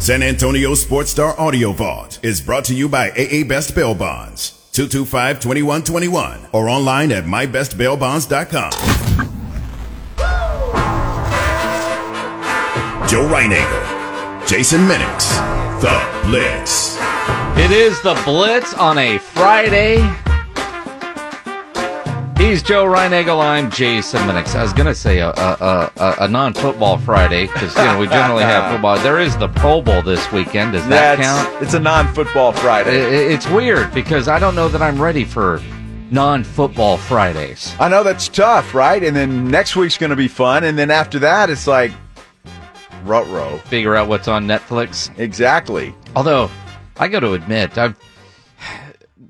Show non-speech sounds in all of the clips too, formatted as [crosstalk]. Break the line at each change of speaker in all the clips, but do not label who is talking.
San Antonio Sports Star Audio Vault is brought to you by AA Best Bail Bonds, 225-2121, or online at mybestbailbonds.com. Joe Reinagle, Jason Minix, The Blitz.
It is the Blitz on a Friday. He's Joe Reinagle. I'm Jason Minix. I was going to say a, a, a, a non football Friday because you know, we generally have football. There is the Pro Bowl this weekend. Does that
That's,
count?
It's a non-football
I-
Friday.
I- It's weird because I don't know that I'm ready for non football Fridays.
I know that's tough, right? And then next week's going to be fun, and then after that, it's like rut row.
Figure out what's on Netflix.
Exactly.
Although I got to admit, I've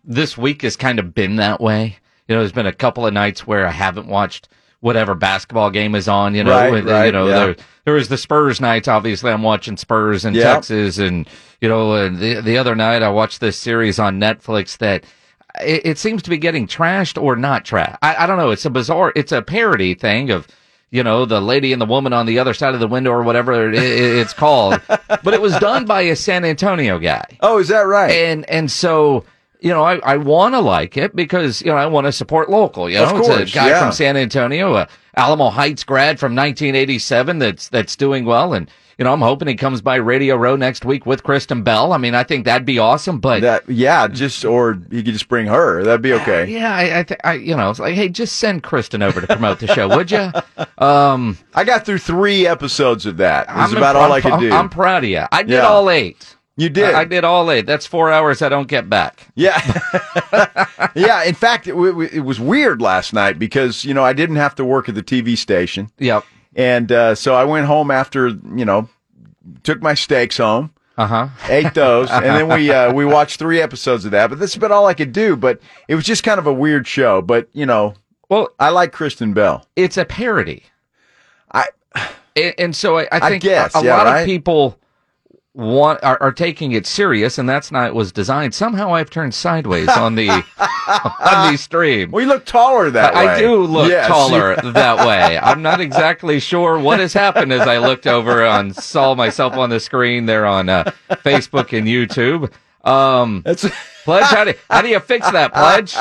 this week has kind of been that way. You know, there's been a couple of nights where I haven't watched whatever basketball game is on. You know,
Right,
and, you
right,
know,
yeah.
there, there was the Spurs nights. Obviously, I'm watching Spurs in
Yeah.
Texas, and you know, and the the other night I watched this series on Netflix that. It, it seems to be getting trashed or not trashed. I, I don't know. It's a bizarre. It's a parody thing of, you know, the lady and the woman on the other side of the window or whatever it, it- it's called. but it was done by a San Antonio guy
Oh, is that right?
and and so you know I, I want to like it because you know I want to support local. You know,
Of
it's
course,
a guy
yeah.
from San Antonio, a Alamo Heights grad from 1987 that's that's doing well, and you know I'm hoping he comes by Radio Row next week with Kristen Bell. I mean I think that'd be awesome, but.
that yeah, just or you could just bring her. That'd be okay.
yeah, I, I, th- I, you know, it's like, hey, just send Kristen over to promote the show, would
[laughs]
you? Um,
I got through three episodes of that. It's
I'm
about
imp-
all I could
I'm-
do.
I'm proud of you. I did
Yeah.
all eight.
you did.
I, I did all eight. That's four hours I don't get back.
Yeah. [laughs] yeah. In fact, it, w- it was weird last night because, you know, I didn't have to work at the TV station.
Yep.
And uh, so I went home after, you know, took my steaks home.
Uh huh.
ate those, and then we uh,
[laughs]
we watched three episodes of that. But that's about all I could do. But it was just kind of a weird show. But you know,
Well,
I like Kristen Bell.
it's a parody.
I-
[sighs] and, and so I, I
I
think
guess,
a, a
yeah,
lot of
right?
people want are, are taking it serious, and that's not it was designed. Somehow I've turned sideways on
[laughs]
the on the stream.
Well, you look taller that way.
I, I do look
Yes, you-
taller [laughs] that way. I'm not exactly sure what has happened as I looked over and saw myself on the screen there on uh, Facebook and YouTube.
[laughs]
Um,
That's
Pledge, how do, how do you fix that, Pledge?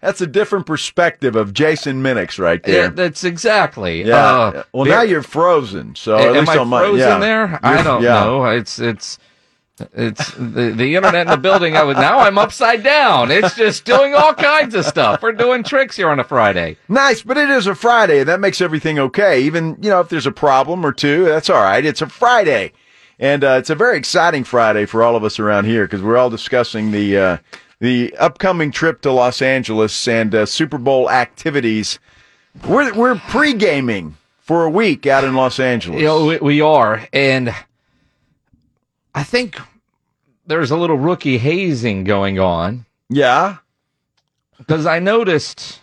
that's a different perspective of Jason Minix right there.
Yeah, that's exactly.
yeah.
Uh,
well,
there-
now you're frozen. So
A-
Oh, at
Am
least
I
on my
frozen
yeah.
there? I
You're-
don't
yeah.
know. It's it's it's the, the internet in the building. I was now I'm upside down. It's just doing all kinds of stuff. We're doing tricks here on a Friday.
Nice, but it is a Friday, and that makes everything okay. Even you know if there's a problem or two, that's all right. It's a Friday, and uh, it's a very exciting Friday for all of us around here because we're all discussing the uh, the upcoming trip to Los Angeles and uh, Super Bowl activities. We're we're pre gaming for a week out in Los Angeles.
You know we, we are, and I think there's a little rookie hazing going on
yeah,
because I noticed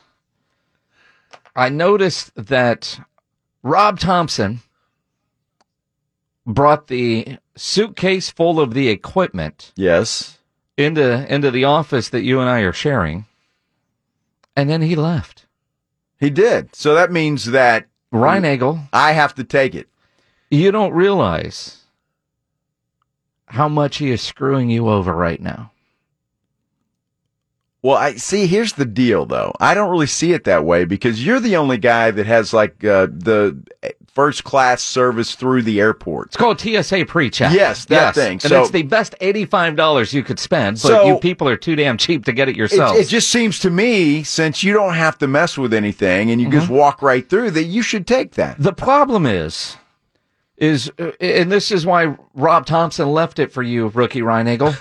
I noticed that Rob Thompson brought the suitcase full of the equipment
yes.
into into the office that you and I are sharing, and then he left.
He did. So that means that
Ryan Eagle,
I have to take it.
you don't realize how much he is screwing you over right now.
Well, I see. Here's the deal, though. I don't really see it that way because you're the only guy that has like uh, the first class service through the airport.
It's called TSA pre-check.
Yes, that thing.
And
So-
it's the best eighty-five dollars you could spend, but
So-
you people are too damn cheap to get it
It,
yourselves.
it just seems to me, since you don't have to mess with anything and you just walk right through, that you should take that.
the problem is is uh, and this is why rob thompson left it for you rookie ryan eagle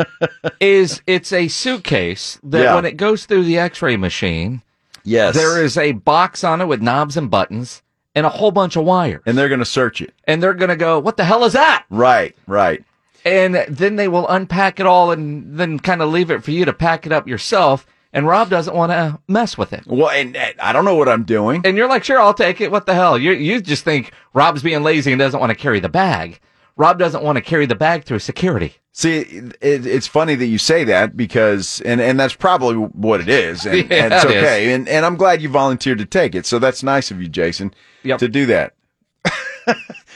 [laughs]
is it's a suitcase that
Yeah.
when it goes through the x-ray machine
Yes,
there is a box on it with knobs and buttons and a whole bunch of wire.
and they're going to search it.
And they're going to go, what the hell is that?
Right, right.
And then they will unpack it all and then kind of leave it for you to pack it up yourself. And Rob doesn't want to mess with it.
Well, and, and I don't know what I'm doing.
And you're like, sure, I'll take it. What the hell? You you just think Rob's being lazy and doesn't want to carry the bag. Rob doesn't want to carry the bag through security.
See, it, it's funny that you say that because, and, and that's probably what it is.
[laughs]
And,
Yeah,
and it's
it is.
okay. And, and I'm glad you volunteered to take it. So that's nice of you, Jason,
Yep.
to do that. [laughs]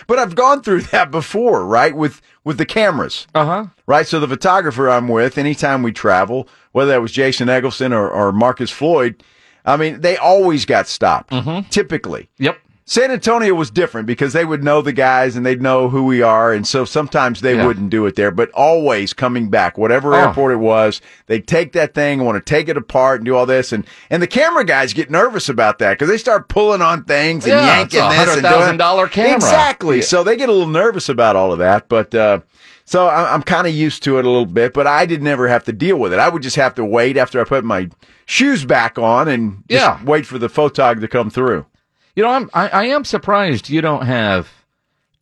but I've gone through that before, right? With, with the cameras,
Uh huh.
right? So the photographer I'm with, anytime we travel, whether that was Jason Eggleston or, or Marcus Floyd, I mean, they always got stopped,
Mm-hmm.
typically.
Yep.
San Antonio was different because they would know the guys and they'd know who we are. And so sometimes they
Yeah.
wouldn't do it there, but always coming back, whatever
Oh.
airport it was, they'd take that thing, want to take it apart and do all this. And, and the camera guys get nervous about that because they start pulling on things and
Yeah,
yanking
it's a
this and doing-
$100,000 camera.
Exactly.
Yeah.
So they get a little nervous about all of that. But, uh, so I'm, I'm kind of used to it a little bit, but I did never have to deal with it. I would just have to wait after I put my shoes back on and just
Yeah.
wait for the photog to come through.
You know, I'm I, I am surprised you don't have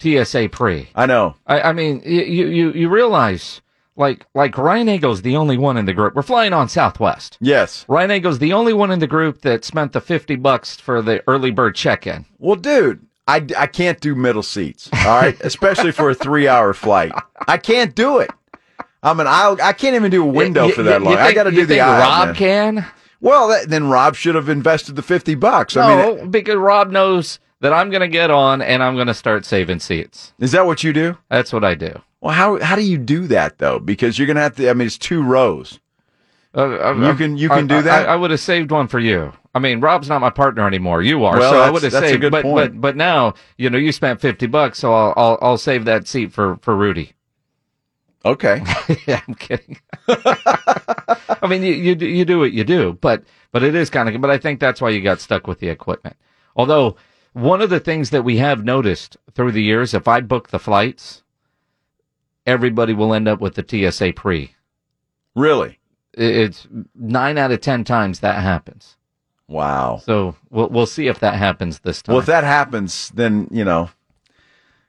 TSA pre.
I know.
I, I mean, y- you you you realize like like Ryan Eagle's the only one in the group. We're flying on Southwest.
Yes.
Ryan Eagle's the only one in the group that spent the fifty bucks for the early bird check in.
Well, dude, I, I can't do middle seats. All right.
[laughs]
Especially for a three hour flight. I can't do it. I'm an aisle. I can't even do a window for that long. I got to do the aisle.
Rob
man.
can.
Well, that, then Rob should have invested the 50 bucks. I
No,
mean,
because Rob knows that I'm going to get on and I'm going to start saving seats.
is that what you do?
That's what I do.
Well, how, how do you do that though? Because you're going to have to, I mean, it's two rows.
Uh, I-
You
I-
can- you
I-
can do
I-
that?
I, would have saved one for you. I mean, Rob's not my partner anymore. You are,
Well,
so I
that's-
would have
that's a
saved.
good
but
point.
but but now you know you spent fifty bucks, so I'll I'll, I'll save that seat for for Rudy. [laughs]
Okay.
yeah, I'm kidding. [laughs] I mean, you you do, you do what you do, but but it is kind of. But I think that's why you got stuck with the equipment. Although one of the things that we have noticed through the years, if I book the flights, everybody will end up with the TSA pre.
really?
I- It's nine out of ten times that happens.
Wow.
So we'll we'll see if that happens this time.
Well, if that happens, then, you know,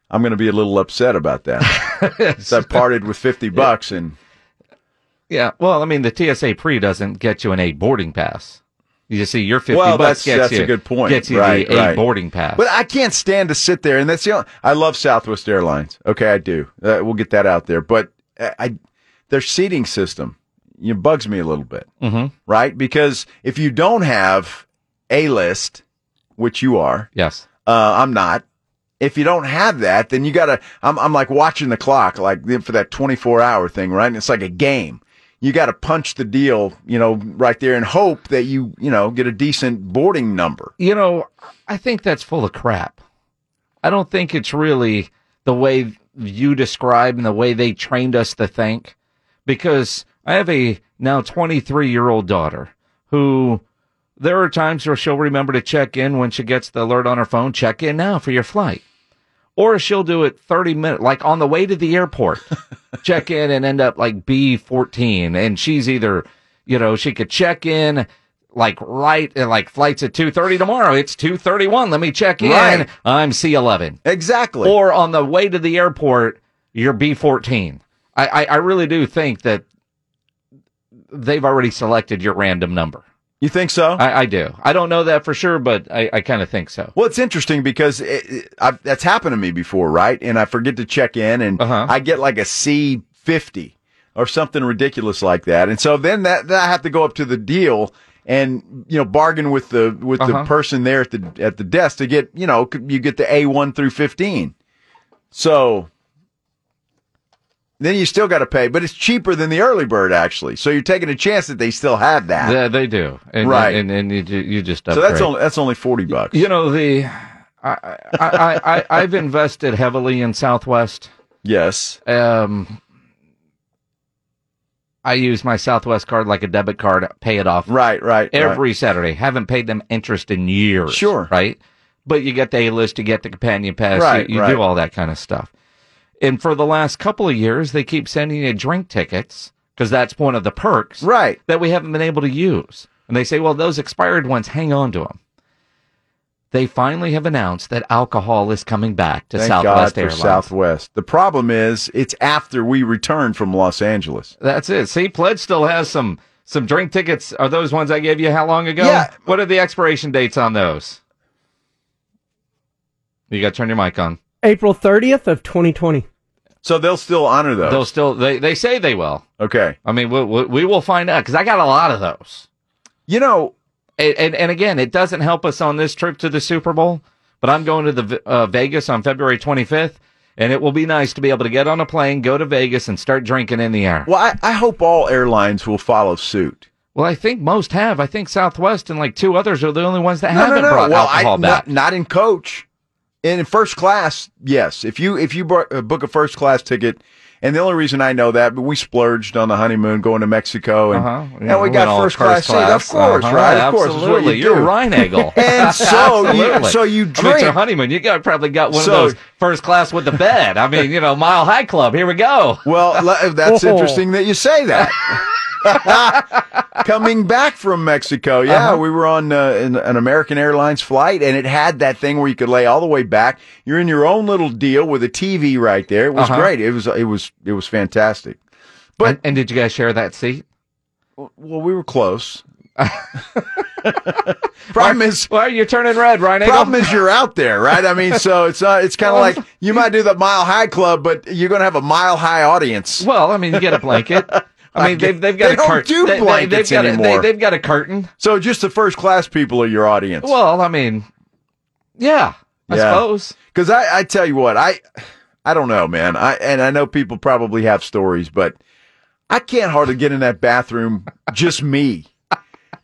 I'm going to be a little upset
[laughs]
about that. 'Cause I parted with 50 bucks and.
yeah. Well, I mean, the TSA pre doesn't get you an A boarding pass. You see, your fifty
Well,
bucks
that's-
gets
that's a
you
good point.
Gets you
Right,
the
right.
A boarding pass.
But I can't stand to sit there, and that's the only. I love Southwest Airlines. Okay, I do. Uh, we'll get that out there. But I, I their seating system you know, bugs me a little bit,
Mhm.
right? Because if you don't have a list, which you are,
yes.
uh, I'm not. If you don't have that, then you gotta. I'm, I'm like watching the clock, like for that 24 hour thing, right? And it's like a game. You got to punch the deal, you know, right there, and hope that you, you know, get a decent boarding number.
you know, I think that's full of crap. I don't think it's really the way you describe and the way they trained us to think because I have a now 23 year old daughter who there are times where she'll remember to check in when she gets the alert on her phone check in now for your flight. Or she'll do it 30 minutes, like on the way to the airport, check in and end up like B14. And she's either, you know, she could check in like right, like flights at 2.30 tomorrow. It's 2.31. Let me check in.
Right.
I'm C11
Exactly.
or on the way to the airport, you're B fourteen. I, I, I really do think that they've already selected your random number.
you think so?
I, I do. I don't know that for sure, but I, I kind of think so.
Well, it's interesting because it, it, I've, that's happened to me before, right? And I forget to check in, and
Uh-huh.
I get like a C fifty or something ridiculous like that, and so then that, then I have to go up to the deal and you know bargain with the with the
Uh-huh.
person there at the at the desk to get you know c- you get the A one through fifteen, so. Then you still got to pay, but it's cheaper than the early bird actually. So you're taking a chance that they still have that.
They, they do, and,
Right.
And and you, ju- you just
so that's
upgrade.
only that's only forty bucks.
you know the. I, I, I, I I've invested heavily in Southwest.
Yes.
Um, I use my Southwest card like a debit card, pay it off
Right. Right. right.
every Saturday. Haven't paid them interest in years.
Sure.
Right. But you get the A list, you get the companion pass,
Right,
you, you
right.
do all that kind of stuff. And for the last couple of years, they keep sending you drink tickets because that's one of the perks
Right.
that we haven't been able to use. And they say, well, those expired ones, hang on to them. they finally have announced that alcohol is coming back to
Thank
Southwest
God for
Airlines.
Southwest. The problem is, it's after we return from Los Angeles.
That's it. See, Pledge still has some some drink tickets. Are those ones I gave you how long ago?
Yeah.
What are the expiration dates on those? You got to turn your mic on.
April 30th of 2020.
So they'll still honor those.
They'll still they they say they will.
okay.
I mean, we, we, we will find out because I got a lot of those.
You know,
and, and and again, it doesn't help us on this trip to the Super Bowl. But I'm going to the uh, Vegas on February 25th, and it will be nice to be able to get on a plane, go to Vegas, and start drinking in the air.
well, I, I hope all airlines will follow suit.
Well, I think most have. I think Southwest and like two others are the only ones that
No, no,
haven't
no.
brought
Well, I,
alcohol back.
not, not in coach. In first class, yes. If you if you bought, uh, book a first class ticket, and the only reason I know that, but we splurged on the honeymoon going to Mexico, and,
Uh-huh.
and
Yeah,
we
went
got
all
first class, seats. Of course,
Uh-huh.
right? Of course,
Absolutely.
is what you
You're
do.
Reinagel.
[laughs]
[laughs]
And so you-
Absolutely.
so you
I mean, it's your
drink.
honeymoon. You got probably got one
So-
of those first class with the bed. I mean, you know, Mile High Club. Here we go. [laughs]
Well, le- that's
Oh.
interesting that you say that. Coming back from Mexico,
Uh-huh.
yeah, we were on uh, an, an American Airlines flight, and it had that thing where you could lay all the way back. You're in your own little deal with a TV right there. It was
Uh-huh.
great. It was it was it was fantastic. But-
and, and did you guys share that seat?
Well, we
[laughs]
were close. problem is,
Why are you turning red, Ryan?
problem is you're out there, right? I mean, so it's uh, it's kind of like you might do the mile high club, but you're going to have a mile high audience.
Well, I mean, you get a
[laughs]
blanket. I mean, they've they've got
They
a
don't
curtain.
do
they've
blankets
got
anymore.
A, they, have got a curtain.
So just the first class people are your audience.
Well, I mean, yeah, I
Yeah.
suppose.
Because I, I tell you what, I I don't know, man. I and I know people probably have stories, but I can't hardly get in that bathroom just me.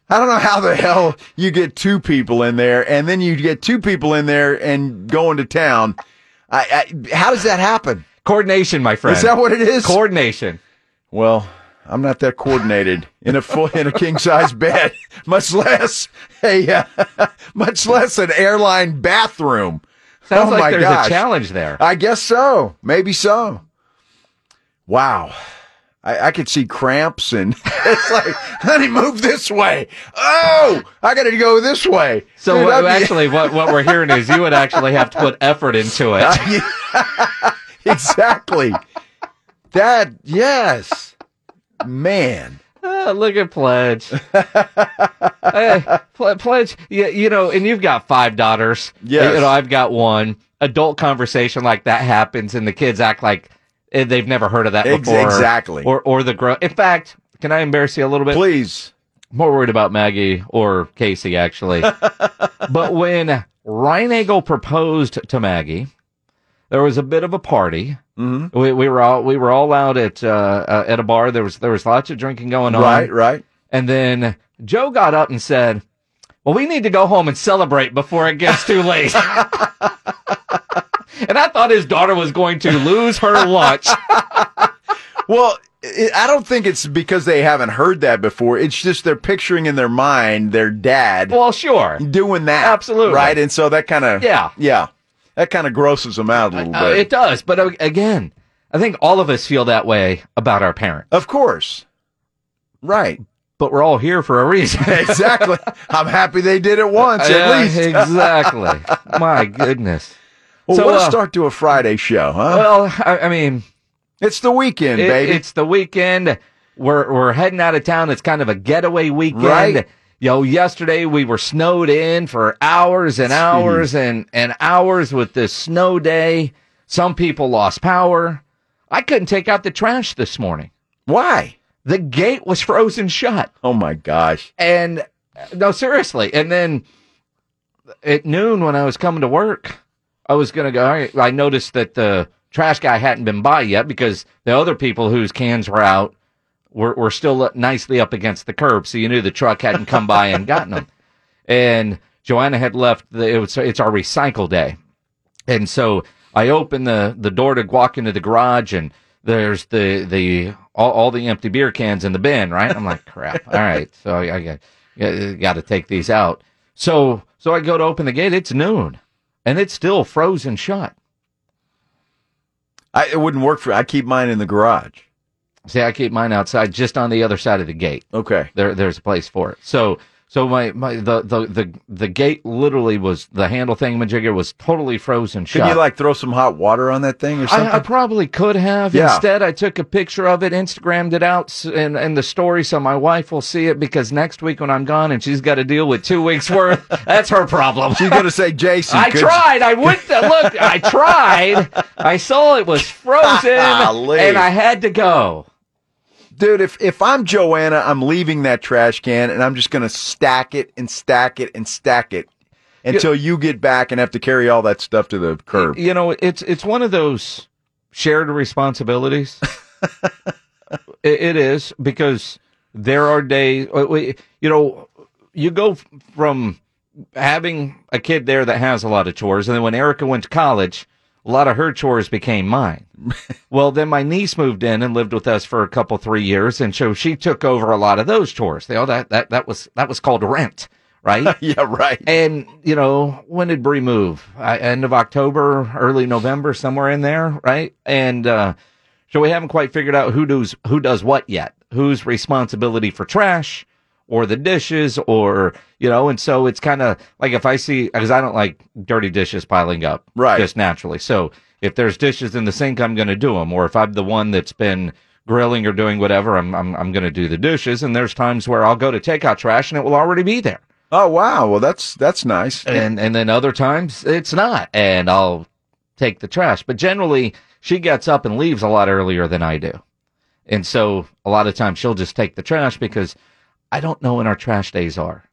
I don't know how the hell you get two people in there, and then you get two people in there and going to town. I, I how does that happen?
Coordination, my friend.
Is that what it is?
Coordination.
well, I'm not that coordinated in a full in a king size bed, [laughs] much less a [laughs] uh, much less an airline bathroom.
Sounds
Oh my
like there's
gosh.
a challenge there.
I guess so. Maybe so. Wow. I, I could see cramps and [laughs] it's like, honey, move this way. Oh, I got to go this way.
So
Dude,
what,
I'd be-
actually, what what we're hearing is you would actually have to put effort into it.
[laughs] [laughs] exactly. That, yes. Man.
Ah, look at Pledge. Hey, Ple- Pledge, you, you know, and you've got five daughters.
Yes.
You know, I've got one. Adult conversation like that happens, and the kids act like eh, they've never heard of that
Ex-
before.
exactly.
Or, or the grow. In fact, can I embarrass you a little bit?
Please.
More worried about Maggie or Casey,
[laughs]
actually. but when Reinagel proposed to Maggie, there was a bit of a party. Mm-hmm. We, we were all we were all out at uh, uh, at a bar. There was there was lots of drinking going on.
Right, right.
And then Joe got up and said, Well, we need to go home and celebrate before it gets too late.
[laughs]
and I thought his daughter was going to lose her
[laughs]
lunch.
Well, i I don't think it's because they haven't heard that before. It's just they're picturing in their mind their dad.
well,
[laughs]
sure.
doing that.
Absolutely.
Right. And so that kind of,
Yeah.
Yeah. That kind of grosses them out a little
Uh,
bit.
it does. But uh, again, I think all of us feel that way about our parents,
of course. Right.
but we're all here for a reason. [laughs]
Exactly. I'm happy they did it once,
Yeah,
[laughs] at least. [laughs]
exactly. My goodness.
Well,
So,
what a
uh,
start to a Friday show, huh?
Well, I, I mean,
it's the weekend,
It-
baby.
It's the weekend. We're we're heading out of town. It's kind of a getaway weekend.
Right.
Yo, yesterday we were snowed in for hours and hours and, and hours with this snow day. Some people lost power. I couldn't take out the trash this morning.
Why?
The gate was frozen shut.
Oh my gosh.
And uh, no, seriously. And then at noon when I was coming to work, I was going to go. All right, I noticed that the trash guy hadn't been by yet because the other people whose cans were out were, were still nicely up against the curb. So you knew the truck hadn't come by and gotten them. And Joanna had left. The, it was, it's our recycle day. And so I open the, the door to walk into the garage and there's the, the, all, all the empty beer cans in the bin, right? I'm like, crap. All right. So I, I got, got to take these out. So, so I go to open the gate. It's noon and it's still frozen shut.
I, it wouldn't work for I keep mine in the garage.
See, I keep mine outside just on the other side of the gate.
Okay.
There, there's a place for it. So, So my, my the, the the the gate literally was the handle thingamajigger was totally frozen
Could
shut.
you like throw some hot water on that thing or something?
I, I probably could have.
Yeah.
Instead, I took a picture of it, Instagrammed it out, s- and and the story, so my wife will see it because next week when I'm gone and she's got to deal with two weeks
[laughs]
worth, that's her problem.
She's
[laughs]
gonna say, Jason.
I
could-
tried.
[laughs]
I went to look. I tried. I saw it was frozen,
[laughs] Golly.
and I had to go.
dude. If if I'm Joanna, I'm leaving that trash can and I'm just gonna stack it and stack it and stack it until you get back and have to carry all that stuff to the curb.
You know, it's it's one of those shared responsibilities. it, it is because there are days, uh, we- you know, you go f- from having a kid there that has a lot of chores, and then when Erica went to college, a lot of her chores became mine. well, then my niece moved in and lived with us for a couple three years, and so she took over a lot of those chores. You know, that that that was that was called rent, right?
[laughs] Yeah, right.
And you know, when did Bree move? I, end of October, early November, somewhere in there, right? And uh, so we haven't quite figured out who does who does what yet. Who's responsibility for trash or the dishes or you know? And so it's kind of like if I see because I don't like dirty dishes piling up,
Right.
Just naturally. So if there's dishes in the sink, I'm going to do them. Or if I'm the one that's been grilling or doing whatever, I'm I'm, I'm going to do the dishes. And there's times where I'll go to take out trash and it will already be there
Oh wow. Well, that's that's nice.
and and then other times it's not and i'll take the trash but generally she gets up and leaves a lot earlier than i do and so a lot of times she'll just take the trash because i don't know when our trash days are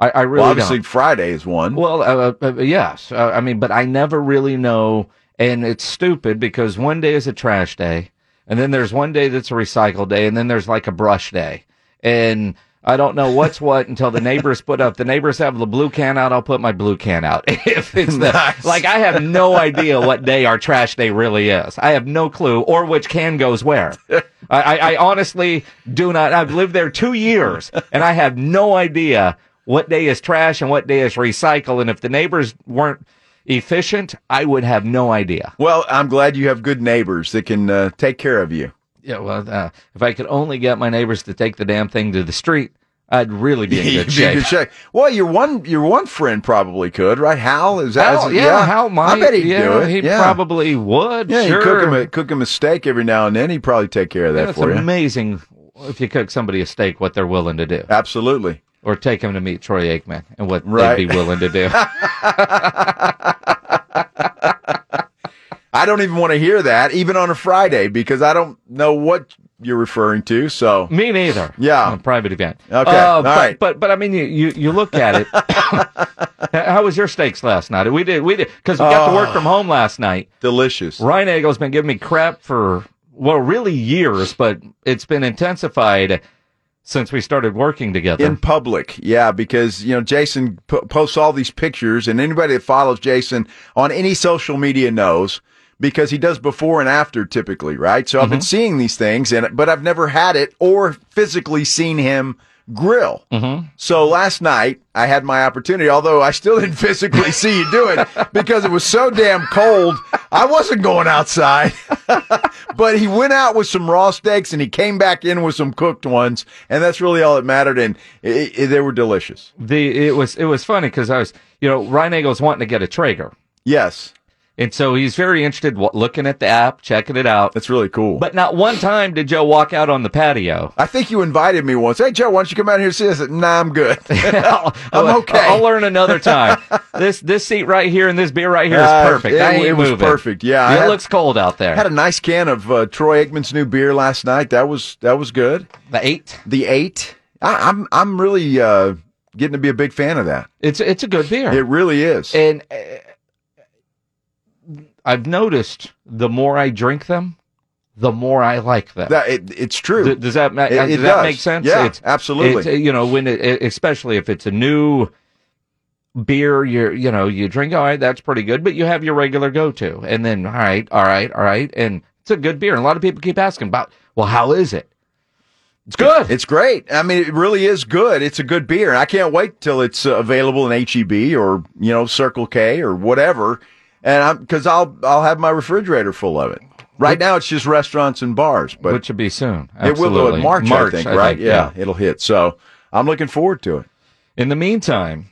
i, I really
well, obviously
don't
Friday is one.
well uh, uh, yes uh, i mean but i never really know and it's stupid because one day is a trash day and then there's one day that's a recycle day and then there's like a brush day and I don't know what's what until the neighbors put up. The neighbors have the blue can out. I'll put my blue can out. [laughs] If it's the,
Nice.
like, I have no idea what day our trash day really is. I have no clue or which can goes where. I, I, I honestly do not. I've lived there two years and I have no idea what day is trash and what day is recycle. And if the neighbors weren't efficient, I would have no idea.
Well, I'm glad you have good neighbors that can uh, take care
[laughs]
of you.
Yeah, well, uh, if I could only get my neighbors to take the damn thing to the street, I'd really [laughs] be in
You'd
good
be
shape.
in shape. Well, your one your one friend probably could, right? Hal is that?
Hal,
is it-
yeah, Hal might.
I bet he'd
yeah,
do it.
He
yeah.
probably would.
Yeah,
sure.
you cook him a cook him a steak every now and then. He'd probably take care of that
That's
for you.
amazing if you cook somebody a steak, what they're willing to do,
Absolutely.
or take them to meet Troy Aikman and what
Right.
they'd be willing to [laughs] do.
I don't even want to hear that, even on a Friday, because I don't know what you're referring to. So
Me neither.
Yeah.
A private event. Uh,
Okay, all
but,
right.
But but I mean, you you, you look at
[laughs]
it. How was your steaks last night? We did we did because we got to
Oh.
work from home last night.
delicious.
Ryan Nagel's been giving me crap for well, really years, but it's been intensified since we started working together.
in public. Yeah, because you know Jason p- posts all these pictures, and anybody that follows Jason on any social media knows because he does before and after typically, right? So I've been seeing these things, and but I've never had it or physically seen him grill. So last night I had my opportunity, although I still didn't [laughs] physically see you do it because it was so damn cold. I wasn't going outside. [laughs] but he went out with some raw steaks and he came back in with some cooked ones, and that's really all that mattered. And i i they were delicious.
the it was it was funny because I was you know Ryan Nagel's wanting to get a Traeger,
Yes,
and so he's very interested w- looking at the app, checking it out.
that's really cool.
But not one time did Joe walk out on the patio.
I think you invited me once. Hey Joe, why don't you come out here and see us? I said, Nah,
[laughs]
I'm good. [laughs]
I'll,
I'm
I'll- uh,
okay.
I'll learn another
[laughs]
time. this this seat right here and this beer right here is
Uh,
perfect.
it-
I ain't
it was
moving.
perfect. Yeah, I
it
had-
looks cold out there.
Had a nice can of uh, Troy Aikman's new beer last night. That was that was good.
the eight.
The eight. I, I'm I'm really uh, getting to be a big fan of that.
It's it's a good beer.
It really is.
And uh, I've noticed the more I drink them, the more I like them.
that it, it's true.
Th- does that ma-
It- it
does that
does.
make sense?
Yeah, absolutely.
it's, uh, you know, when it, it- especially if it's a new beer, you you know you drink. All right, that's pretty good. But you have your regular go to, and then all right, all right, all right, and it's a good beer. And a lot of people keep asking about, well, how is it? It's good.
It's great. I mean, it really is good. It's a good beer. I can't wait till it's uh, available in HEB or you know Circle K or whatever, and I'm because I'll I'll have my refrigerator full of it. Right now, it's just restaurants and bars, but
which should be soon.
it will
Absolutely.
in March, I think. right? yeah, it'll hit. So I'm looking forward to it.
In the meantime,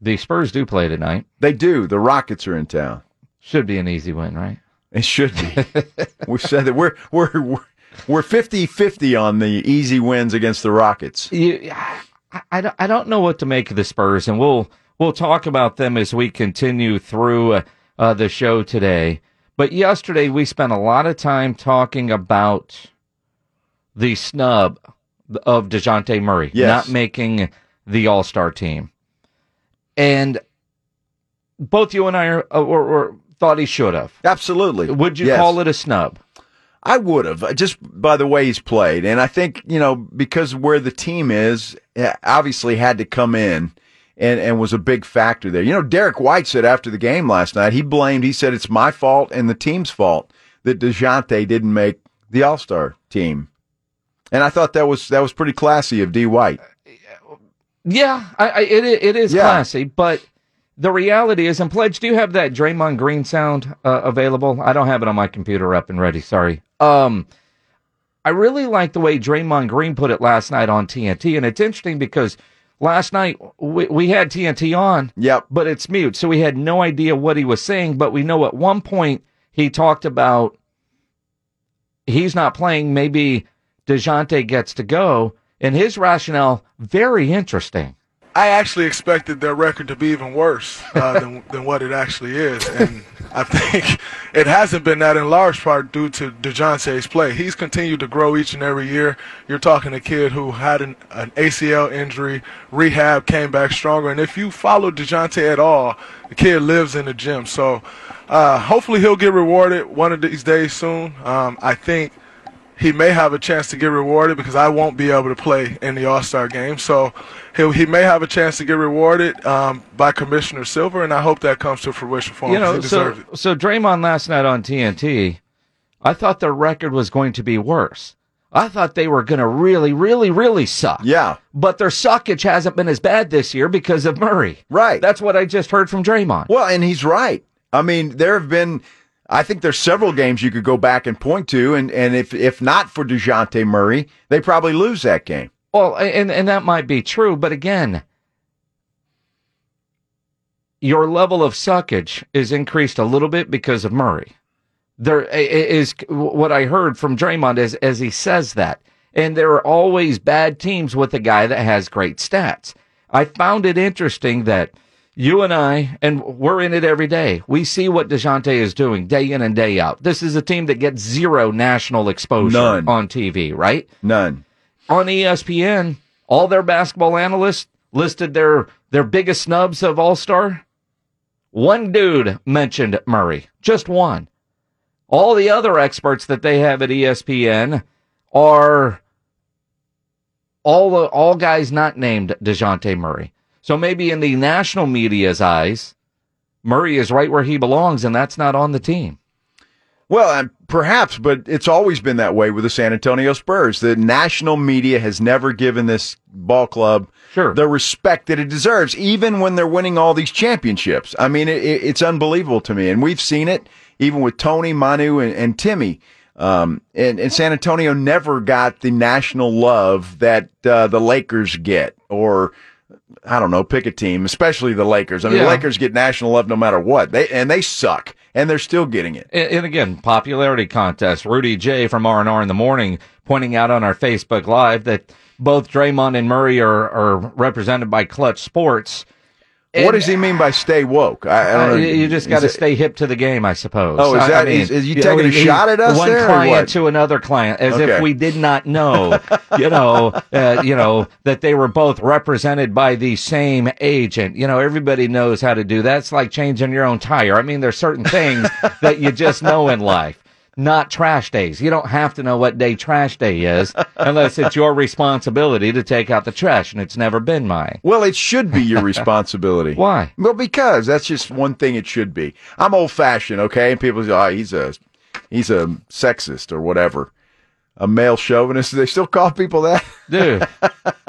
the Spurs do play tonight.
They do. The Rockets are in town.
Should be an easy win, right?
It should
[laughs]
be. We've said that we're we're we're- we're 50-50 on the easy wins against the Rockets.
You, I, I, don't- I don't know what to make of the Spurs, and we'll we'll talk about them as we continue through uh, uh, the show today. But yesterday we spent a lot of time talking about the snub of Dejounte Murray
Yes.
not making the All Star team, and both you and I are, uh, were, were thought he should have.
Absolutely.
Would you
Yes.
call it a snub?
I would have uh, just by the way he's played, and I think you know because where the team is, eh, obviously had to come in and and was a big factor there. You know, Derek White said after the game last night, he blamed, he said it's my fault and the team's fault that Dejounte didn't make the All Star team, and I thought that was that was pretty classy of D White.
Yeah, I, I, it i- it is
Yeah.
classy, but the reality is, and pledge, do you have that Draymond Green sound uh, available? I don't have it on my computer up and ready. Sorry. Um, I really like the way Draymond Green put it last night on TNT, and it's interesting because last night we, we had TNT on,
Yep.
but it's mute, so we had no idea what he was saying. But we know at one point he talked about he's not playing. Maybe Dejounte gets to go, and his rationale very interesting.
I actually expected their record to be even worse uh, than, than what it actually is. And I think it hasn't been that in large part due to DeJounte's play. He's continued to grow each and every year. You're talking a kid who had an, an ACL injury, rehab, came back stronger. And if you follow DeJounte at all, the kid lives in the gym. So uh, hopefully he'll get rewarded one of these days soon. Um, I think he may have a chance to get rewarded because I won't be able to play in the All Star game. So he he may have a chance to get rewarded um, by Commissioner Silver, and I hope that comes to fruition for him.
you know,
'cause Oh, he
so
deserves it.
so Draymond last night on TNT, I thought their record was going to be worse. I thought they were going to really, really, really suck.
Yeah.
But their suckage hasn't been as bad this year because of Murray.
Right.
That's what I just heard from Draymond.
Well, and he's right. I mean, there have been, I think there's several games you could go back and point to, and, and if if not for Dejounte Murray, they probably lose that game.
Well, and and that might be true, but again, your level of suckage is increased a little bit because of Murray. There i- i- is what I heard from Draymond as as he says that, and there are always bad teams with a guy that has great stats. I found it interesting that you and I, and we're in it every day. We see what Dejounte is doing day in and day out. This is a team that gets zero national exposure
None.
on TV, right?
None.
on E ESPN, all their basketball analysts listed their their biggest snubs of All Star. One dude mentioned Murray, just one. All the other experts that they have at E ESPN are all all guys not named Dejounte Murray. So maybe in the national media's eyes, Murray is right where he belongs, and that's not on the team.
Well, and perhaps, but it's always been that way with the San Antonio Spurs. The national media has never given this ball club
Sure.
the respect that it deserves, even when they're winning all these championships. I mean, it, it, it's unbelievable to me, and we've seen it even with Tony, Manu, and, and Timmy. Um, and, and San Antonio never got the national love that uh, the Lakers get, or I don't know, pick a team, especially the Lakers. I mean, the
Yeah.
Lakers get national love no matter what, they and they suck, and they're still getting it.
And, and again, popularity contest. Rudy J from R and R in the morning pointing out on our Facebook Live that both Draymond and Murray are, are represented by Clutch Sports.
what does he mean by stay woke? I, I don't
Uh,
know.
you you just
Is
got to
it-
stay hip to the game, I suppose.
Oh, is
I- I
that- is- is you taking a
he-
shot at us
One
there or
client
what?
to another client, as
Okay.
if we did not
[laughs]
know, you know, uh, you know that they were both represented by the same agent. You know, everybody knows how to do that. It's like changing your own tire. I mean, there's certain
[laughs]
things that you just know in life. Not trash days. You don't have to know what day trash day is unless it's your responsibility to take out the trash, and it's never been mine.
Well, it should
[laughs]
be your responsibility.
Why?
Well, because that's just one thing it should be. I'm old fashioned, okay? And people say, oh, he's a, he's a sexist or whatever, a male chauvinist. [laughs] Do they still call people that?
dude.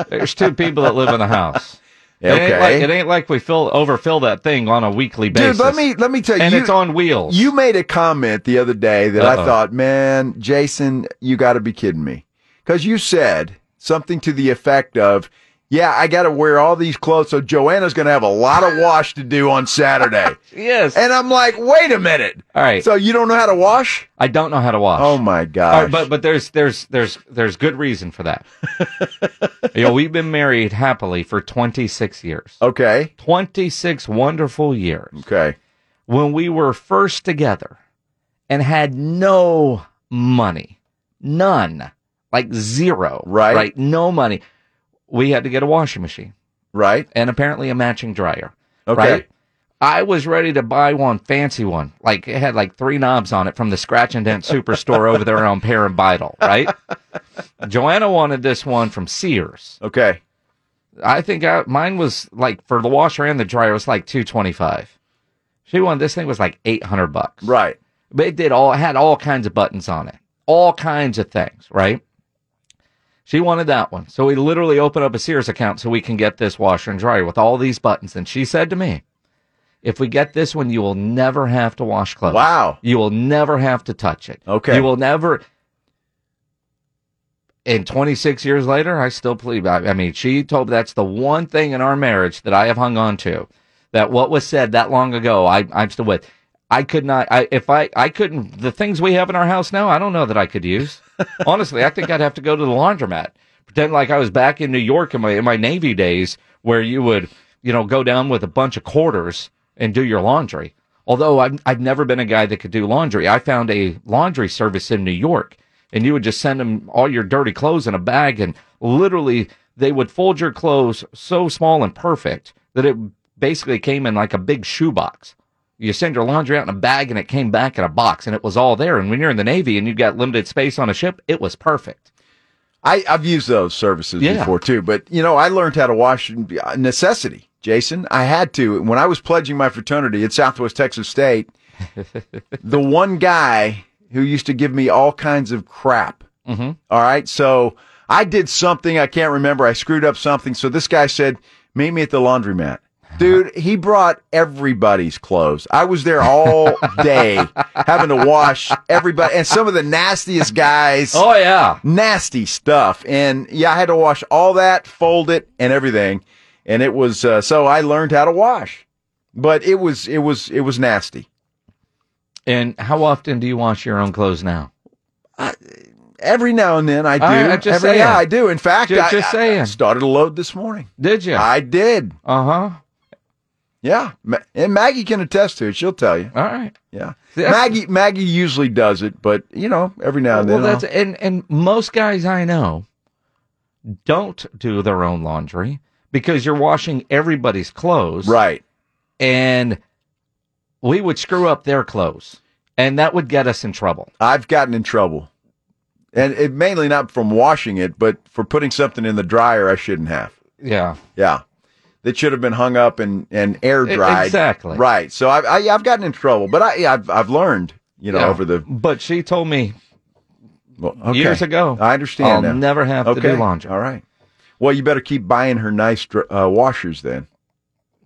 There's two people that live in the house. It ain't
Okay.
like, it ain't like we fill overfill that thing on a weekly basis.
Dude, let me let me tell you.
and it's on wheels.
You made a comment the other day that I
Uh-oh.
thought, man, Jason, you got to be kidding me, because you said something to the effect of, yeah, I got to wear all these clothes. So Joanna's going to have a lot of wash to do on
[laughs]
Saturday.
Yes.
And I'm like, wait a minute.
All right.
So you don't know how to wash?
I don't know how to wash.
Oh my
All
gosh.
right, but but there's there's there's there's good reason for
[laughs]
that. you know, we've been married happily for 26 years.
okay.
26 wonderful years.
Oh. Okay.
When we were first together and had no money. None. Like zero.
Right.
Right, no money. We had to get a washing machine
Right.
and apparently a matching dryer.
Okay.
Right? I was ready to buy one fancy one. Like it had like three knobs on it from the scratch and dent superstore over there on Pear and Vital,
[laughs]
right? Joanna wanted this one from Sears.
Okay.
I think I, mine was like for the washer and the dryer it was like 225. She wanted this thing was like 800 bucks.
Right.
But it did all it had all kinds of buttons on it. All kinds of things, right? She wanted that one. So we literally opened up a Sears account so we can get this washer and dryer with all these buttons. And she said to me, if we get this one, you will never have to wash clothes.
Wow.
You will never have to touch it.
Okay.
You will never. And 26 years later, I still believe. I, I mean, she told me that's the one thing in our marriage that I have hung on to. That what was said that long ago, I, I'm still with. I could not. I if I I couldn't. The things we have in our house now, I don't know that I could use. Honestly, I think I'd have to go to the laundromat. Pretend like I was back in New York in my in my Navy days, where you would you know go down with a bunch of quarters and do your laundry. Although I've, I've never been a guy that could do laundry. I found a laundry service in New York and you would just send them all your dirty clothes in a bag and literally they would fold your clothes so small and perfect that it basically came in like a big shoebox. You send your laundry out in a bag and it came back in a box and it was all there. And when you're in the Navy and you've got limited space on a ship, it was perfect.
I, I've used those services
Yeah.
before too, but you know, I learned how to wash uh, necessity, Jason. I had to. When I was pledging my fraternity at Southwest
[laughs]
Texas State, the one guy who used to give me all kinds of crap. Mm-hmm. right. So I did something. I can't remember. I screwed up something. So this guy said, meet me at
[laughs]
the laundromat. Dude, he brought everybody's clothes. I was there all day
[laughs]
having to wash everybody and some of the nastiest guys
Oh, yeah.
nasty stuff. And yeah, I had to wash all that, fold it, and everything. And it was uh, so I learned how to wash, but it was it was it was nasty.
And how often do you wash your own clothes now?
Every now and then I do.
I- I'm just
Every,
saying.
yeah, I do. In fact,
Ju-
I,
just
I-
saying.
I started a load this morning.
Did you?
I did.
Uh huh.
Yeah, Ma- and Maggie can attest to it. She'll tell you.
All right.
Yeah,
That's-
Maggie Maggie usually does it, but you know, every now and
Well,
then.
that's
I'll-
and and most guys I know don't do their own laundry because you're washing everybody's clothes,
right.
And we would screw up their clothes, and that would get us in trouble.
I've gotten in trouble, and it mainly not from washing it, but for putting something in the dryer I shouldn't have.
Yeah,
Yeah. That should have been hung up and, and air
E-
dried.
exactly.
Right. So I, I, I've gotten in trouble, but I, I've, I've learned, you know,
Yeah.
over the
But she told me
well, okay.
years ago.
I understand.
I'll
now.
never have to do laundry.
All right. Well, you better keep buying her nice dr- uh, washers then.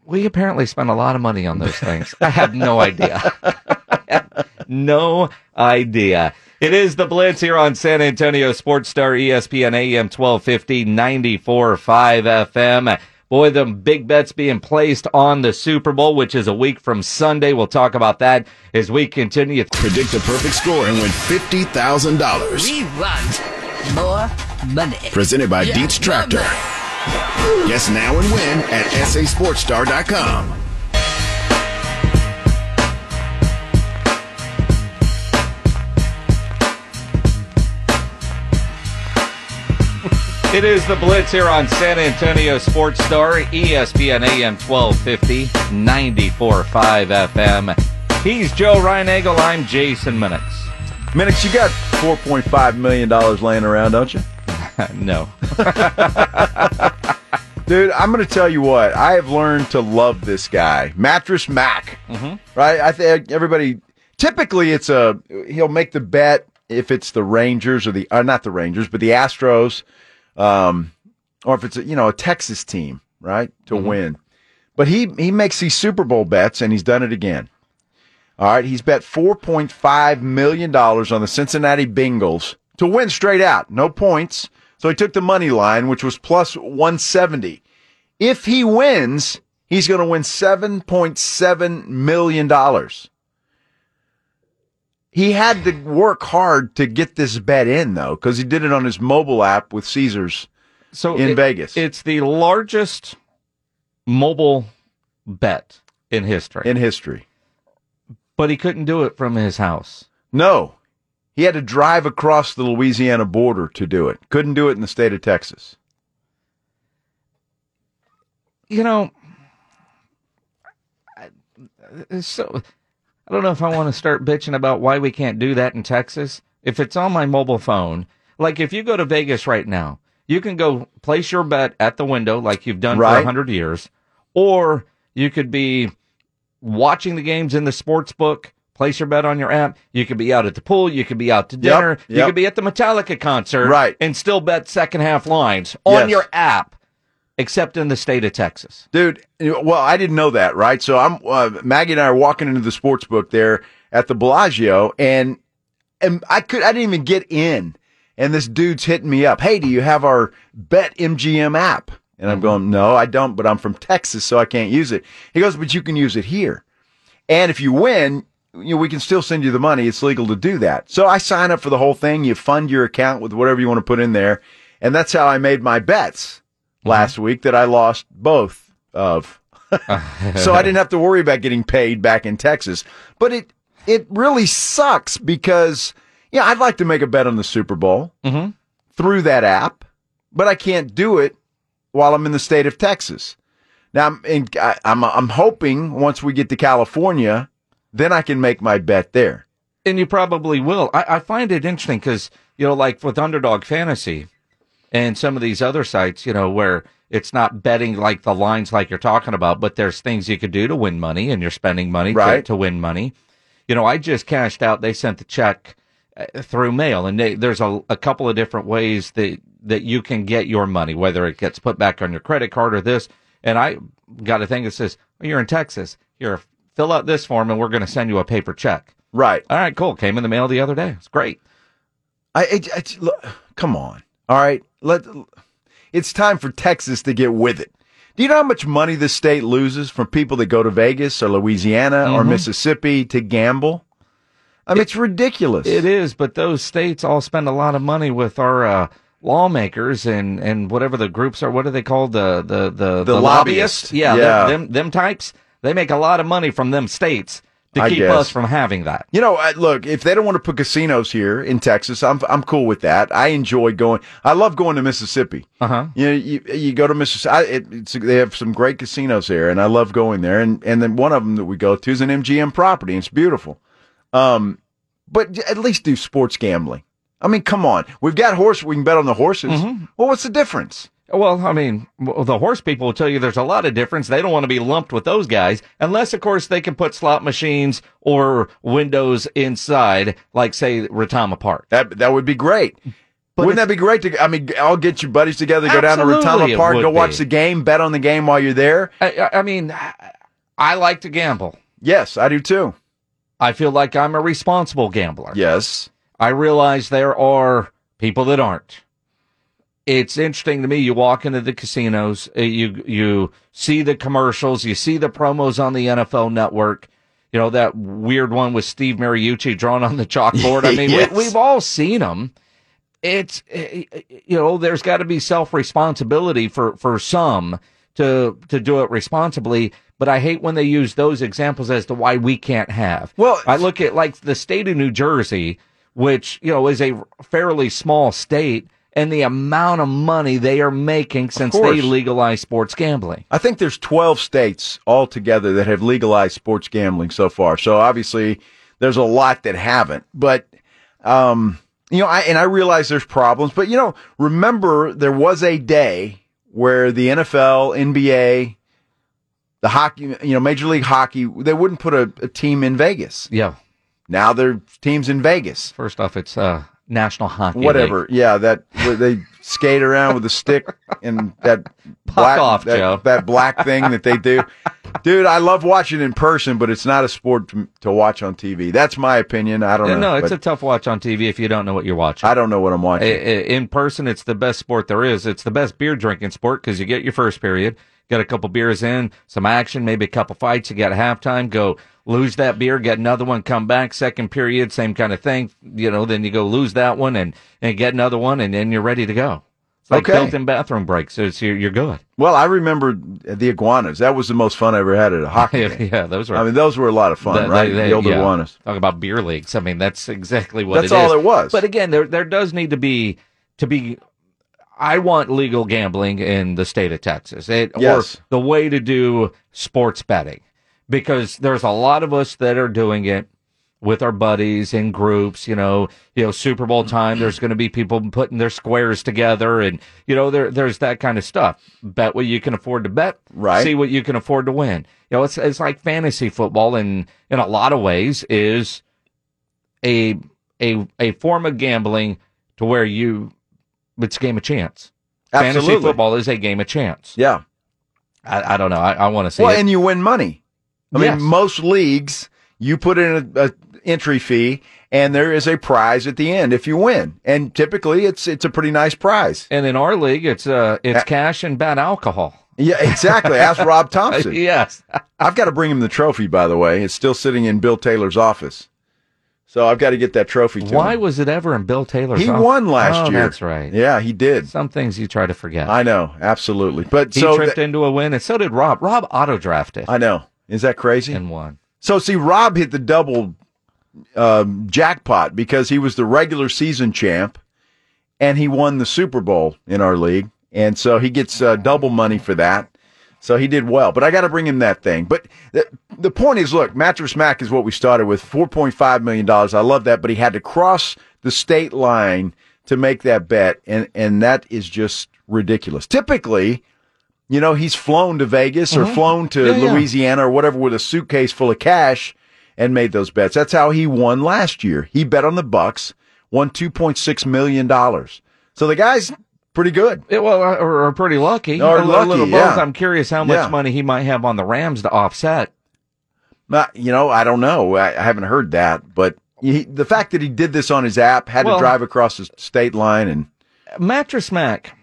We apparently spent a lot of money on those things. I have no idea. [laughs] no idea. It is the Blitz here on San Antonio Sports Star E ESPN AM 1250 94.5 FM. Boy, them big bets being placed on the Super Bowl, which is a week from Sunday. We'll talk about that as we continue.
Predict a perfect score and win $50,000.
We want more money.
Presented by
Yeah,
Dietz Tractor. Guess now and win at sasportstar.com.
It is the Blitz here on San Antonio Sports Star, E ESPN AM 1250, 94.5 FM. He's Joe Reinagle. I'm Jason Minix. [laughs]
Minix, you got $4.5 million laying around, don't you?
no.
Dude, I'm going to tell you what. I have learned to love this guy, Mattress Mac. Mm-hmm. Right? I think everybody typically it's a he'll make the bet if it's the Rangers or the uh, not the Rangers, but the Astros um or if it's a, you know a Texas team, right? To win. But he he makes these Super Bowl bets and he's done it again. All right, he's bet 4.5 million dollars on the Cincinnati Bengals to win straight out. No points. So I took the money line, which was plus 170. If he wins, he's going to win $7.7 million. He had to work hard to get this bet in, though, because he did it on his mobile app with Caesars.
So
In
it-
Vegas.
it's the largest mobile bet in history.
in history.
but he couldn't do it from his house.
No, he had to drive across the Louisiana border to do it. Couldn't do it in the state of Texas.
You know, I, so I don't know if I want to start bitching about why we can't do that in Texas. If it's on my mobile phone, like if you go to Vegas right now, you can go place your bet at the window like you've done for
Right.
for 100 years, or you could be watching the games in the sports book, place your bet on your app. You could be out at the pool. You could be out to dinner. You
yep.
could be at the Metallica concert.
Right.
And still bet second half lines on
Yes.
your app, except in the state of Texas.
Dude, well, I didn't know that, right? So I'm uh, Maggie and I are walking into the sports book there at the Bellagio, and and I could I didn't even get in, and this dude's hitting me up. Hey, do you have our Bet MGM app? And I'm going, no, I don't, but I'm from Texas, so I can't use it. He goes, but you can use it here, and if you win, you know, we can still send you the money. It's legal to do that. So I sign up for the whole thing. You fund your account with whatever you want to put in there, and that's how I made my bets last week that I lost both of. [laughs] so I didn't have to worry about getting paid back in Texas. But it it really sucks because yeah, I'd like to make a bet on the Super Bowl
Mhm.
through that app, but I can't do it while I'm in the state of Texas. Now I'm in, I, I'm I'm hoping once we get to California, then I can make my bet there.
and you probably will. I, I find it interesting because you know, like with Underdog Fantasy and some of these other sites, you know, where it's not betting like the lines like you're talking about, but there's things you could do to win money, and you're spending money to-
Right.
to, win money. You know, I just cashed out. They sent the check uh, through mail, and they, there's a, a couple of different ways that that you can get your money, whether it gets put back on your credit card or this. And I got a thing that says, "You're in Texas. Here, fill out this form, and we're going to send you a paper check."
Right.
All right, cool. Came in the mail the other day. It's great.
I, it, it, look, come on. All right, let. It's time for Texas to get with it. Do you know how much money the state loses from people that go to Vegas or Louisiana or Mississippi to gamble? I mean, it's ridiculous.
It is, but those states all spend a lot of money with our uh, lawmakers and, and whatever the groups are. What are they called? The the the,
lobbyists.
Yeah,
Yeah.
Them, them them types. They make a lot of money from them states to
I
keep
guess.
us from having that.
You know, I, look, if they don't want to put casinos here in Texas, I'm I'm cool with that. I enjoy going. I love going to Mississippi.
Uh huh.
You know, you, you go to Mississippi. I, it, it's, they have some great casinos there, and I love going there. And and then one of them that we go to is an MGM property. And it's beautiful. Um, but at least do sports gambling. I mean, come on, we've got horse. We can bet on the horses.
Mm-hmm.
Well, what's the difference?
Well, I mean, w- the horse people will tell you there's a lot of difference. They don't want to be lumped with those guys, unless, of course, they can put slot machines or windows inside, like, say, Retama Park.
That that would be great. Wouldn't that be great to? I mean, I'll get your buddies together, go down to
Absolutely
Rotama
it
Park,
would
go watch
be.
the game, bet on the game while you're there.
I, I- I mean, I like to gamble.
Yes, I do too.
I feel like I'm a responsible gambler.
Yes.
I realize there are people that aren't. It's interesting to me. You walk into the casinos, uh, you you see the commercials, you see the promos on the NFL Network. You know that weird one with Steve Mariucci drawn on the chalkboard.
[laughs]
I mean,
Yes.
we, we've all seen them. It's eh, eh, you know there's got to be self responsibility for for some to to do it responsibly. But I hate when they use those examples as to why we can't have.
Well,
I look at like the state of New Jersey, which, you know, is a fairly small state and the amount of money they are making since they
course.
legalized sports gambling.
I think there's 12 states altogether that have legalized sports gambling so far. So obviously there's a lot that haven't, but, um, you know, I, and I realize there's problems, but you know, remember there was a day where the NFL, NBA, the hockey, you know, Major League Hockey, they wouldn't put a, a team in Vegas.
Yeah.
Now there's teams in Vegas.
First off, it's uh National Hockey
whatever.
League.
Yeah, that where they skate around with a stick and
[laughs]
that black
off,
that,
Joe.
that black thing that they do. Dude, I love watching in person, but it's not a sport to, to watch on TV. That's my opinion. I don't
Yeah,
know.
no, it's a
but
tough watch on TV if you don't know what you're watching.
I don't know what I'm
I-
watching.
I- in person, it's the best sport there is. It's the best beer drinking sport because you get your first period, get a couple beers in, some action, maybe a couple fights. You got halftime, go lose that beer, get another one, come back, second period, same kind of thing. You know, then you go lose that one and, and get another one, and then you're ready to go. It's like
Okay.
built-in bathroom breaks. It's, you're, you're good. [laughs]
well, I remember the iguanas. That was the most fun I ever had at a
[laughs]
hockey
yeah,
game.
yeah, those were.
I mean, those were a lot of fun,
They-
right?
they- they-
the old
yeah.
iguanas.
Talk about beer leagues. I mean, that's exactly what
That's
it is.
all it was.
But again, there there does need to be to be. I want legal gambling in the state of Texas. It,
Yes.
Or the way to do sports betting, because there's a lot of us that are doing it with our buddies in groups. You know, you know, Super Bowl time. There's going to be people putting their squares together, and you know, there there's that kind of stuff. Bet what you can afford to bet.
Right.
See what you can afford to win. You know, it's it's like fantasy football in in a lot of ways is a a a form of gambling to where you it's a game of chance. Fantasy
Absolutely.
football is a game of chance.
Yeah.
I, I don't know. I, I want to see
Well,
it.
and you win money. I
Yes.
mean, most leagues, you put in a, a entry fee, and there is a prize at the end if you win. And typically, it's it's a pretty nice prize.
And in our league, it's uh it's
Uh,
cash and bad alcohol. [laughs]
Yeah, exactly. Ask Rob Thompson.
yes.
I've got to bring him the trophy. By the way, it's still sitting in Bill Taylor's office, so I've got to get that trophy to
Why
him.
was it ever in Bill Taylor's?
he
office?
won last
Oh,
year?
That's right.
Yeah, he did.
Some things you try to forget.
I know, absolutely. But
he
so
tripped
th-
into a win, and so did Rob. Rob auto drafted
I know. Is that crazy?
and won.
So see, Rob hit the double um, jackpot because he was the regular season champ, and he won the Super Bowl in our league, and so he gets uh, double money for that. So he did well, but I got to bring him that thing. But the, the point is, look, Mattress Mac is what we started with, four point five million dollars. I love that, but he had to cross the state line to make that bet, and and that is just ridiculous. Typically, you know, he's flown to Vegas or flown to
Mm-hmm. Yeah, yeah.
Louisiana or whatever with a suitcase full of cash and made those bets. That's how he won last year. He bet on the Bucks, won two point six million dollars. So the guy's pretty good.
Yeah, well, are- are, are pretty lucky.
Are
A little-
lucky,
little both.
yeah.
I'm curious how much
Yeah.
money he might have on the Rams to offset.
Not, you know, I don't know. I, I haven't heard that, but he, the fact that he did this on his app, had
Well-
to drive across the state line, and
Mattress Mac,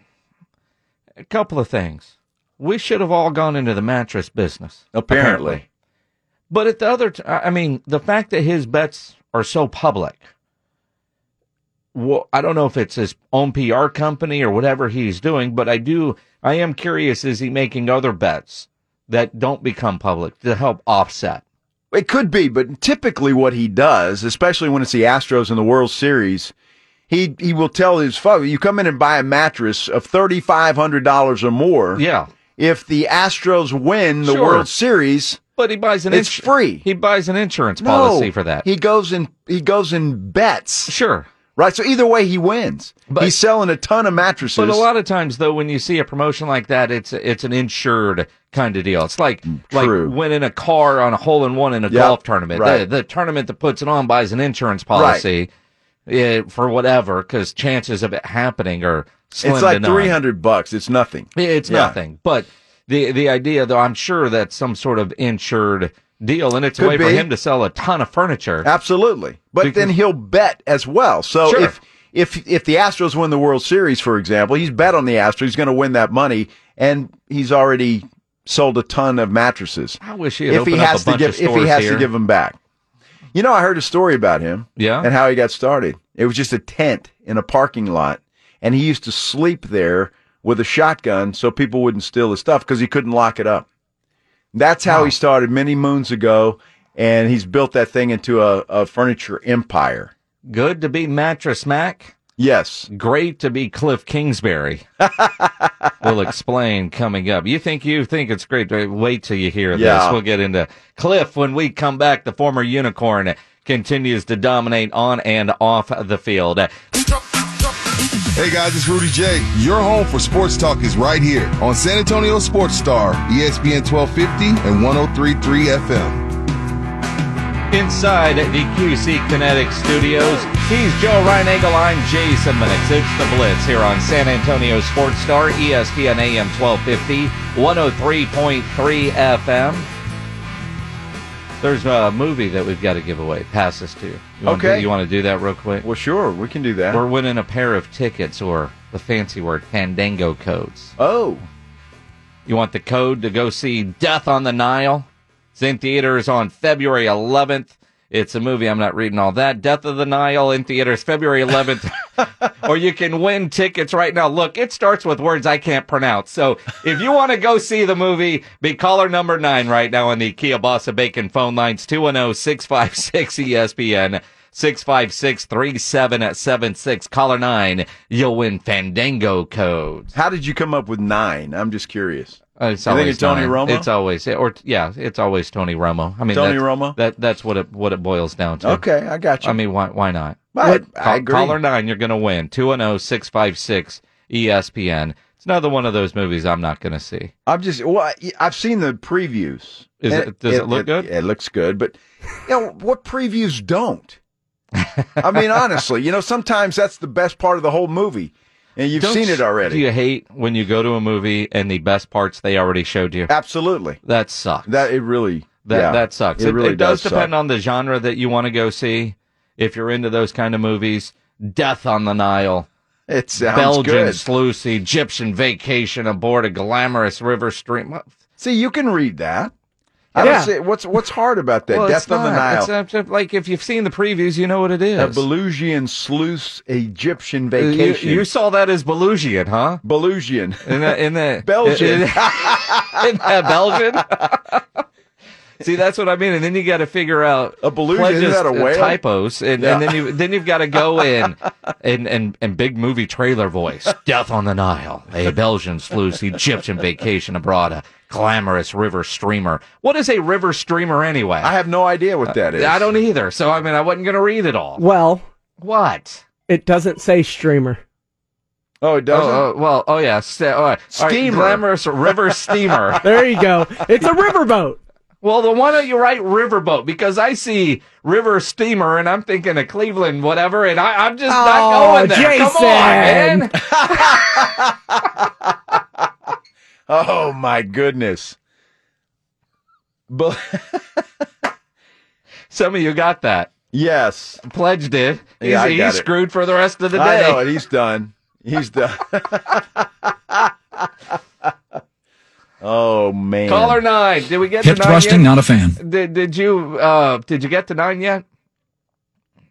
a couple of things. We should have all gone into the mattress business.
apparently,
But at the other, t- I I mean, the fact that his bets are so public, well, I don't know if it's his own PR company or whatever he's doing, but I do, I am curious: is he making other bets that don't become public to help offset?
it could be. But typically, what he does, especially when it's the Astros in the World Series, he he will tell his folks, "You come in and buy a mattress of thirty five hundred dollars or more.
Yeah,
If the Astros win the
Sure.
World Series,
but he buys an
It's free.
He buys an insurance
no,
policy for that.
He goes and he goes and bets,
sure.
right? So either way, he wins.
But-
He's selling a ton of mattresses.
But a lot of times, though, when you see a promotion like that, it's it's an insured kind of deal. It's like
Mm, True.
like winning a car on a hole in one in a
Yeah,
golf tournament.
right.
The, the tournament that puts it on buys an insurance policy eh, for whatever, because chances of it happening are slim
it's
to
like
none.
three hundred bucks. It's nothing.
It's
Yeah.
nothing. But the the idea, though, I'm sure that's some sort of insured deal, and it's a
Could
way for
be.
him to sell a ton of furniture.
Absolutely. But then he'll bet as well. So
Sure.
if if if the Astros win the World Series, for example, he's bet on the Astros, he's going to win that money, and he's already sold a ton of mattresses.
I wish he had
If he
opened up
has
a
to
bunch
give
of
if he
stores
has
here.
to give them back. You know, I heard a story about him.
Yeah?
And how he got started. It was just a tent in a parking lot, and he used to sleep there with a shotgun so people wouldn't steal his stuff because he couldn't lock it up. That's how he started many moons ago, and he's built that thing into a, a furniture empire.
Good to be mattress mac.
Yes.
great to be Cliff Kingsbury. we'll explain coming up. You think you think it's great to wait till you hear this.
Yeah.
We'll get into Cliff when we come back. The former unicorn continues to dominate on and off the field.
Hey guys, it's Rudy J. Your home for sports talk is right here on San Antonio Sports Star, ESPN 1250 and 1033 FM.
inside the QC Kinetic Studios. He's Joe Reinagle. I'm Jason Minix. It's the Blitz here on San Antonio Sports Star, E ESPN AM 1250, 103.3 FM. There's a movie that we've got to give away. Pass this to you. you want
Okay.
To, you want to do that real quick?
Well, sure, we can do that.
We're winning a pair of tickets or the fancy word, Fandango codes.
oh,
You want the code to go see Death on the Nile? It's in theaters on February 11th. It's a movie. I'm not reading all that. Death of the Nile in theaters February 11th. or you can win tickets right now. Look, it starts with words I can't pronounce. So if you want to go see the movie, be caller number nine right now on the Kielbasa Bacon phone lines oh, 210 656 ESPN. 656 3776. Caller 9. You'll win Fandango codes.
how did you come up with nine? I'm just curious.
Uh, It's
You think
always
it's Tony
nine.
Romo?
It's always or yeah, it's always Tony Romo. I mean,
Tony
that's,
Romo?
That that's what it what it boils down to.
Okay, I got you.
I mean, why why not?
I,
Call-
I agree.
Caller nine, you're going to win. oh, 210-656 ESPN. It's another one of those movies I'm not going to see.
I'm just well, I- I've seen the previews.
Is
And
it- does it look good?
It looks good, but you know what previews don't. I
[laughs]
mean, honestly, you know, sometimes that's the best part of the whole movie, and you've
Don't
seen it
you-
already.
Do you hate when you go to a movie and the best parts they already showed you?
Absolutely,
That sucks.
that it really
That
yeah,
that sucks.
It, really
does,
does,
depend on the genre that you want to go see. If you're into those kind of movies, Death on the Nile.
on it sounds
Belgian
good.
sluice, Egyptian vacation aboard a glamorous river stream. Well,
See, you can read that. I don't
Yeah.
see what's what's hard about that.
well,
Death
it's
on the
not.
Nile,
It's, uh, just like if you've seen the previews, you know what it is.
a Belugian sluice Egyptian
Uh, You-
vacation.
You, saw that as Belugian, huh?
Belugian.
In the, in the
[laughs]
in, [laughs]
Belgian.
in that Belgian. See, that's what I mean. And then you got to figure out
A Belugian, isn't
pledges,
that a
uh,
whale?
typos, and,
Yeah.
and then you then you've got to
[laughs]
go in and and and big movie trailer voice. Death on the Nile, a Belgian sluice, Egyptian vacation abroad, a glamorous river streamer. What is a river streamer anyway?
[laughs] I have no idea what that is.
I don't either. So I mean, I wasn't going to read it all.
Well,
What?
it doesn't say streamer.
Oh, it doesn't.
Oh, oh, well, oh yeah, ste- all right. All right,
Steamer.
glamorous
[laughs]
river steamer.
There you go. It's a riverboat.
Well, the one that you write riverboat because I see river steamer and I'm thinking of Cleveland, whatever, and I, I'm just
Oh,
[laughs] not going there. Come on, man.
Oh my goodness. But [laughs]
Some of you got that.
yes,
Pledge did. He's,
Yeah, I got
he's
it.
screwed for the rest of the day.
I know it. He's done. He's done. [laughs] oh man.
Caller nine. Did we get
Hip
to nine
thrusting,
yet?
not a fan.
Did, did you uh did you get to nine yet?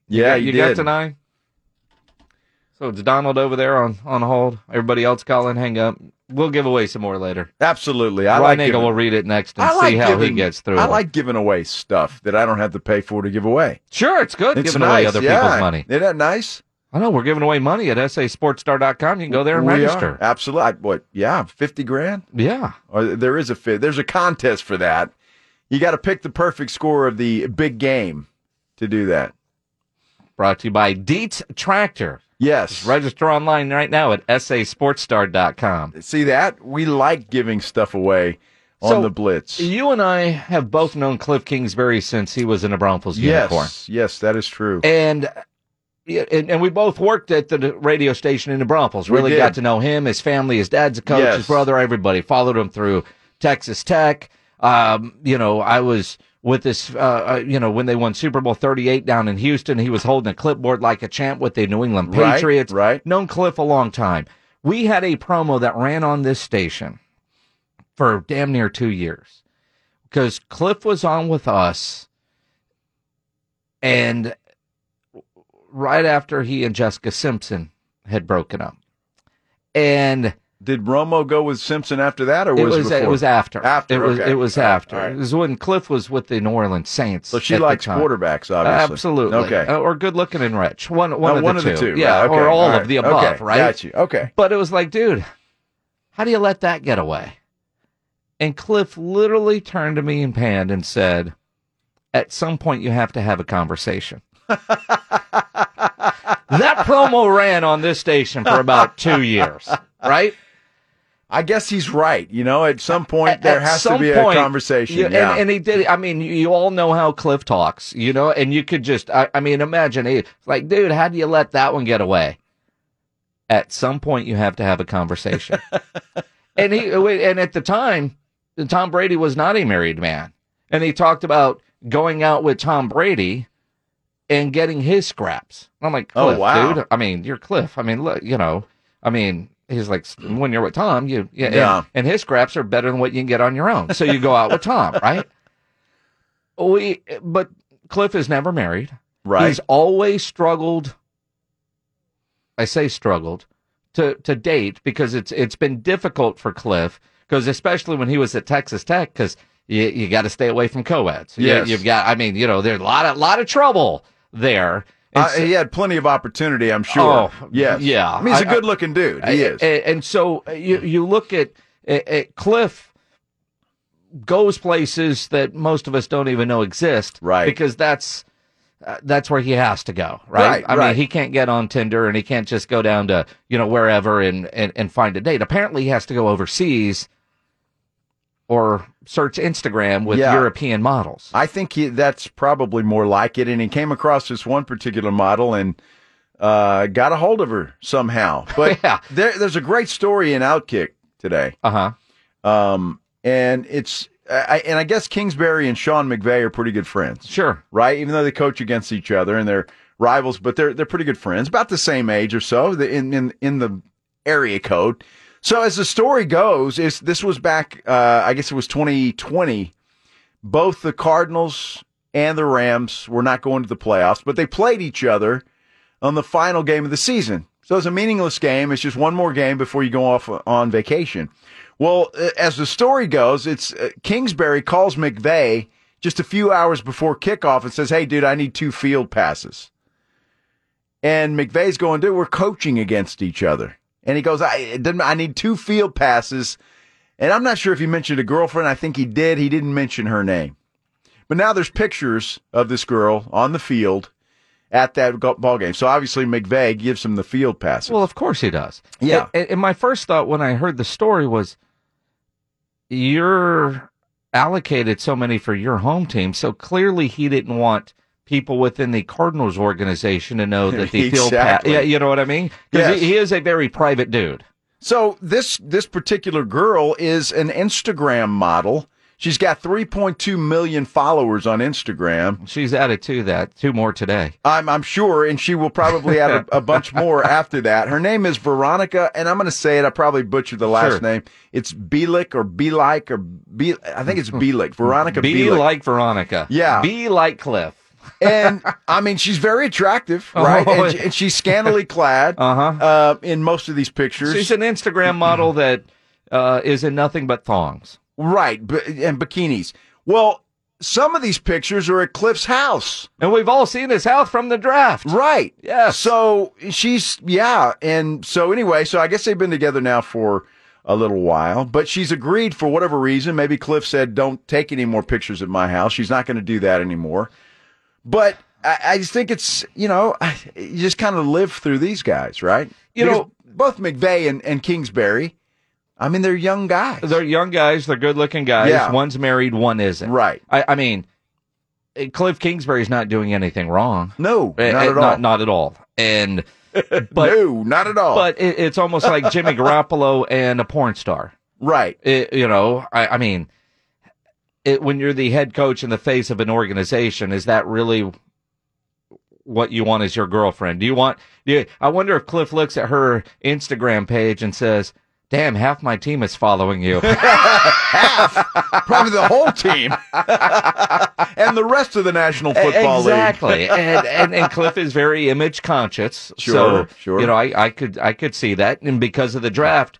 Yeah,
you
you,
got
did.
to nine. So it's Donald over there on on hold. Everybody else, Colin, hang up. We'll give away some more later.
Absolutely. I
Ryan
like giving,
will read it next and
I like
see how he
giving-
gets through.
I
it.
like giving away stuff that I don't have to pay for to give away.
Sure, it's good
It's
giving
nice.
away other
yeah.
people's money.
Isn't that nice?
I know we're giving away money at sasportstar.com. You can go there and
We are.
register.
Absolutely. I- What? Yeah, fifty grand.
Yeah.
or there is a fit. There's a contest for that. You got to pick the perfect score of the big game to do that.
Brought to you by Dietz Tractor.
Yes,
Register online right now at sasportstar.com.
See that we like giving stuff away on
So,
the blitz.
You and I have both known Cliff Kingsbury since he was in a Broncos uniform.
Yes, yes, that is true.
and yeah, and, and we both worked at the radio station in the Broncos.
We
Really
did.
got to know him, his family, his dad's a coach,
Yes.
his brother, everybody. Followed him through Texas Tech. Um, you know, I was with this, uh, uh, you know, when they won Super Bowl 38 down in Houston, he was holding a clipboard like a champ with the New England
Right,
Patriots.
right.
Known Cliff a long time. We had a promo that ran on this station for damn near two years because Cliff was on with us, and right after he and Jessica Simpson had broken up, and
Did Romo go with Simpson after that, or
it
was
was
before?
it was after
After,
it was
okay.
it was
All right,
after
all right.
it was when Cliff was with the New Orleans Saints.
So she
at the
likes
time.
quarterbacks, obviously.
Absolutely.
Okay.
Uh, or good looking and rich. One, one,
No,
of,
one
the
of the
two.
two,
Yeah.
right, okay,
Or all,
all right,
of the
okay,
above, right?
got you, okay.
But it was like, dude, how do you let that get away? And Cliff literally turned to me and panned and said, at some point, you have to have a conversation. that promo ran on this station for about two years, right?
I guess he's right. You know, at some point
At-
there
at
has to
some
be
point,
a conversation.
you-
Yeah,
and- and, he did. I mean, you, you all know how Cliff talks, you know, and you could just, I, I mean, imagine it. Like, dude, how do you let that one get away? At some point, you have to have a
[laughs]
conversation. and he, and at the time, Tom Brady was not a married man, and he talked about going out with Tom Brady and getting his scraps. And I'm like,
Oh,
Cliff,
wow.
dude. I mean, you're Cliff. I mean, look, you know, I mean, he's like, when you're with Tom, you, yeah, and-
Yeah.
And, his scraps are better than what you can get on your own. So you go out with Tom, [laughs] right? We, but Cliff is never married.
right.
He's always struggled. I say struggled to to date because it's it's been difficult for Cliff because especially when he was at Texas Tech because you you got to stay away from co-eds. You-
Yes.
you've got. I mean, you know, there's a lot of lot of trouble there. And
Uh,
so-
he had plenty of opportunity, I'm sure.
Oh,
yes.
yeah.
I mean, he's a
I- I-
good-looking dude. He
A-
is.
Uh, a- And, so uh, you you look at, at at Cliff goes places that most of us don't even know exist,
Right.
Because that's uh, that's where he has to go, right?
Right,
I mean,
right.
he can't get on Tinder and he can't just go down to you know wherever and and, and find a date. Apparently, he has to go overseas or search Instagram with
Yeah.
European models.
I think he, that's probably more like it. And he came across this one particular model and uh, got a hold of her
[laughs]
somehow. But
Yeah.
there, there's a great story in Outkick today,
Uh huh.
um, and it's I, and I guess Kingsbury and Sean McVay are pretty good friends.
Sure.
right? Even though they coach against each other and they're rivals, but they're they're pretty good friends, about the same age or so, the- in in in the area code. So as the story goes, is this was back, uh, I guess it was 2020. Both the Cardinals and the Rams were not going to the playoffs, but they played each other on the final game of the season. So it's a meaningless game. It's just one more game before you go off on vacation. Well, uh, as the story goes, it's uh, Kingsbury calls McVay just a few hours before kickoff and says, "Hey, dude, I need two field passes." And McVay's going, "Dude, we're coaching against each other." And he goes, "I it doesn't- I need two field passes." And I'm not sure if he mentioned a girlfriend. I think he did. He didn't mention her name. But now there's pictures of this girl on the field at that go- ball game. So obviously McVay gives him the field passes.
Well, of course he does.
Yeah.
And, and my first thought when I heard the story was, you're allocated so many for your home team, so clearly he didn't want people within the Cardinals organization to
[laughs]
know that the field. Pa-
Exactly.
yeah, you know what I mean? Because
Yes.
he, he is a very private dude.
So this this particular girl is an Instagram model. She's got 3.2 million followers on Instagram.
She's added to that two more today.
I'm I'm sure, and she will probably add
[laughs]
a, a bunch more after that. Her name is Veronica, and I'm going to say it. I probably butchered the last
Sure.
name. It's Bielik or Bielik or Be. I think
Hmm.
it's Bielik. Veronica
Be [laughs]
Bielik.
like Veronica.
Yeah.
Be like Cliff.
and I mean, she's very attractive, right?
Oh.
And, and she's
[laughs]
scantily clad
Uh-huh.
uh, in most of these pictures.
She's an Instagram
[clears throat]
model that uh, is in nothing but thongs.
Right, b- and bikinis. Well, some of these pictures are at Cliff's house.
And we've all seen his house from the draft.
Right.
Yes.
So she's yeah, and so anyway, so I guess they've been together now for a little while, but she's agreed for whatever reason. Maybe Cliff said, "Don't take any more pictures at my house." She's not going to do that anymore. But I, I just think it's you know you just kind of live through these guys, right?
You know-
both McVeigh and, and Kingsbury. I mean, they're young guys.
They're young guys. They're good looking guys.
Yeah.
One's married, one isn't.
Right.
I, I mean, eh, Cliff Kingsbury's not doing anything wrong.
no,
Eh,
not
eh,
at all.
Not, not at all.
[laughs]
And but
no, not at all.
but it, it's almost like
[laughs]
Jimmy Garoppolo and a porn star.
right,
Eh, you know, I, I mean, it, when you're the head coach in the face of an organization, is that really what you want as your girlfriend? Do you want? Do you, I wonder if Cliff looks at her Instagram page and says, "Damn, half my team is following
[laughs]
you."
probably the whole team [laughs] and the rest of the National Football League.
E-,
[laughs]
exactly. and, and and Cliff is very image conscious.
Sure,
so,
sure.
You know, I, I could I could see that, and because of the draft,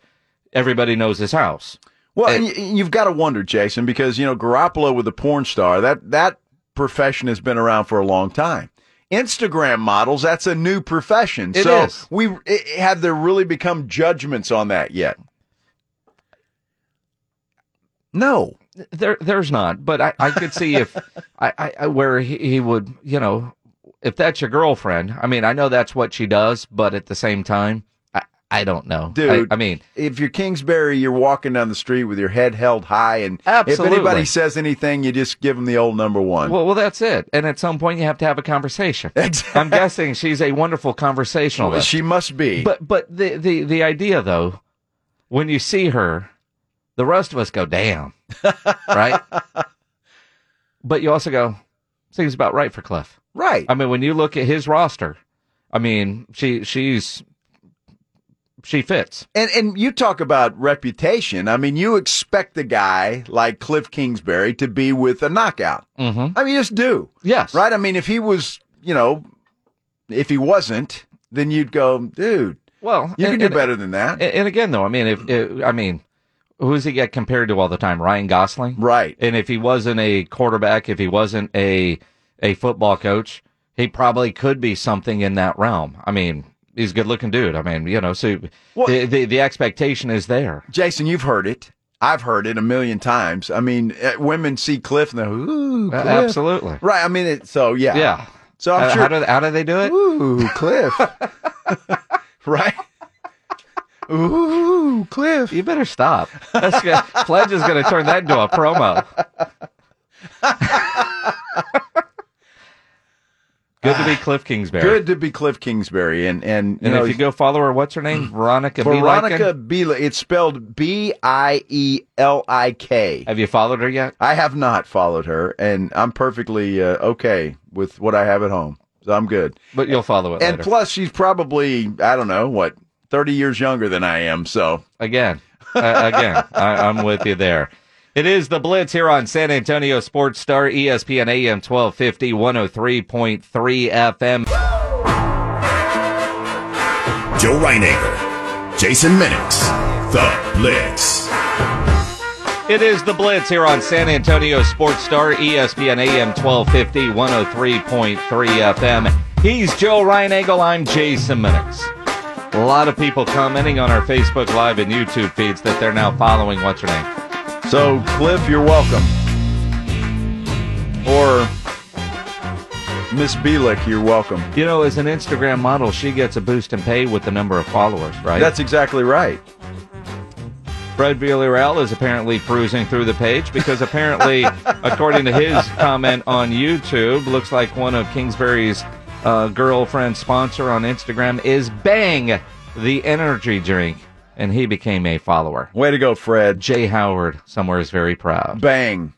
everybody knows his house.
Well, and y- you've got to wonder, Jason, because you know Garoppolo with the porn star that that profession has been around for a long time. Instagram models, that's a new profession.
It
so
is.
we it, it- have there really become judgments on that yet? No.
There, there's not, but I, I could see if I, I, I where he, he would, you know, if that's your girlfriend. I mean, I know that's what she does, but at the same time, I, I don't know,
Dude,
I, I mean,
if you're Kingsbury, you're walking down the street with your head held high, and
Absolutely.
if anybody says anything, you just give them the old number one.
well, well, that's it. And at some point, you have to have a
[laughs]
conversation. I'm guessing she's a wonderful conversationalist.
she must be.
But but the, the the idea though, when you see her, the rest of us go, damn,
[laughs]
right? but you also go, seems about right for Cliff.
right.
I mean, when you look at his roster, I mean, she she's she fits.
And and you talk about reputation. I mean, you expect a guy like Cliff Kingsbury to be with a knockout. Mm-hmm. I mean, you just do.
Yes.
Right? I mean, if he was, you know, if he wasn't, then you'd go, dude,
Well,
you
and-
can do
and-
better than that.
And, and again, though, I mean, if, if I mean, who's he get compared to all the time? Ryan Gosling,
Right.
And if he wasn't a quarterback, if he wasn't a a football coach, he probably could be something in that realm. I mean, he's a good looking dude. I mean, you know, so
Well-
the, the the expectation is there.
Jason, you've heard it. I've heard it a million times. I mean, eh, women see Cliff and they're, ooh,
Uh,
Cliff.
absolutely,
Right. I mean, it, so yeah.
yeah.
So I'm
Uh,
sure.
how do how do they do it?
Ooh, Cliff. [laughs] right? Ooh, Cliff.
You better stop. That's good. Pledge is going to turn that into a promo. [laughs] good to be Cliff Kingsbury.
Good to be Cliff Kingsbury, and and, you
And
know,
if you go follow her, what's her name? Veronica.
Veronica
Bielak.
Bielak, it's spelled B I E L I K.
Have you followed her yet?
I have not followed her, and I'm perfectly uh, okay with what I have at home, so I'm good.
But you'll follow it
And
later.
plus, she's probably I don't know what 30 years younger than I am, so
again, uh,
[laughs]
again, I, I'm with you there. It is the Blitz here on San Antonio Sports Star, E ESPN AM 1250, 103.3 FM.
Joe Reinagle, Jason Minix, The Blitz.
It is the Blitz here on San Antonio Sports Star, E ESPN AM 1250, 103.3 FM. He's Joe Reinagle. I'm Jason Minix. A lot of people commenting on our Facebook Live and YouTube feeds that they're now following. What's her name?
so Cliff, you're welcome, or Miss Bielak, you're welcome.
You know, as an Instagram model, she gets a boost in pay with the number of followers, right?
That's exactly right.
Fred Villarreal is apparently cruising through the page because [laughs] apparently, according to his comment on YouTube, looks like one of Kingsbury's uh, girlfriend sponsor on Instagram is Bang, the energy drink, and he became a follower.
Way to go, Fred.
Jay Howard somewhere is very proud.
Bang.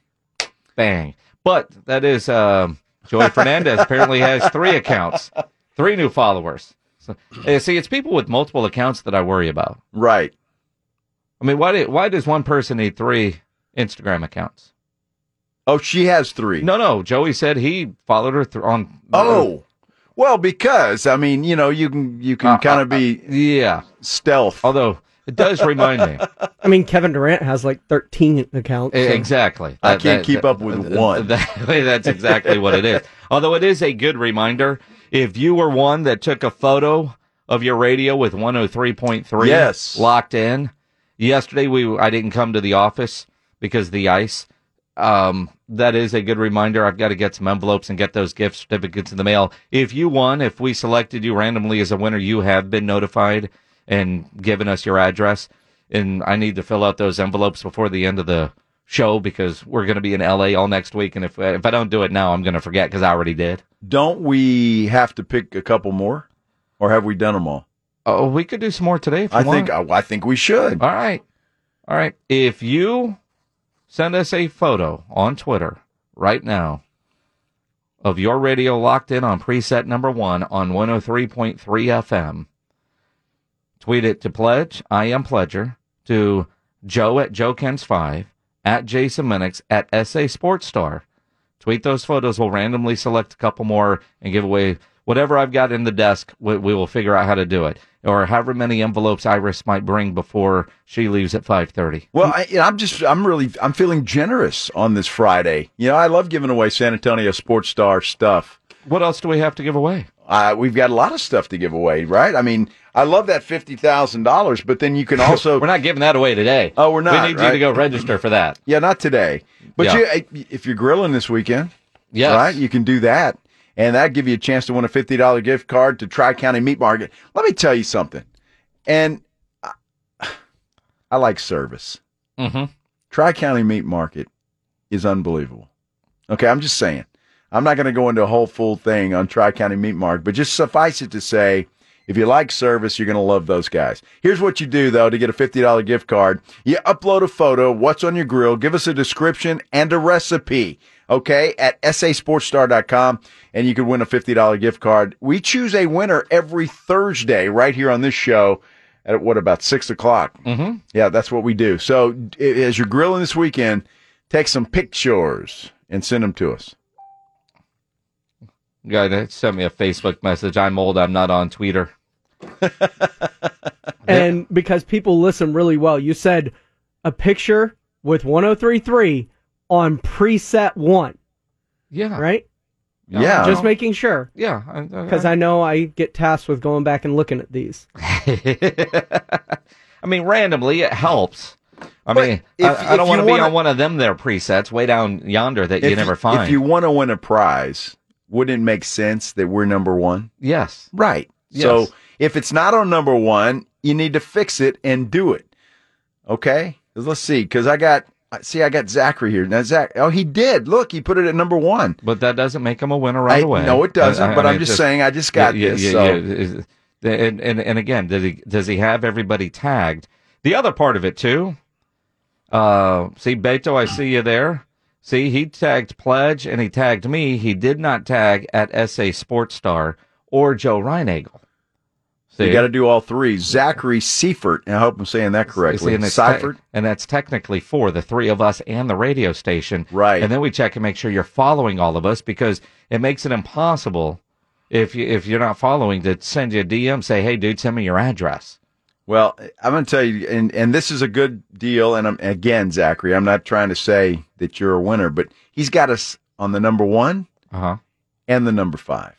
Bang! But that is um, Joey Fernandez apparently has three accounts, three new followers. So, uh, see, it's people with multiple accounts that I worry about.
Right.
I mean, why do, why does one person need three Instagram accounts?
Oh, she has three.
No, no. Joey said he followed her through on.
Oh, well, because I mean, you know, you can you can
Uh,
kind
uh,
of be
yeah.
stealth.
Although it does remind me
I mean, Kevin Durant has like 13 accounts.
E-
so-
exactly.
I can't keep up with
[laughs]
one.
that- that's exactly what it
[laughs]
is. Although it is a good reminder. If you were one that took a photo of your radio with 103.3
Yes.
locked in, yesterday we I didn't come to the office because of the ice. Um, that is a good reminder. I've got to get some envelopes and get those gift certificates in the mail. If you won, if we selected you randomly as a winner, you have been notified and given us your address. And I need to fill out those envelopes before the end of the show because we're going to be in LA all next week. And if if I don't do it now, I'm going to forget because I already did.
Don't we have to pick a couple more, or have we done them all?
Oh, we could do some more today. If you
I
want.
think I, I think we should.
All right. All right. If you send us a photo on Twitter right now of your radio locked in on preset number one oh on 103.3 FM, tweet it to Pledge, I am Pledger, to Joe at JoeKens5, at Jason Minix, at SA Sports Star. Tweet those photos. We'll randomly select a couple more and give away whatever I've got in the desk. We, we will figure out how to do it, or however many envelopes Iris might bring before she leaves at five thirty.
Well, I, you know, I'm just I'm really I'm feeling generous on this Friday. You know, I love giving away San Antonio sports star stuff.
What else do we have to give away?
Uh, we've got a lot of stuff to give away, right? I mean, I love that fifty thousand dollars, but then you
[laughs]
can also
We're not giving that away today.
Oh, we're not,
We need you
right?
to go register for that.
yeah, not today. But
Yeah.
you, if you're grilling this weekend,
Yes.
Right? You can do that. And that give you a chance to win a $50 gift card to Tri County Meat Market. Let me tell you something. And I, [sighs] I like service.
Mm-hmm.
Tri County Meat Market is unbelievable. Okay, I'm just saying. I'm not going to go into a whole full thing on Tri County Meat Market, but just suffice it to say, if you like service, you're going to love those guys. Here's what you do though to get a $50 gift card. You upload a photo, what's on your grill, give us a description and a recipe. Okay. At sasportstar.com and you could win a $50 gift card. We choose a winner every Thursday right here on this show at what about six o'clock? Mm-hmm. Yeah, that's what we do. So i- as you're grilling this weekend, take some pictures and send them to us.
Guy that sent me a Facebook message. I'm old. I'm not on Twitter.
And because people listen really well, you said a picture with 1033 on preset one,
Yeah.
right?
Yeah.
Just making sure.
Yeah.
Because I know I get tasked with going back and looking at these.
[laughs] I mean, randomly it helps. I
But
mean,
if-
I, I
if
don't want to
you
be
wanna-
on one of them there presets way down yonder that you
If
never find.
If you want to win a prize, wouldn't it make sense that we're number one?
yes.
Right.
Yes.
So if it's not on number one, you need to fix it and do it. Okay. Let's see. Cause I got, see, I got Zachary here. Now, Zach, oh, he did. Look, he put it at number one.
But that doesn't make him a winner right
I-
away.
no, it doesn't, but I'm
mean,
just saying I just got this, so.
yeah. And, and and again, does he does he have everybody tagged? The other part of it too. Uh, see, Beto, I see you there. See, he tagged Pledge and he tagged me. He did not tag at SA Sports Star or Joe Reinagle. See,
You got to do all three. Zachary Seifert. And I hope I'm saying that
See,
correctly.
and, it's te-
Seifert.
and that's technically for the three of us and the radio station.
Right.
And then we check and make sure you're following all of us because it makes it impossible if you if you're not following to send you a DM say, Hey dude, send me your address.
Well, I'm going to tell you, and, and this is a good deal. And I'm, again, Zachary, I'm not trying to say that you're a winner, but he's got us on the number one
Uh huh.
and the number five.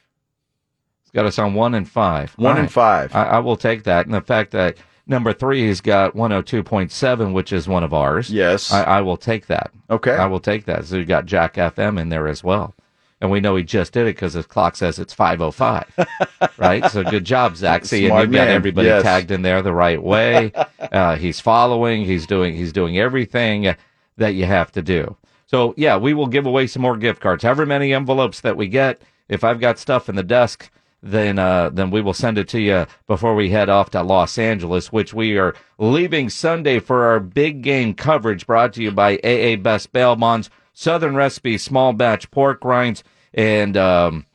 It's got us on one and five.
One
All
and
right.
five.
I, I will take that. And the fact that number three has got one oh two point seven, which is one of ours.
Yes.
I, I will take that.
Okay.
I will take that. So you got Jack FM in there as well. And we know he just did it because his clock says it's
[laughs]
5.05, right? So good job, Zach. See, and
Smart
you've got
man.
everybody
Yes.
tagged in there the right
[laughs]
way. uh, he's following. He's doing, he's doing everything that you have to do. So yeah, we will give away some more gift cards. However many envelopes that we get, if I've got stuff in the desk, then uh, then we will send it to you before we head off to Los Angeles, which we are leaving Sunday for our big game coverage. Brought to you by AA Best Bail Bonds, Southern Recipe Small Batch Pork Rinds, and um,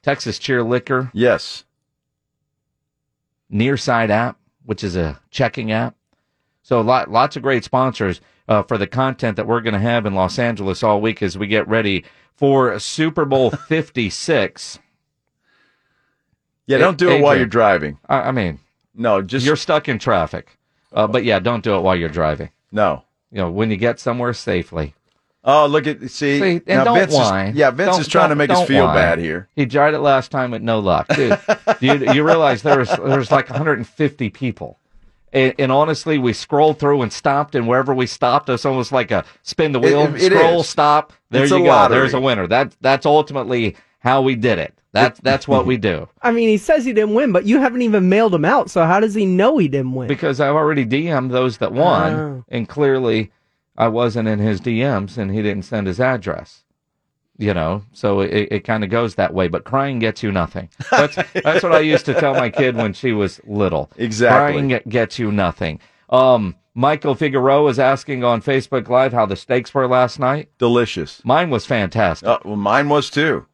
Texas Cheer Liquor
yes.
Nearside app, which is a checking app. So lot, lots of great sponsors uh, for the content that we're going to have in Los Angeles all week as we get ready for Super Bowl 56.
Yeah,
A-
don't do it while
Adrian.
you're driving.
I, I mean,
No, just
you're stuck in traffic, uh, but yeah, don't do it while you're driving.
no.
You know, when you get somewhere safely.
Oh, look at see.
See, and
now
don't
Vince
whine.
Is, yeah, Vince
Don't-
is trying to
don't-
make us
don't
feel
whine.
bad here.
He tried it last time with no luck.
[laughs]
Dude, you, you realize there was, there was like 150 people. And, and honestly, we scrolled through and stopped, and wherever we stopped, it's almost like a spin the wheel,
It- it
scroll,
is.
stop. There
It's
you
a
go.
lottery.
There's a winner. That that's ultimately how we did it. That's that's what we do.
I mean, he says he didn't win, but you haven't even mailed him out, so how does he know he didn't win?
Because I've already DM'd those that won,
Oh.
and clearly, I wasn't in his DMs, and he didn't send his address. you know so it, it kind of goes that way but crying gets you nothing that's that's what i used to tell my kid when she was little
Exactly.
crying gets you nothing um michael figueroa is asking on facebook live how the steaks were last night
Delicious.
mine was fantastic
Oh, well, mine was too.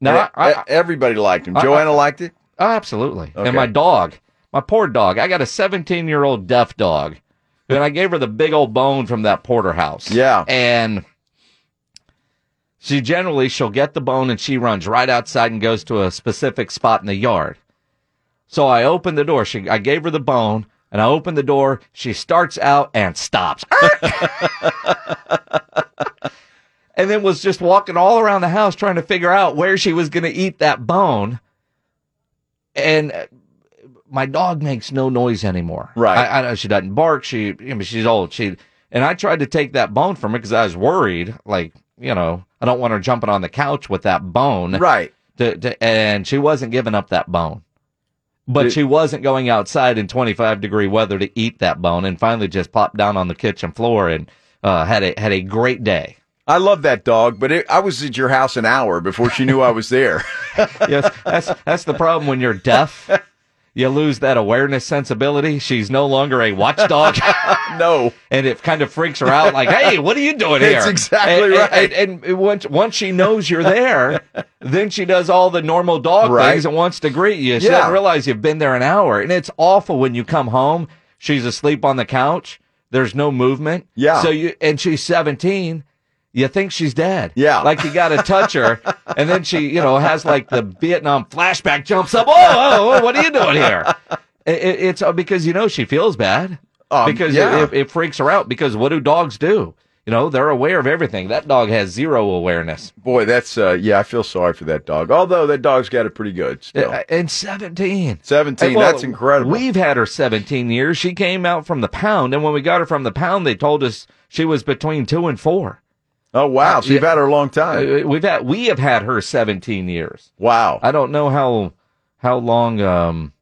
no I,
E-
I,
everybody liked him.
I-
Joanna
[laughs]
liked it.
oh, absolutely
Okay.
and my dog my poor dog i got a 17 year old deaf dog and i gave her the big old bone from that porterhouse
Yeah.
and she generally she'll get the bone and she runs right outside and goes to a specific spot in the yard. So I opened the door. She I gave her the bone and I opened the door. She starts out and stops. and then was just walking all around the house trying to figure out where she was going to eat that bone. And uh, my dog makes no noise anymore.
Right.
I, I know she doesn't bark. She, I mean, she's old. She, and I tried to take that bone from her because I was worried. Like, you know, I don't want her jumping on the couch with that bone
Right.
to, to, and she wasn't giving up that bone. But she wasn't going outside in 25 degree weather to eat that bone, and finally just plopped down on the kitchen floor and uh, had a had a great day.
I love that dog, but it, I was at your house an hour before she knew I was there. [laughs]
yes, that's that's the problem when you're deaf. You lose that awareness sensibility. She's no longer a watchdog. [laughs]
no,
and it kind of freaks her out. Like, hey, what are you
[laughs]
doing here?
That's
And-
exactly
and-
right.
And, and once once she knows you're
[laughs]
there, then she does all the normal dog
Right.
things and wants to greet you. She
Yeah.
doesn't realize you've been there an hour, and it's awful when you come home. She's asleep on the couch. There's no movement.
Yeah.
So you and she's 17. You think she's dead.
Yeah.
Like you got to touch
[laughs]
her, and then she, you know, has like the Vietnam flashback. Jumps up. Oh, oh, oh what are you doing here? It, it- it's uh, because you know she feels bad
Um,
because
yeah.
it, it, it freaks her out. Because what do dogs do? You know, they're aware of everything. That dog has zero awareness.
Boy, that's uh, yeah. I feel sorry for that dog. Although that dog's got it pretty good still.
Uh, And 17.
17,
Uh, well,
that's incredible.
We've had her 17 years. She came out from the pound. And when we got her from the pound, they told us she was between two and four.
oh wow, so you've had her a long time.
Uh, We've had, we have had her 17 years.
Wow,
I don't know how, how long, um,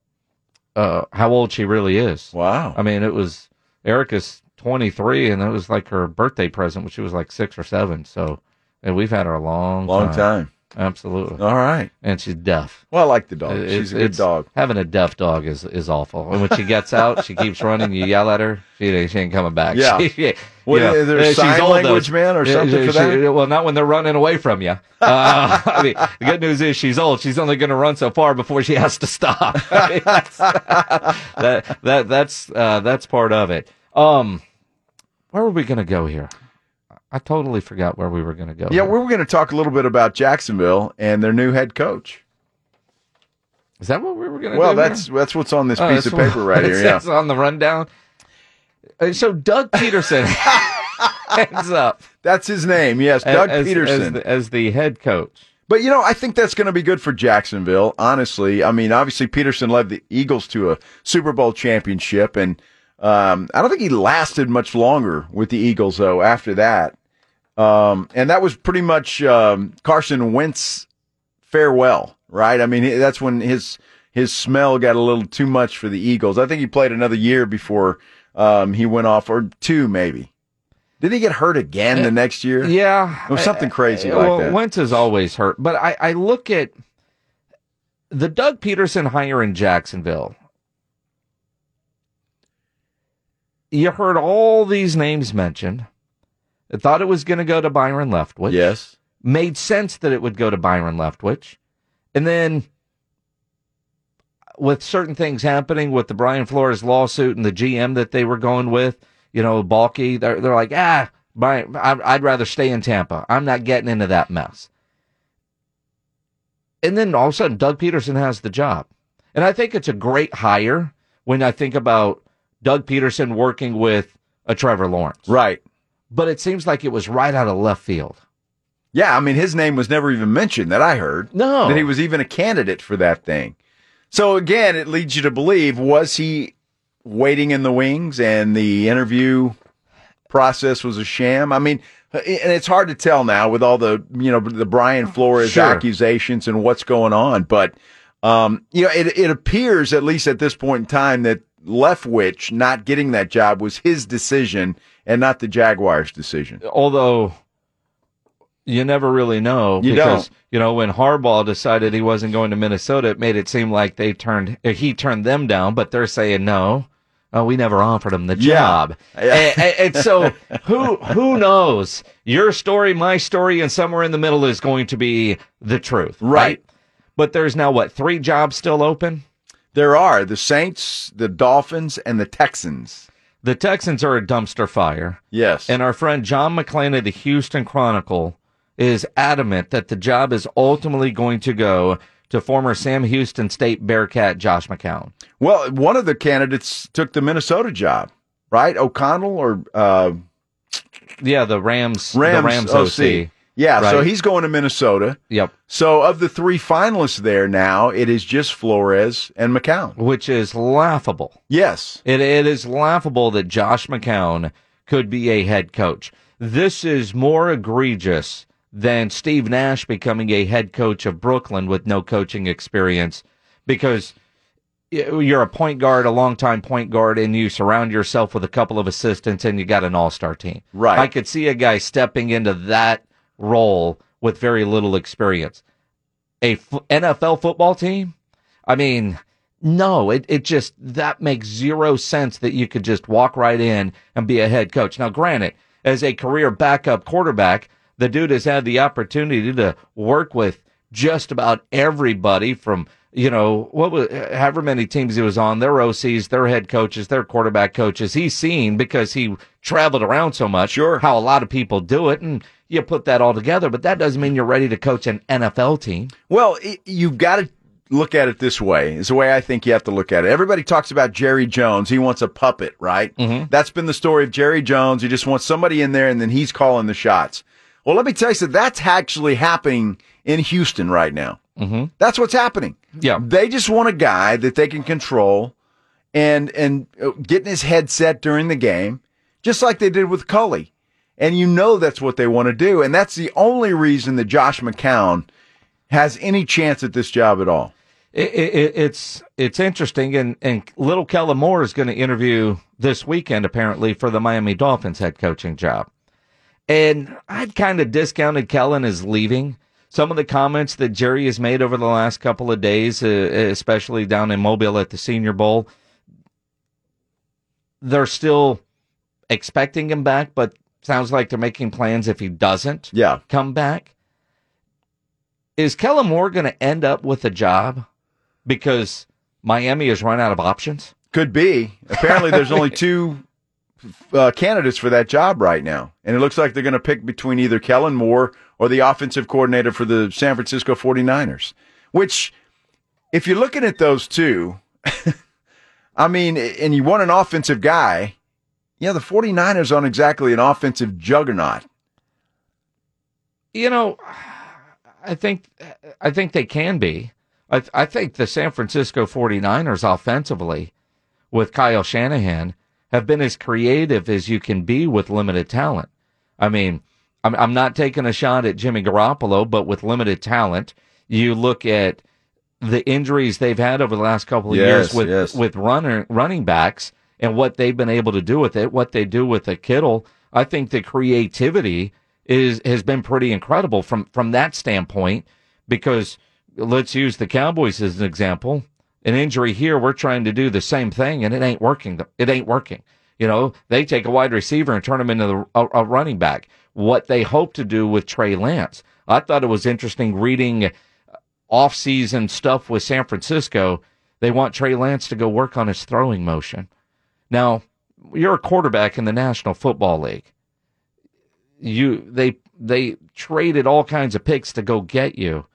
uh, how old she really is.
wow.
I mean, it was Erica's 23, and it was like her birthday present when she was like six or seven. So, and we've had her a long,
long time.
Absolutely.
All right.
And she's deaf.
Well, I like the dog.
It-
Oh, She's
it's-
a good
it's-
dog.
Having a deaf dog is, is awful. And when she gets out, she keeps running. You yell at her, she, ain't- she ain't coming back.
Yeah.
[laughs] She- you
What,
know,
is there
uh, she's
sign
old, though.
language, man, or
Yeah,
something for that?
well, not when they're running away from
[laughs]
you. Uh, I mean, the good news is she's old. She's only going to run so far before she has to stop. [laughs] I mean, that's, that, that, that's, uh, that's part of it. Um, where were we going to go here? I totally forgot where we were going to go.
Yeah,
here.
we were going to talk a little bit about Jacksonville and their new head coach.
is that what we were going to
Well,
do? here?
that's that's what's on this
Oh,
piece of
that's-
paper right
it [laughs]
here. Yeah.
says on the rundown. Uh, So Doug
[laughs]
Peterson hands up
That's his name. Yes,
as-
Doug
as,
Peterson.
as the, as the head coach.
But you know, I think that's going to be good for Jacksonville. Honestly, I mean, obviously Peterson led the Eagles to a Super Bowl championship, and um, I don't think he lasted much longer with the Eagles though. After that, um, and that was pretty much um, Carson Wentz farewell, right? I mean, he- that's when his his smell got a little too much for the Eagles. I think he played another year before um, he went off, or two maybe. Did he get hurt again the next year?
Yeah,
It was Oh, something crazy
Uh,
like
well,
that.
Wentz is always hurt, but I, I look at the Doug Peterson hire in Jacksonville. You heard all these names mentioned. I thought it was going to go to Byron Leftwich.
Yes.
made sense that it would go to Byron Leftwich. And then with certain things happening with the Brian Flores lawsuit and the GM that they were going with, you know, Balky, they're, they're like, ah, Brian, I- I'd rather stay in Tampa. I'm not getting into that mess. And then all of a sudden, Doug Peterson has the job. And I think it's a great hire when I think about Doug Peterson working with a Trevor Lawrence.
Right.
But it seems like it was right out of left field.
Yeah, I mean, his name was never even mentioned that I heard.
No.
That he was even a candidate for that thing. So again, it leads you to believe was he waiting in the wings and the interview process was a sham? I mean, uh, and it's hard to tell now with all the, you know, the Brian Flores
Sure.
accusations and what's going on, but um, you know, it it appears at least at this point in time that Leftwich not getting that job was his decision and not the Jaguars' decision.
although you never really know
You
because
don't.
you know when Harbaugh decided he wasn't going to Minnesota, it made it seem like they turned uh, he turned them down, but they're saying no. Oh, we never offered him the
Yeah.
job,
Yeah.
And, and- and
[laughs]
so who who knows? Your story, my story, and somewhere in the middle is going to be the truth,
Right.
But there's now what three jobs still open?
There are the Saints, the Dolphins, and the Texans.
The Texans are a dumpster fire.
Yes.
And our friend John McClain of the Houston Chronicle is adamant that the job is ultimately going to go to former Sam Houston State Bearcat Josh McCown.
well, one of the candidates took the Minnesota job, right? O'Connell or uh,
Yeah, the Rams,
Rams,
the Rams
OC.
OC.
Yeah, so
Right.
he's going to Minnesota.
Yep.
So of the three finalists there now, it is just Flores and McCown.
Which is laughable.
Yes.
It, it is laughable that Josh McCown could be a head coach. This is more egregious than Steve Nash becoming a head coach of Brooklyn with no coaching experience because you're a point guard, a longtime point guard, and you surround yourself with a couple of assistants, and you got an all star team.
Right.
I could see a guy stepping into that role with very little experience. A f- NFL football team? I mean, no, it, it just, that makes zero sense that you could just walk right in and be a head coach. Now, granted, as a career backup quarterback, the dude has had the opportunity to work with just about everybody from, you know, what was, however many teams he was on, their OCs, their head coaches, their quarterback coaches. He's seen because he traveled around so much.
Sure.
How a lot of people do it. And you put that all together, but that doesn't mean you're ready to coach an NFL team.
Well, i you've got to look at it this way. Is the way I think you have to look at it. Everybody talks about Jerry Jones. He wants a puppet, right? That's been the story of Jerry Jones. He just wants somebody in there, and then he's calling the shots. Well, let me tell you, so that's actually happening in Houston right now. Mm-hmm. That's what's happening.
Yeah.
they just want a guy that they can control, and and uh, get in his headset during the game, just like they did with Cully. And you know that's what they want to do, and that's the only reason that Josh McCown has any chance at this job at all.
it, it, it's it's interesting, and and little Kellen Moore is going to interview this weekend apparently for the Miami Dolphins head coaching job, and I'd kind of discounted Kellen as leaving. Some of the comments that Jerry has made over the last couple of days, uh, especially down in Mobile at the Senior Bowl, they're still expecting him back, but sounds like they're making plans if he doesn't
Yeah.
come back. Is Kellen Moore going to end up with a job because Miami has run out of options?
Could be. Apparently, there's only two uh, candidates for that job right now. And it looks like they're going to pick between either Kellen Moore or the offensive coordinator for the San Francisco 49ers, which, if you're looking at those two, [laughs] I mean, and you want an offensive guy, yeah, the 49ers aren't exactly an offensive juggernaut.
You know, I think I think they can be. I, I think the San Francisco 49ers offensively with Kyle Shanahan have been as creative as you can be with limited talent. I mean, I'm, I'm not taking a shot at Jimmy Garoppolo, but with limited talent, you look at the injuries they've had over the last couple of
Yes,
years with
yes.
with runner running backs and what they've been able to do with it, what they do with a Kittle. I think the creativity is has been pretty incredible from from that standpoint because let's use the Cowboys as an example. An injury here, we're trying to do the same thing, and it ain't working. It ain't working. You know, they take a wide receiver and turn him into the, a, a running back. What they hope to do with Trey Lance, I thought it was interesting reading off-season stuff with San Francisco. They want Trey Lance to go work on his throwing motion. Now, you're a quarterback in the National Football League. You they they traded all kinds of picks to go get you.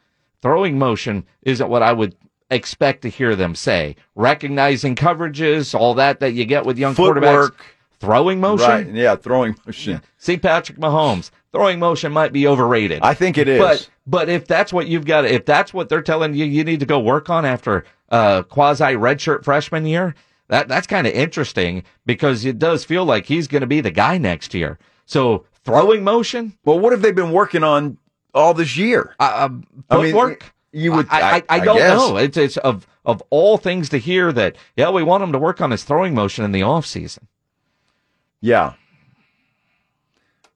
Throwing motion isn't what I would expect to hear them say. Recognizing coverages, all that that you get with young
Footwork.
quarterbacks. Throwing motion.
Right. Yeah, throwing motion.
See Patrick Mahomes. Throwing motion might be overrated.
I think it is.
But but if that's what you've got, if that's what they're telling you, you need to go work on after uh, quasi redshirt freshman year. That that's kind of interesting because it does feel like he's going to be the guy next year. So throwing motion,
well, what have they been working on all this year?
uh,
I mean,
footwork.
you would-
I, I, I,
I- I
don't
guess.
know. It's it's of of all things to hear that yeah we want him to work on his throwing motion in the off season.
Yeah.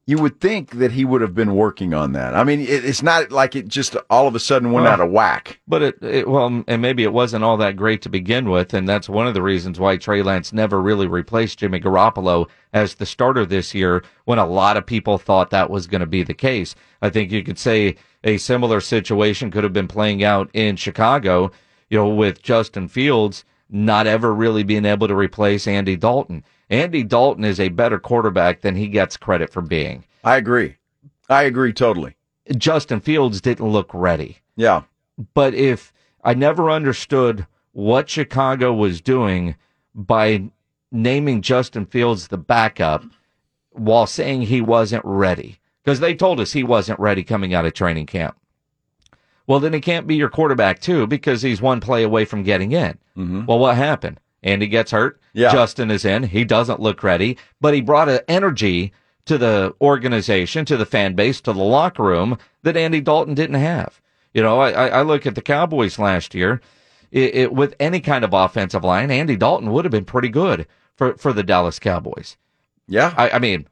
You would think that he would have been working on that. I mean, it, it's not like it just all of a sudden went
Well-
out of whack.
But it, it well, and maybe it wasn't all that great to begin with, and that's one of the reasons why Trey Lance never really replaced Jimmy Garoppolo as the starter this year, when a lot of people thought that was going to be the case. I think you could say a similar situation could have been playing out in Chicago, you know, with Justin Fields not ever really being able to replace Andy Dalton. Andy Dalton is a better quarterback than he gets credit for being.
I agree. I agree totally.
Justin Fields didn't look ready
Yeah.
but if I never understood what Chicago was doing by naming Justin Fields the backup while saying he wasn't ready, because they told us he wasn't ready coming out of training camp. Well, then he can't be your quarterback too, because he's one play away from getting in. Well, what happened? Andy gets hurt.
Yeah.
Justin is in. He doesn't look ready, but he brought an energy to the organization, to the fan base, to the locker room that Andy Dalton didn't have. You know, I, I I look at the Cowboys last year. it, it, with any kind of offensive line, Andy Dalton would have been pretty good for, for the Dallas Cowboys.
Yeah.
I, I mean,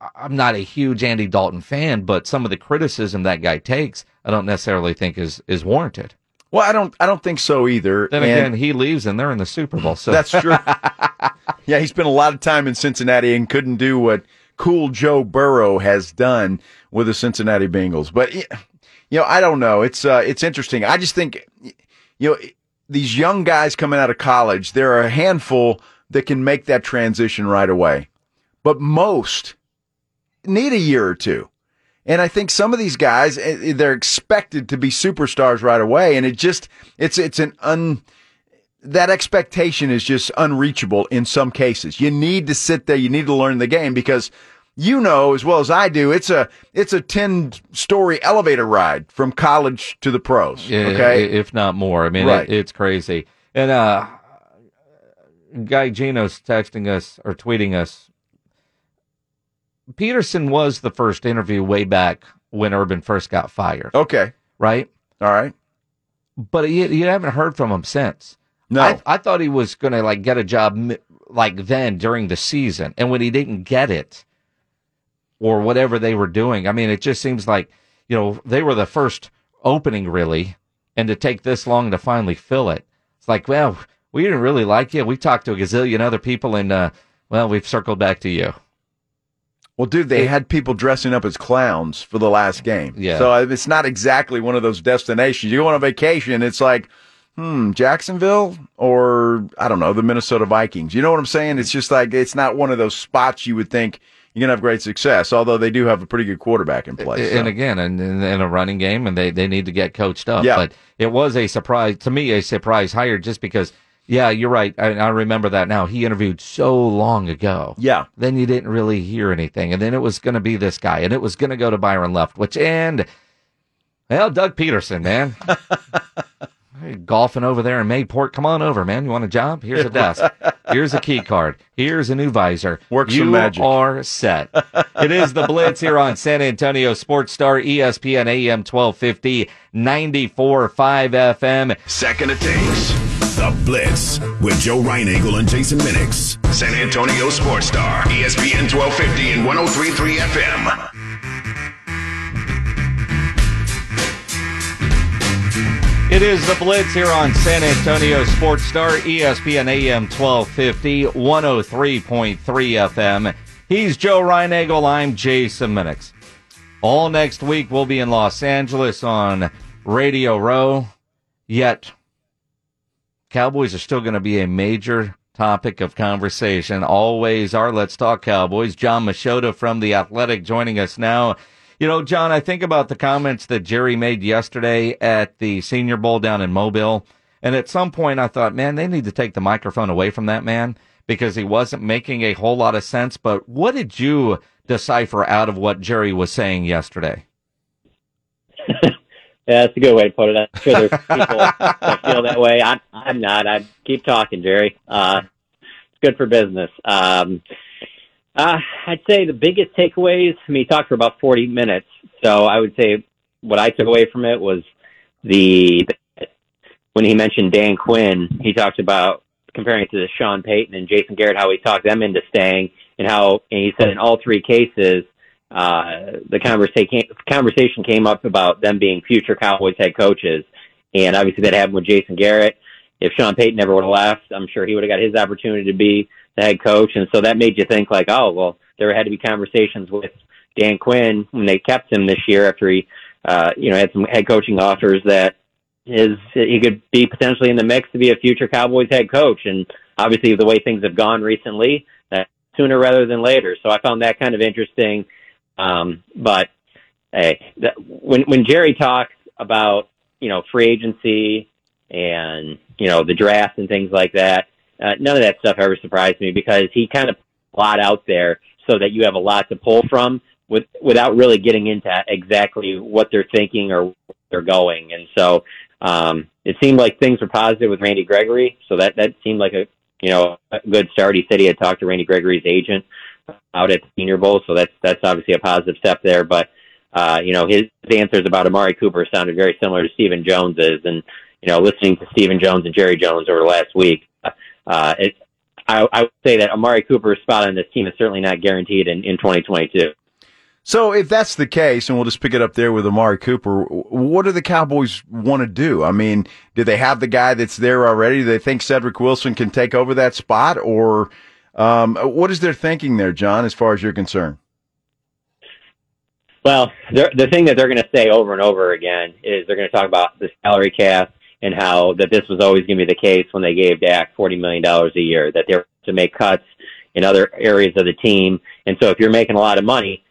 I- I'm not a huge Andy Dalton fan, but some of the criticism that guy takes, I don't necessarily think is, is warranted.
Well, I don't. I don't think so either.
Then
And-
again, he leaves and they're in the Super Bowl. So
That's true. [laughs] yeah, he spent a lot of time in Cincinnati and couldn't do what cool Joe Burrow has done with the Cincinnati Bengals. But you know, I don't know. It's uh, it's interesting. I just think you know these young guys coming out of college, there are a handful that can make that transition right away, but most need a year or two. And I think some of these guys eh, they're expected to be superstars right away, and it just it's it's an un that expectation is just unreachable in some cases. You need to sit there. You need to learn the game because you know as well as I do, it's a, it's a 10 story elevator ride from college to the pros.
Yeah,
okay.
i- if not more. I mean,
Right.
it, it's crazy. And uh, guy Gino's texting us or tweeting us. Peterson was the first interview way back when Urban first got fired,
okay.
right?
All right.
But you, you haven't heard from him since.
No.
I, I thought he was going to like get a job mi- like then during the season, and when he didn't get it, or whatever they were doing, I mean, it just seems like you know they were the first opening really, and to take this long to finally fill it, it's like well we didn't really like you. We talked to a gazillion other people, and uh, well we've circled back to you.
well, dude, they had people dressing up as clowns for the last game.
Yeah.
So uh, it's not exactly one of those destinations. You go on a vacation, it's like, hmm, Jacksonville or I don't know, the Minnesota Vikings. You know what I'm saying? It's just like, it's not one of those spots you would think you're going to have great success, although they do have a pretty good quarterback in place.
And again, in, in, in a running game, and they, they need to get coached up.
Yeah.
But it was a surprise to me, a surprise hire, just because. Yeah, you're right. I, I remember that now. He interviewed so long ago.
Yeah.
Then you didn't really hear anything, and then it was going to be this guy, and it was going to go to Byron Leftwich, and well, Doug Peterson, man, Hey, golfing over there in Mayport. Come on over, man. You want a job? Here's a desk. Here's a key card. Here's a new visor.
Work some
you
magic.
are set. It is the Blitz here on San Antonio Sports Star, E ESPN AM 1250, 94.5 FM.
Second it takes.
The Blitz with Joe Reinagle and Jason Minix.
San Antonio Sports Star,
E
ESPN 1250 and 1033 FM.
It is the Blitz here on San Antonio Sports Star, E ESPN AM 1250, 103.3 FM. He's Joe Reinagle. I'm Jason Minix. All next week, we'll be in Los Angeles on Radio Row. Yet, Cowboys are still going to be a major topic of conversation. Always are. Let's talk Cowboys. John Machoda from The Athletic joining us now. You know, John, I think about the comments that Jerry made yesterday at the Senior Bowl down in Mobile. And at some point, I thought, man, they need to take the microphone away from that man because he wasn't making a whole lot of sense. But what did you decipher out of what Jerry was saying yesterday?
Yeah, that's a good way to put it. I'm sure there's people that feel that way. I'm, I'm not. I keep talking, Jerry. Uh, it's good for business. Um, uh, I'd say the biggest takeaways. I mean, he talked for about 40 minutes, so I would say what I took away from it was the when he mentioned Dan Quinn, Um, he talked about comparing it to the Sean Payton and Jason Garrett, how he talked them into staying, and how and he said in all three cases uh, the conversation conversation came up about them being future Cowboys head coaches, and obviously that happened with Jason Garrett. If Sean Payton never would have left, I'm sure he would have got his opportunity to be the head coach, and so that made you think like, oh well, there had to be conversations with Dan Quinn when they kept him this year after he, uh, you know, had some head coaching offers that is he could be potentially in the mix to be a future Cowboys head coach, and obviously the way things have gone recently, that sooner rather than later. So I found that kind of interesting. Um, but hey, that, when when Jerry talks about you know free agency and you know the draft and things like that, uh, none of that stuff ever surprised me because he kind of put a lot out there so that you have a lot to pull from with without really getting into exactly what they're thinking or where they're going. And so um, it seemed like things were positive with Randy Gregory, so that that seemed like a you know a good start. He said he had talked to Randy Gregory's agent out at the Senior Bowl, so that's that's obviously a positive step there. But uh, you know, his answers about Amari Cooper sounded very similar to Stephen Jones's, and you know, listening to Stephen Jones and Jerry Jones over the last week, uh, it, I, I would say that Amari Cooper's spot on this team is certainly not guaranteed in, in 2022.
So if that's the case, and we'll just pick it up there with Amari Cooper, what do the Cowboys want to do? I mean, do they have the guy that's there already? Do they think Cedric Wilson can take over that spot, or um, what is their thinking there, John, as far as you're concerned?
Well, the thing that they're going to say over and over again is they're going to talk about the salary cap and how that this was always going to be the case when they gave Dak forty million dollars a year that they were to make cuts in other areas of the team. And so, if you're making a lot of money,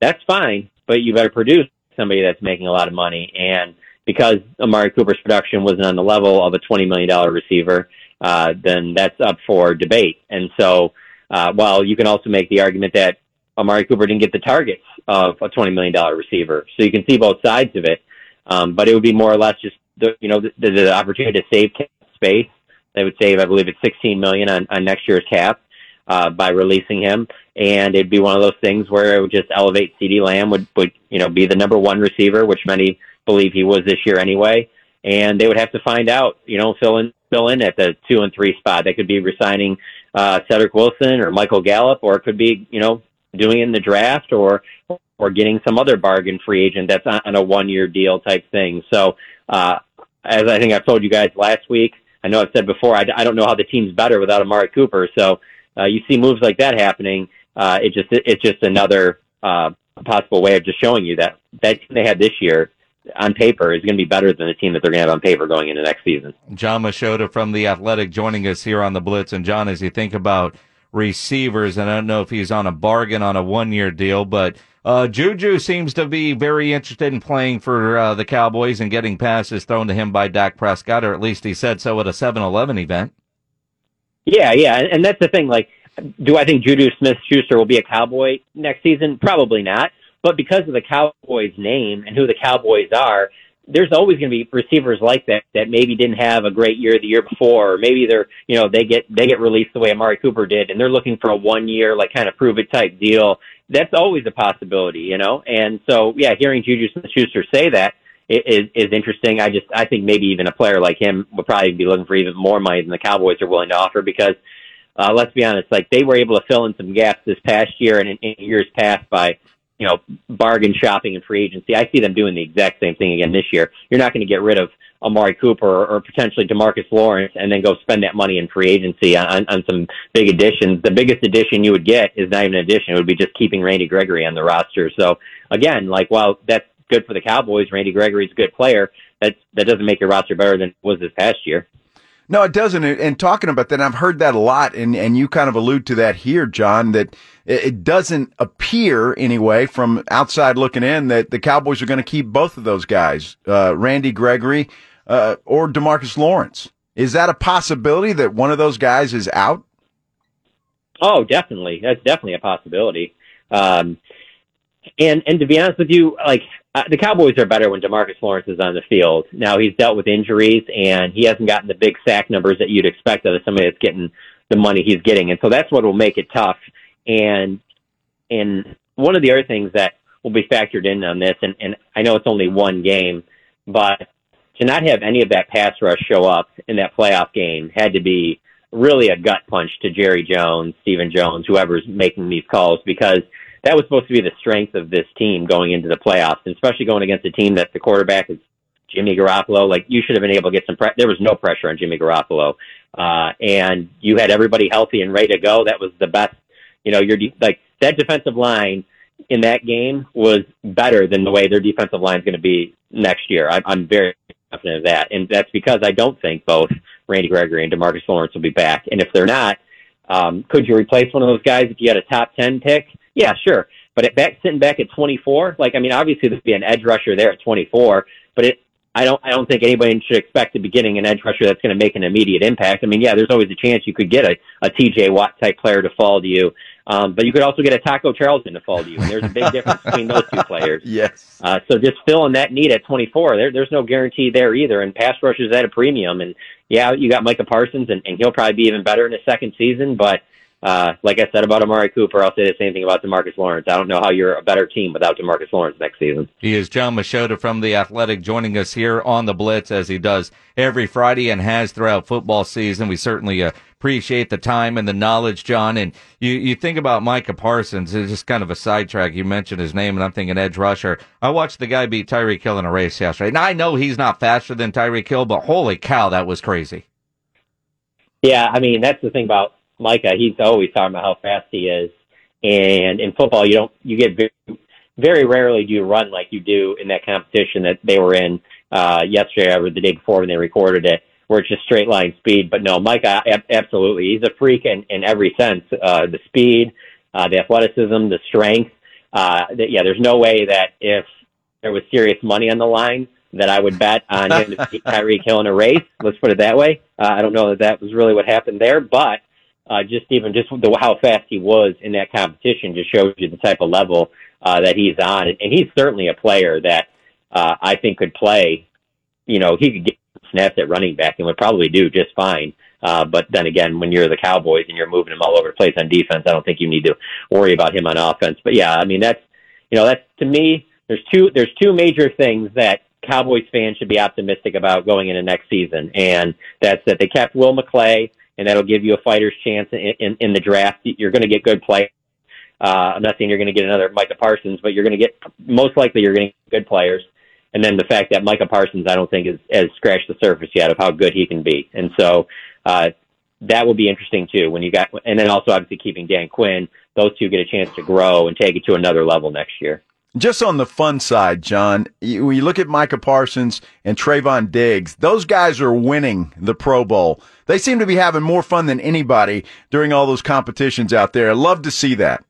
that's fine, but you better produce somebody that's making a lot of money. And because Amari Cooper's production wasn't on the level of a twenty million dollar receiver, uh, then that's up for debate. And so, uh, while you can also make the argument that Amari Cooper didn't get the targets of a twenty million dollar receiver, so you can see both sides of it. Um, but it would be more or less just the you know the, the, the opportunity to save cap space. They would save, I believe, it's sixteen million on, on next year's cap uh, by releasing him, and it'd be one of those things where it would just elevate C.D. Lamb would would you know be the number one receiver, which many believe he was this year anyway. And they would have to find out, you know, fill in fill in at the two and three spot. They could be resigning uh, Cedric Wilson or Michael Gallup, or it could be you know doing in the draft or or getting some other bargain free agent that's on a one year deal type thing. So, uh, as I think I've told you guys last week, I know I've said before, I, I don't know how the team's better without Amari Cooper. So, uh, you see moves like that happening. Uh, it just it's just another uh, possible way of just showing you that that team they had this year on paper is going to be better than the team that they're going to have on paper going into next season.
John Machoda from the Athletic joining us here on the Blitz. And John, as you think about receivers. And I don't know if he's on a bargain on a one year deal, but uh, Juju seems to be very interested in playing for uh, the Cowboys and getting passes thrown to him by Dak Prescott, or at least he said so at a 7 Eleven event.
Yeah, yeah. And, and that's the thing. Like, do I think Juju Smith Schuster will be a Cowboy next season? Probably not. But because of the Cowboys' name and who the Cowboys are, there's always going to be receivers like that that maybe didn't have a great year the year before, or maybe they're you know they get they get released the way Amari Cooper did, and they're looking for a one year like kind of prove it type deal. That's always a possibility, you know. And so yeah, hearing Juju Smith-Schuster say that is is interesting. I just I think maybe even a player like him would probably be looking for even more money than the Cowboys are willing to offer because uh, let's be honest, like they were able to fill in some gaps this past year and in, in years past by you know, bargain shopping and free agency. I see them doing the exact same thing again this year. You're not going to get rid of Amari Cooper or, or potentially Demarcus Lawrence and then go spend that money in free agency on, on some big additions. The biggest addition you would get is not even an addition. It would be just keeping Randy Gregory on the roster. So again, like while that's good for the Cowboys, Randy Gregory's a good player. That that doesn't make your roster better than it was this past year.
No, it doesn't. And talking about that, I've heard that a lot, and, and you kind of allude to that here, John, that it doesn't appear anyway from outside looking in that the Cowboys are going to keep both of those guys, uh, Randy Gregory uh, or Demarcus Lawrence. Is that a possibility that one of those guys is out?
Oh, definitely. That's definitely a possibility. Um, and and to be honest with you, like uh, the Cowboys are better when Demarcus Lawrence is on the field. Now he's dealt with injuries and he hasn't gotten the big sack numbers that you'd expect out of somebody that's getting the money he's getting, and so that's what will make it tough. And and one of the other things that will be factored in on this, and and I know it's only one game, but to not have any of that pass rush show up in that playoff game had to be really a gut punch to Jerry Jones, Stephen Jones, whoever's making these calls because that was supposed to be the strength of this team going into the playoffs, and especially going against a team that the quarterback is Jimmy Garoppolo. Like you should have been able to get some. Pre- there was no pressure on Jimmy Garoppolo, uh, and you had everybody healthy and ready to go. That was the best. You know, your de- like that defensive line in that game was better than the way their defensive line is going to be next year. I, I'm very confident of that, and that's because I don't think both Randy Gregory and Demarcus Lawrence will be back. And if they're not, um, could you replace one of those guys if you had a top ten pick? Yeah, sure. But at back sitting back at 24, like I mean, obviously there'd be an edge rusher there at 24, but it I don't I don't think anybody should expect to be getting an edge rusher that's going to make an immediate impact. I mean, yeah, there's always a chance you could get a, a TJ Watt type player to fall to you, um, but you could also get a Taco Charleston to fall to you, and there's a big difference between those two players.
Yes.
Uh, so just filling that need at 24, there, there's no guarantee there either, and pass rush is at a premium. And yeah, you got Micah Parsons, and, and he'll probably be even better in his second season, but Uh, like I said about Amari Cooper, I'll say the same thing about Demarcus Lawrence. I don't know how you're a better team without Demarcus Lawrence next season.
He is John Machoda from The Athletic joining us here on The Blitz as he does every Friday and has throughout football season. We certainly uh, appreciate the time and the knowledge, John. And you, you think about Micah Parsons, it's just kind of a sidetrack. You mentioned his name, and I'm thinking edge rusher. I watched the guy beat Tyreek Hill in a race yesterday. Now, I know he's not faster than Tyreek Hill, but holy cow, that was crazy.
Yeah, I mean, that's the thing about Micah, he's always talking about how fast he is. And in football, you don't, you get very, very rarely do you run like you do in that competition that they were in uh, yesterday or the day before when they recorded it, where it's just straight line speed. But no, Micah, ab- absolutely, he's a freak in, in every sense. Uh, the speed, uh, the athleticism, the strength. Uh, that, yeah, there's no way that if there was serious money on the line, that I would bet on him to beat Tyreek Hill in a race. Let's put it that way. Uh, I don't know that that was really what happened there, but uh, just even just the, how fast he was in that competition just shows you the type of level uh, that he's on, and he's certainly a player that uh, I think could play. You know, he could get snaps at running back and would probably do just fine. Uh, but then again, when you're the Cowboys and you're moving him all over the place on defense, I don't think you need to worry about him on offense. But yeah, I mean that's you know that's to me there's two there's two major things that Cowboys fans should be optimistic about going into next season, and that's that they kept Will McClay and that'll give you a fighter's chance in, in, in the draft. You're going to get good players. Uh, I'm not saying you're going to get another Micah Parsons, but you're going to get most likely you're going to get good players. And then the fact that Micah Parsons, I don't think, is, has scratched the surface yet of how good he can be. And so uh, that will be interesting too. When you got, and then also obviously keeping Dan Quinn, those two get a chance to grow and take it to another level next year.
Just on the fun side, John, you, when you look at Micah Parsons and Trayvon Diggs, those guys are winning the Pro Bowl. They seem to be having more fun than anybody during all those competitions out there. I love to see that.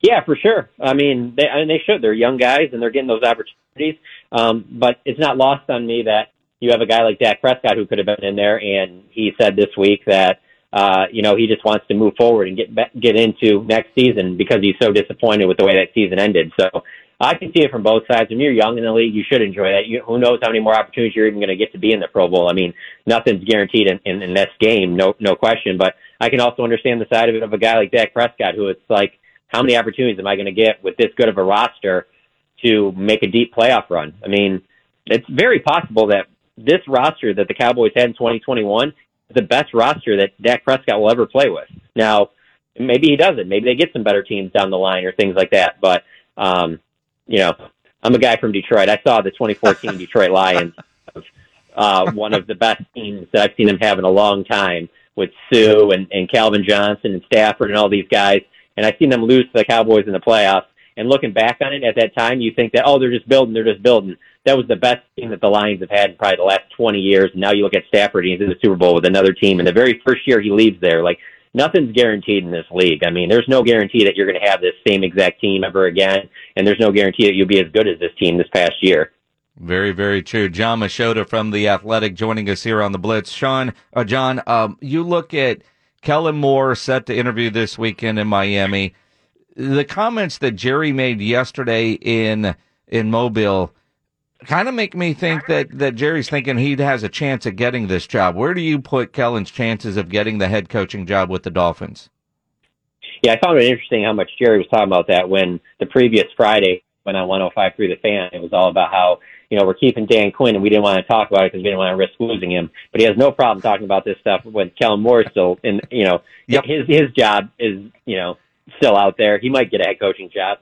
Yeah, for sure. I mean, they I mean, they should. They're young guys and they're getting those opportunities. Um, but it's not lost on me that you have a guy like Dak Prescott who could have been in there, and he said this week that uh, you know, he just wants to move forward and get back, get into next season because he's so disappointed with the way that season ended. So I can see it from both sides. When you're young in the league, you should enjoy that. You, who knows how many more opportunities you're even going to get to be in the Pro Bowl? I mean, nothing's guaranteed in, in, in this game, no no question. But I can also understand the side of it of a guy like Dak Prescott, who it's like, how many opportunities am I going to get with this good of a roster to make a deep playoff run? I mean, it's very possible that this roster that the Cowboys had in 2021 the best roster that Dak Prescott will ever play with. Now, maybe he doesn't. Maybe they get some better teams down the line or things like that. But um, you know, I'm a guy from Detroit. I saw the 2014 Detroit Lions, uh, one of the best teams that I've seen them have in a long time, with Sue and, and Calvin Johnson and Stafford and all these guys. And I've seen them lose to the Cowboys in the playoffs. And looking back on it at that time, you think that oh, they're just building, they're just building that was the best team that the Lions have had in probably the last 20 years. And now you look at Stafford, he's in the Super Bowl with another team. And the very first year he leaves there, like nothing's guaranteed in this league. I mean, there's no guarantee that you're going to have this same exact team ever again. And there's no guarantee that you'll be as good as this team this past year.
Very, very true. John Machoda from The Athletic joining us here on The Blitz. Sean, uh, John, um, you look at Kellen Moore set to interview this weekend in Miami. The comments that Jerry made yesterday in in Mobile, kind of make me think that, that Jerry's thinking he has a chance at getting this job. Where do you put Kellen's chances of getting the head coaching job with the Dolphins?
Yeah, I found it interesting how much Jerry was talking about that when the previous Friday when on 105 through the fan, it was all about how, you know, we're keeping Dan Quinn and we didn't want to talk about it because we didn't want to risk losing him. But he has no problem talking about this stuff when Kellen Moore still in, you know, yep. his, his job is, you know, still out there. He might get a head coaching job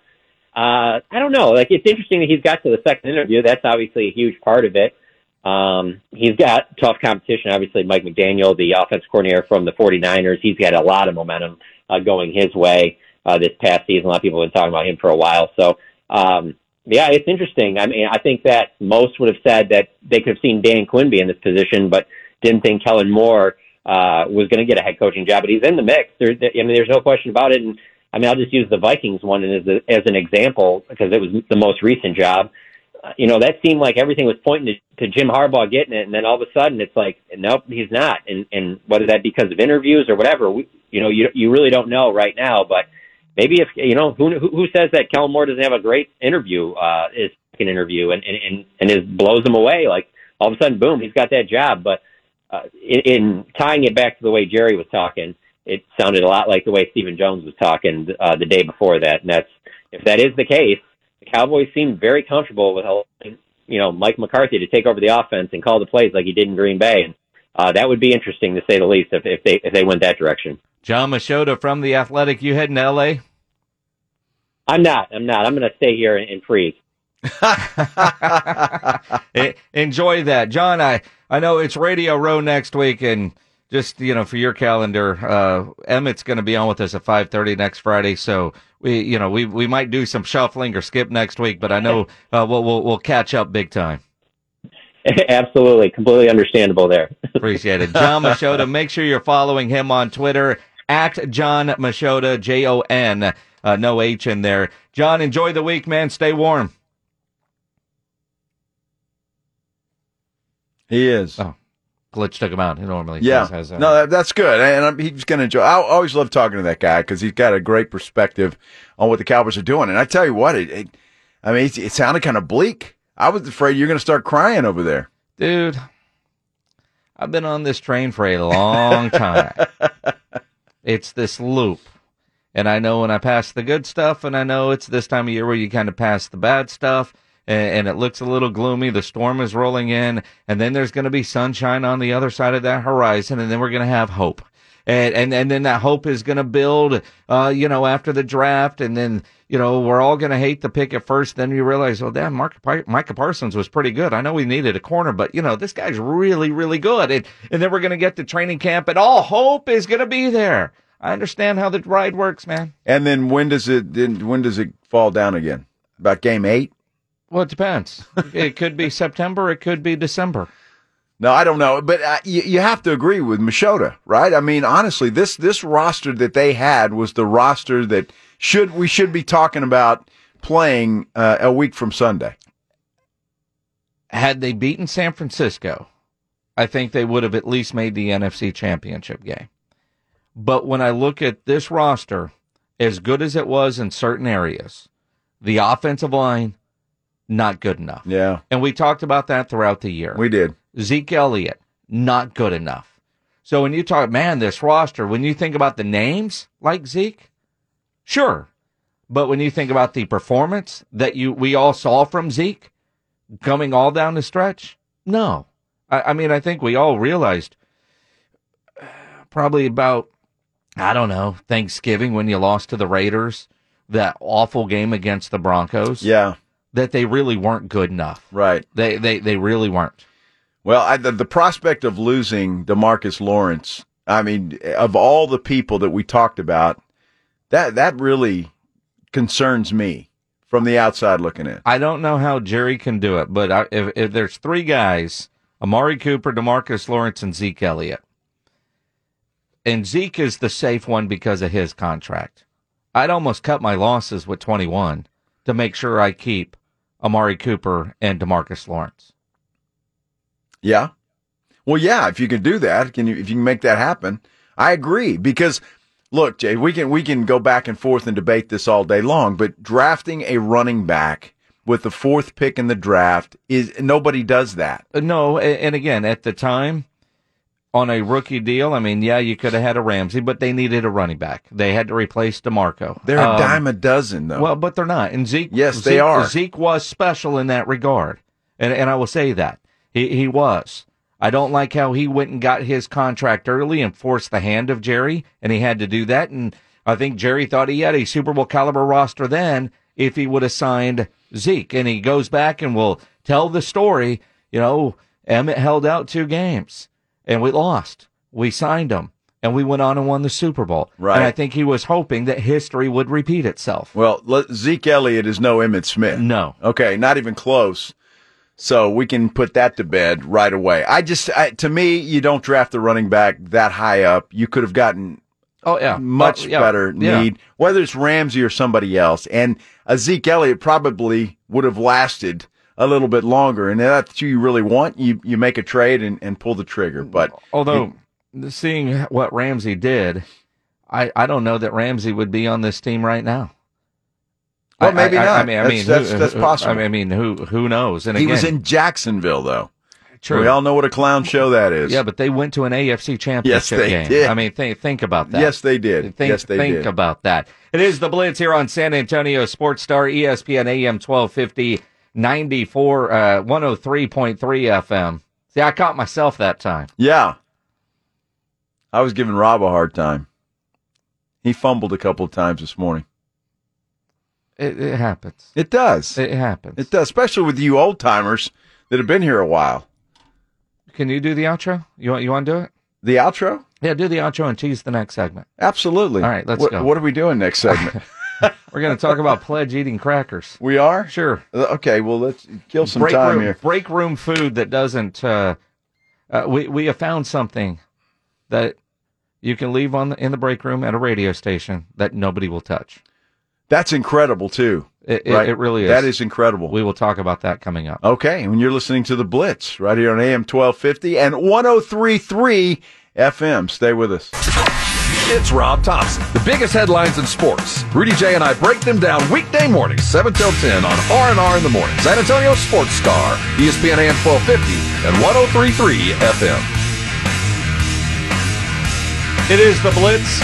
uh, I don't know. Like it's interesting that he's got to the second interview. That's obviously a huge part of it. Um, he's got tough competition. Obviously, Mike McDaniel, the offense coordinator from the 49ers, he's got a lot of momentum uh, going his way uh, this past season. A lot of people have been talking about him for a while. So, um, yeah, it's interesting. I mean, I think that most would have said that they could have seen Dan Quinn be in this position, but didn't think Kellen Moore uh, was going to get a head coaching job. But he's in the mix. There, I mean, there's no question about it. And I mean, I'll just use the Vikings one as a, as an example because it was the most recent job. Uh, you know, that seemed like everything was pointing to, to Jim Harbaugh getting it, and then all of a sudden it's like, nope, he's not. And and whether that because of interviews or whatever, we, you know, you you really don't know right now. But maybe if you know who who, who says that Kellen Moore doesn't have a great interview, uh, his second interview, and and and, and is blows him away like all of a sudden, boom, he's got that job. But uh, in, in tying it back to the way Jerry was talking it sounded a lot like the way Stephen Jones was talking uh, the day before that. And that's if that is the case, the Cowboys seemed very comfortable with allowing, you know Mike McCarthy to take over the offense and call the plays like he did in Green Bay. And uh, that would be interesting to say the least if, if they if they went that direction.
John Machoda from the Athletic. You heading to L.A.?
I'm not. I'm not. I'm going to stay here and, and freeze.
[laughs] Eh, Enjoy that, John. I I know it's Radio Row next week, and just you know for your calendar, uh, Emmett's going to be on with us at five thirty next Friday. So we you know we we might do some shuffling or skip next week, but I know uh, we'll, we'll we'll catch up big time.
[laughs] Absolutely, completely understandable there. [laughs]
Appreciate it.
[laughs]
John Machoda. Make sure you're following him on Twitter at John Machoda, J O N, uh, no H in there. John, enjoy the week, man. Stay warm.
He is.
Oh, glitch took him out. He normally
Yeah,
does, has, uh,
no, that, that's good, and I'm, he's going to enjoy. I always love talking to that guy because he's got a great perspective on what the Cowboys are doing. And I tell you what, it, it I mean, it, it sounded kind of bleak. I was afraid you're going to start crying over there.
dude. I've been on this train for a long time. it's this loop. And I know when I pass the good stuff, and I know it's this time of year where you kind of pass the bad stuff, and, and it looks a little gloomy. The storm is rolling in, and then there's going to be sunshine on the other side of that horizon, and then we're going to have hope. And, and and then that hope is going to build, uh, you know, after the draft, and then you know we're all going to hate the pick at first. Then you realize, oh damn, Mark, Pi- Micah Parsons was pretty good. I know we needed a corner, but you know this guy's really really good. And and then we're going to get to training camp, and all hope is going to be there. I understand how the ride works, man.
And then when does it? Then when does it fall down again? About game eight?
Well, it depends. it could [laughs] be September. It could be December.
No, I don't know, but uh, you, you have to agree with Mashoda, right? I mean, honestly, this this roster that they had was the roster that should we should be talking about playing uh, a week from Sunday.
Had they beaten San Francisco, I think they would have at least made the NFC Championship game. But when I look at this roster, as good as it was in certain areas, the offensive line not good enough.
Yeah,
And we talked about that throughout the year.
we did.
Zeke Elliott, not good enough. So when you talk, man, this roster, when you think about the names like Zeke, sure. But when you think about the performance that you we all saw from Zeke coming all down the stretch, no. I, I mean, I think we all realized uh, probably about I don't know, Thanksgiving when you lost to the Raiders, that awful game against the Broncos.
Yeah.
That they really weren't good enough.
Right.
They they they really weren't.
Well, I, the, the prospect of losing Demarcus Lawrence, I mean, of all the people that we talked about, that that really concerns me from the outside looking in.
I don't know how Jerry can do it, but I, if, if there's three guys, Amari Cooper, Demarcus Lawrence, and Zeke Elliott, and Zeke is the safe one because of his contract. I'd almost cut my losses with 21 to make sure I keep Amari Cooper and Demarcus Lawrence.
Yeah. Well, yeah. If you can do that, can you? If you can make that happen, I agree. Because look, Jay, we can we can go back and forth and debate this all day long. But drafting a running back with the fourth pick in the draft is nobody does that.
Uh, No, a- and again, at the time, on a rookie deal, I mean, yeah, you could have had a Ramsey, but they needed a running back. They had to replace DeMarco.
They're a
Um,
dime a dozen, though.
Well, but they're not. And Zeke,
Yes, they
Zeke-
are.
Zeke was special in that regard, and and I will say that he he was. I don't like how he went and got his contract early and forced the hand of Jerry, and he had to do that. And I think Jerry thought he had a Super Bowl caliber roster then if he would have signed Zeke. And he goes back and will tell the story. You know, Emmett held out two games, and we lost. We signed him, and we went on and won the Super Bowl.
Right.
And I think he was hoping that history would repeat itself.
Well, le- Zeke Elliott is no Emmett Smith.
No.
Okay, not even close. So we can put that to bed right away. I just, I, to me, you don't draft the running back that high up. You could have gotten
Oh yeah,
much
Oh, yeah.
better
Yeah.
need, whether it's Ramsey or somebody else. And a Zeke Elliott probably would have lasted a little bit longer. And if that's what you really want, you, you make a trade and, and pull the trigger. But
Although seeing what Ramsey did, I, I don't know that Ramsey would be on this team right now.
Well,
I-
maybe
I, I,
not.
I mean, I
That's-
mean,
that's-
who-
that's
who-
possible.
I mean, who who knows? And
he
again,
was in Jacksonville, though.
True.
We all know what a clown show that is.
Yeah, but they went to an AFC championship
they
game.
did.
I mean, think think about that.
Yes, they did.
Think,
Yes, they
think
did.
about that. It is the Blitz here on San Antonio Sports Star, E ESPN AM 1250, 94, uh, 103.3 FM. See, I caught myself that time.
Yeah. I was giving Rob a hard time. He fumbled a couple of times this morning.
It, it happens.
It does.
It happens.
It does, especially with you old timers that have been here a while.
Can you do the outro? You want you want to do it?
The outro?
Yeah, do the outro and tease the next segment.
Absolutely.
All right, let's
what,
go.
What are we doing
[laughs]
next segment?
We're going to talk
[laughs]
about pledge eating crackers.
we are?
Sure.
Uh, Okay, well, let's kill some
break
time
room,
here.
Break room food that doesn't. Uh, uh, we we have found something that you can leave on the, in the break room at a radio station that nobody will touch.
That's incredible, too.
It, it- it really is.
That is incredible.
We will talk about that coming up.
Okay, and you're listening to The Blitz right here on AM 1250 and 1033 FM. Stay with us.
It's Rob Thompson. The biggest headlines in sports. Rudy J and I break them down weekday mornings, 7 till 10 on R&R in the morning. San Antonio Sports Star, E ESPN AM 1250 and 1033 FM.
It is the Blitz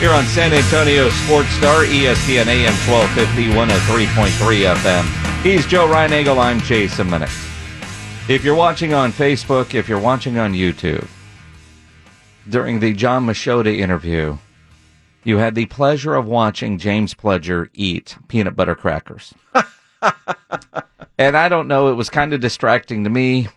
here on San Antonio Sports Star, E ESPN AM 1250, 103.3 FM. He's Joe Reinagle. I'm Jason Minnick. If you're watching on Facebook, if you're watching on YouTube, during the John Machoda interview, you had the pleasure of watching James Pledger eat peanut butter crackers. and I don't know, it was kind of distracting to me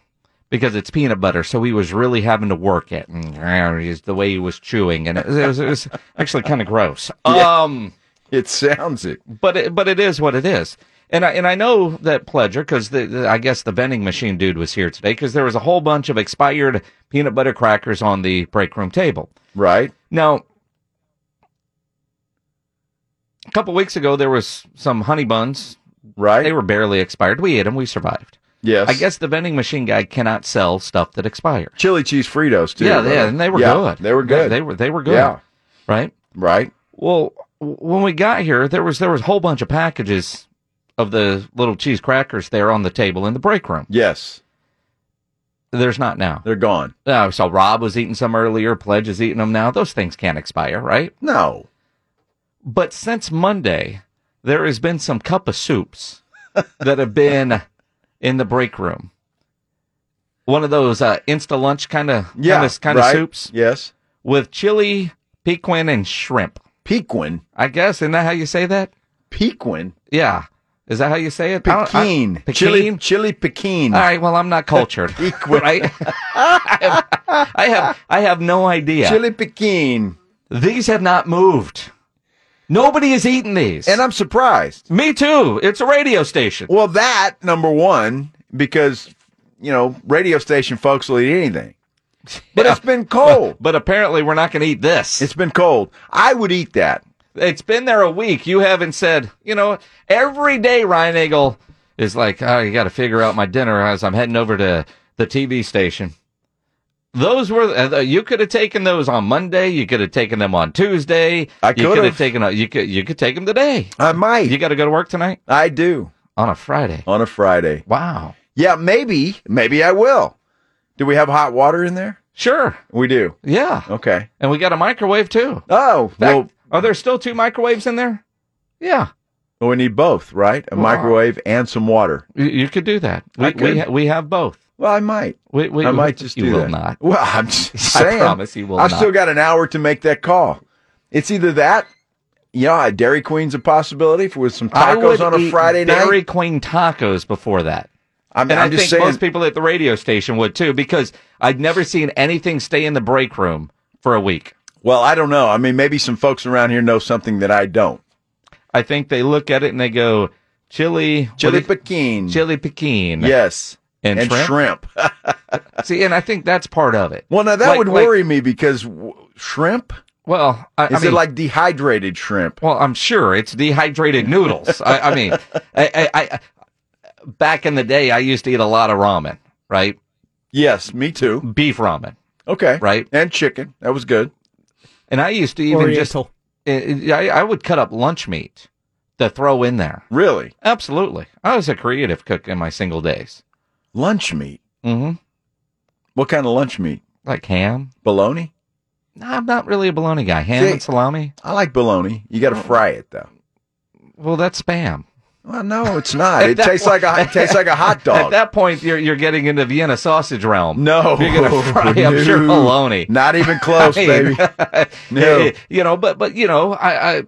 because it's peanut butter, so he was really having to work it, and uh, is the way he was chewing, and it was, it was, it was actually kind of gross. Um,
it sounds it,
but it, but it is what it is. And I and I know that Pledger because the, the- I guess the vending machine dude was here today because there was a whole bunch of expired peanut butter crackers on the break room table.
Right
now, a couple weeks ago there was some honey buns.
Right,
they were barely expired. We ate them. We survived.
Yes.
I guess the vending machine guy cannot sell stuff that expired.
Chili cheese Fritos, too.
Yeah,
right?
yeah, and they were
Yeah,
good.
They were good.
They, were they were good.
Yeah.
Right?
Right.
Well, w- when we got here, there was there was a whole bunch of packages of the little cheese crackers there on the table in the break room.
Yes.
There's not now.
They're gone.
No, so Rob was eating some earlier, Pledge is eating them now. Those things can't expire, right?
No.
But since Monday, there has been some cup of
[laughs]
soups that have been in the break room. One of those uh, insta lunch kind of
Yeah,
kind of kind of
right.
soups.
Yes.
With chili, pequin, and shrimp.
Pequin.
I guess isn't that how you say that?
Pequin.
Yeah. Is that how you say it? I don't- I-
Pekin.
Pekin.
Chili, chili Pekin.
All right. Well, I'm
[laughs]
not cultured.
Pequin.
right. [laughs] I have, I have I have no idea.
Chili Pekin.
These have not moved. Nobody has eaten these.
And I'm surprised.
Me too. It's a radio station.
Well, that, number one, because, you know, radio station folks will eat anything. But
[laughs]
it's been cold.
But apparently, we're not going to eat this.
It's been cold. I would eat that.
It's been there a week. You haven't said. You know, every day Ryan Eagle is like, oh, you got to figure out my dinner as I'm heading over to the TV station. Those were uh, you could have taken those on Monday. You could have taken them on Tuesday.
I
You could
could've.
have taken you could you could take them today.
I might.
You got to go to work tonight
I do.
on a Friday.
On a Friday.
Wow.
Yeah, maybe. Maybe I will. Do we have hot water in there?
Sure.
We do.
Yeah.
Okay.
And we got a microwave too.
Oh,
That-
well,
are there still two microwaves in there? Yeah.
well, we need both, right? A microwave and some water.
You, you could do that.
I
We we,
could.
ha- we have both.
Well, I might.
We, we,
I might just
you
do
will
that.
not.
Well, I'm just
I
saying.
promise you will
I've
not.
still got an hour to make that call. It's either that, you know, a Dairy Queen's a possibility for with some
I would
tacos on a
eat
Friday
Dairy
night.
Queen tacos before that.
I'm,
and
I'm
I
just
think
saying.
most people at the radio station would too, because I'd never seen anything stay in the break room for a week.
well, I don't know. I mean, maybe some folks around here know something that I don't.
I think they look at it and they go, chili, what
Chili
do you-
Pekin.
chili Pekin.
Yes.
And shrimp? See, and I think that's part of it.
Well, now that
Like-
would
like-
worry me because w- shrimp?
Well, I,
Is
I mean,
it like dehydrated shrimp?
Well, I'm sure it's dehydrated noodles. I, I mean, I, I, I, back in the day, I used to eat a lot of ramen, right?
Yes, me too.
Beef ramen,
Okay.
right?
And chicken. That was good.
And I used to even
Oriental.
just, I, I would cut up lunch meat to throw in there.
Really?
Absolutely. I was a creative cook in my single days.
Lunch meat.
hmm
What kind of lunch meat?
Like ham,
bologna.
No, I'm not really a bologna guy. Ham
See,
and salami.
I like bologna. You got
Oh.
to fry it though.
Well, that's spam.
Well, no, it's
[laughs]
not. It tastes like a it tastes like a hot
At
dog.
that point, you're you're getting into Vienna sausage realm.
No,
you're
[laughs]
gonna fry up
No.
your bologna. [laughs]
Not even close,
I mean,
baby.
[laughs]
No.
you know, but but you know, I, I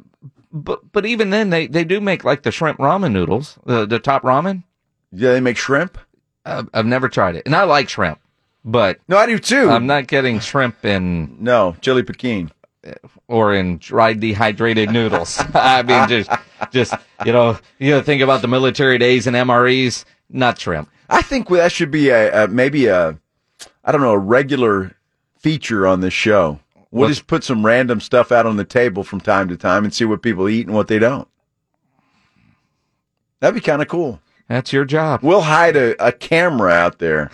but but even then, they they do make like the shrimp ramen noodles, the the top ramen.
Yeah, they make shrimp.
I've, I've never tried it, and I like shrimp, but
no, I do too.
I'm not getting shrimp in
no chili pekin
or in dried dehydrated noodles. [laughs] I mean, just just you know, you know, think about the military days and MREs, not shrimp.
I think that should be a, a maybe a I don't know a regular feature on this show. We'll
What-
just put some random stuff out on the table from time to time and see what people eat and what they don't. That'd be kind of cool.
That's your job.
We'll hide a, a camera
[laughs]
out there,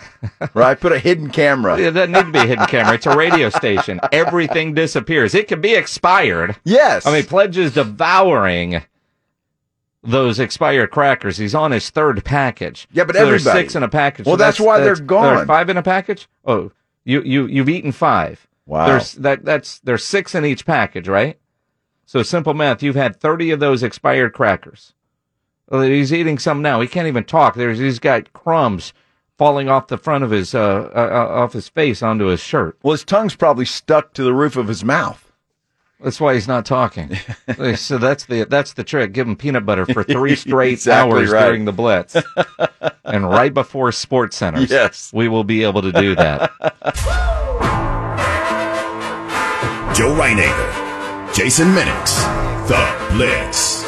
right? Put a hidden camera.
It doesn't need to be a hidden camera. It's a radio station. Everything disappears. It can be expired.
Yes.
I mean, Pledge is devouring those expired crackers. He's on his third package.
Yeah, but
so there's
everybody-
six in a package.
Well,
So
that's why they're
there are
gone.
five in a package. Oh, you you you've eaten five.
Wow.
There's that that's there's six in each package, right? So simple math. You've had thirty of those expired crackers. Well, he's eating some now. He can't even talk. There's he's got crumbs falling off the front of his uh, uh uh, off his face onto his shirt.
Well, his tongue's probably stuck to the roof of his mouth.
That's why he's not [laughs] talking. so that's the that's the trick. Give him peanut butter [laughs] for three straight
Exactly
hours
right.
during the [laughs] blitz, and right before sports centers.
Yes.
we will be able to do that.
Joe Reinagle, Jason Minix, The Blitz.
[laughs]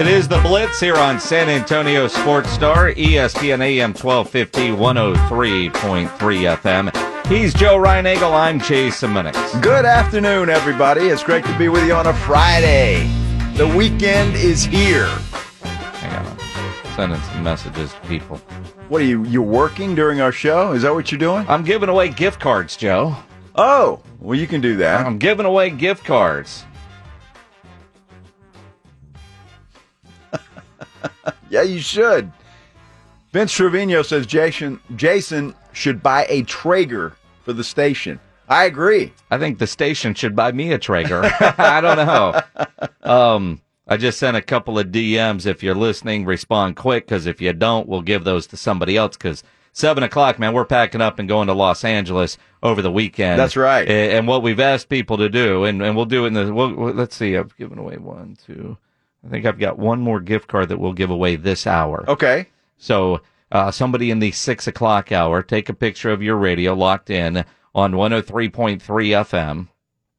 It is the Blitz here on San Antonio Sports Star, E ESPN AM 1250, 103.3 FM. He's Joe Reinagle. I'm Jason Minix. [laughs]
Good afternoon, everybody. It's great to be with you on a Friday. The weekend is here.
Hang on. Sending some messages to people.
What are you? You're working during our show? Is that what you're doing?
I'm giving away gift cards, Joe.
Oh, well, you can do that.
I'm giving away gift cards.
Yeah, you should. Vince Trevino says Jason Jason should buy a Traeger for the station. I agree.
I think the station should buy me a Traeger. [laughs] I don't know. Um, I just sent a couple of DMs. If you're listening, respond quick because if you don't, we'll give those to somebody else. Because seven o'clock, man, we're packing up and going to Los Angeles over the weekend.
That's right.
A- And, what we've asked people to do, and, and we'll do it in the. We'll, we'll- let's see. I've given away one, two. I think I've got one more gift card that we'll give away this hour.
Okay.
So uh, somebody in the six o'clock hour, take a picture of your radio locked in on 103.3 FM.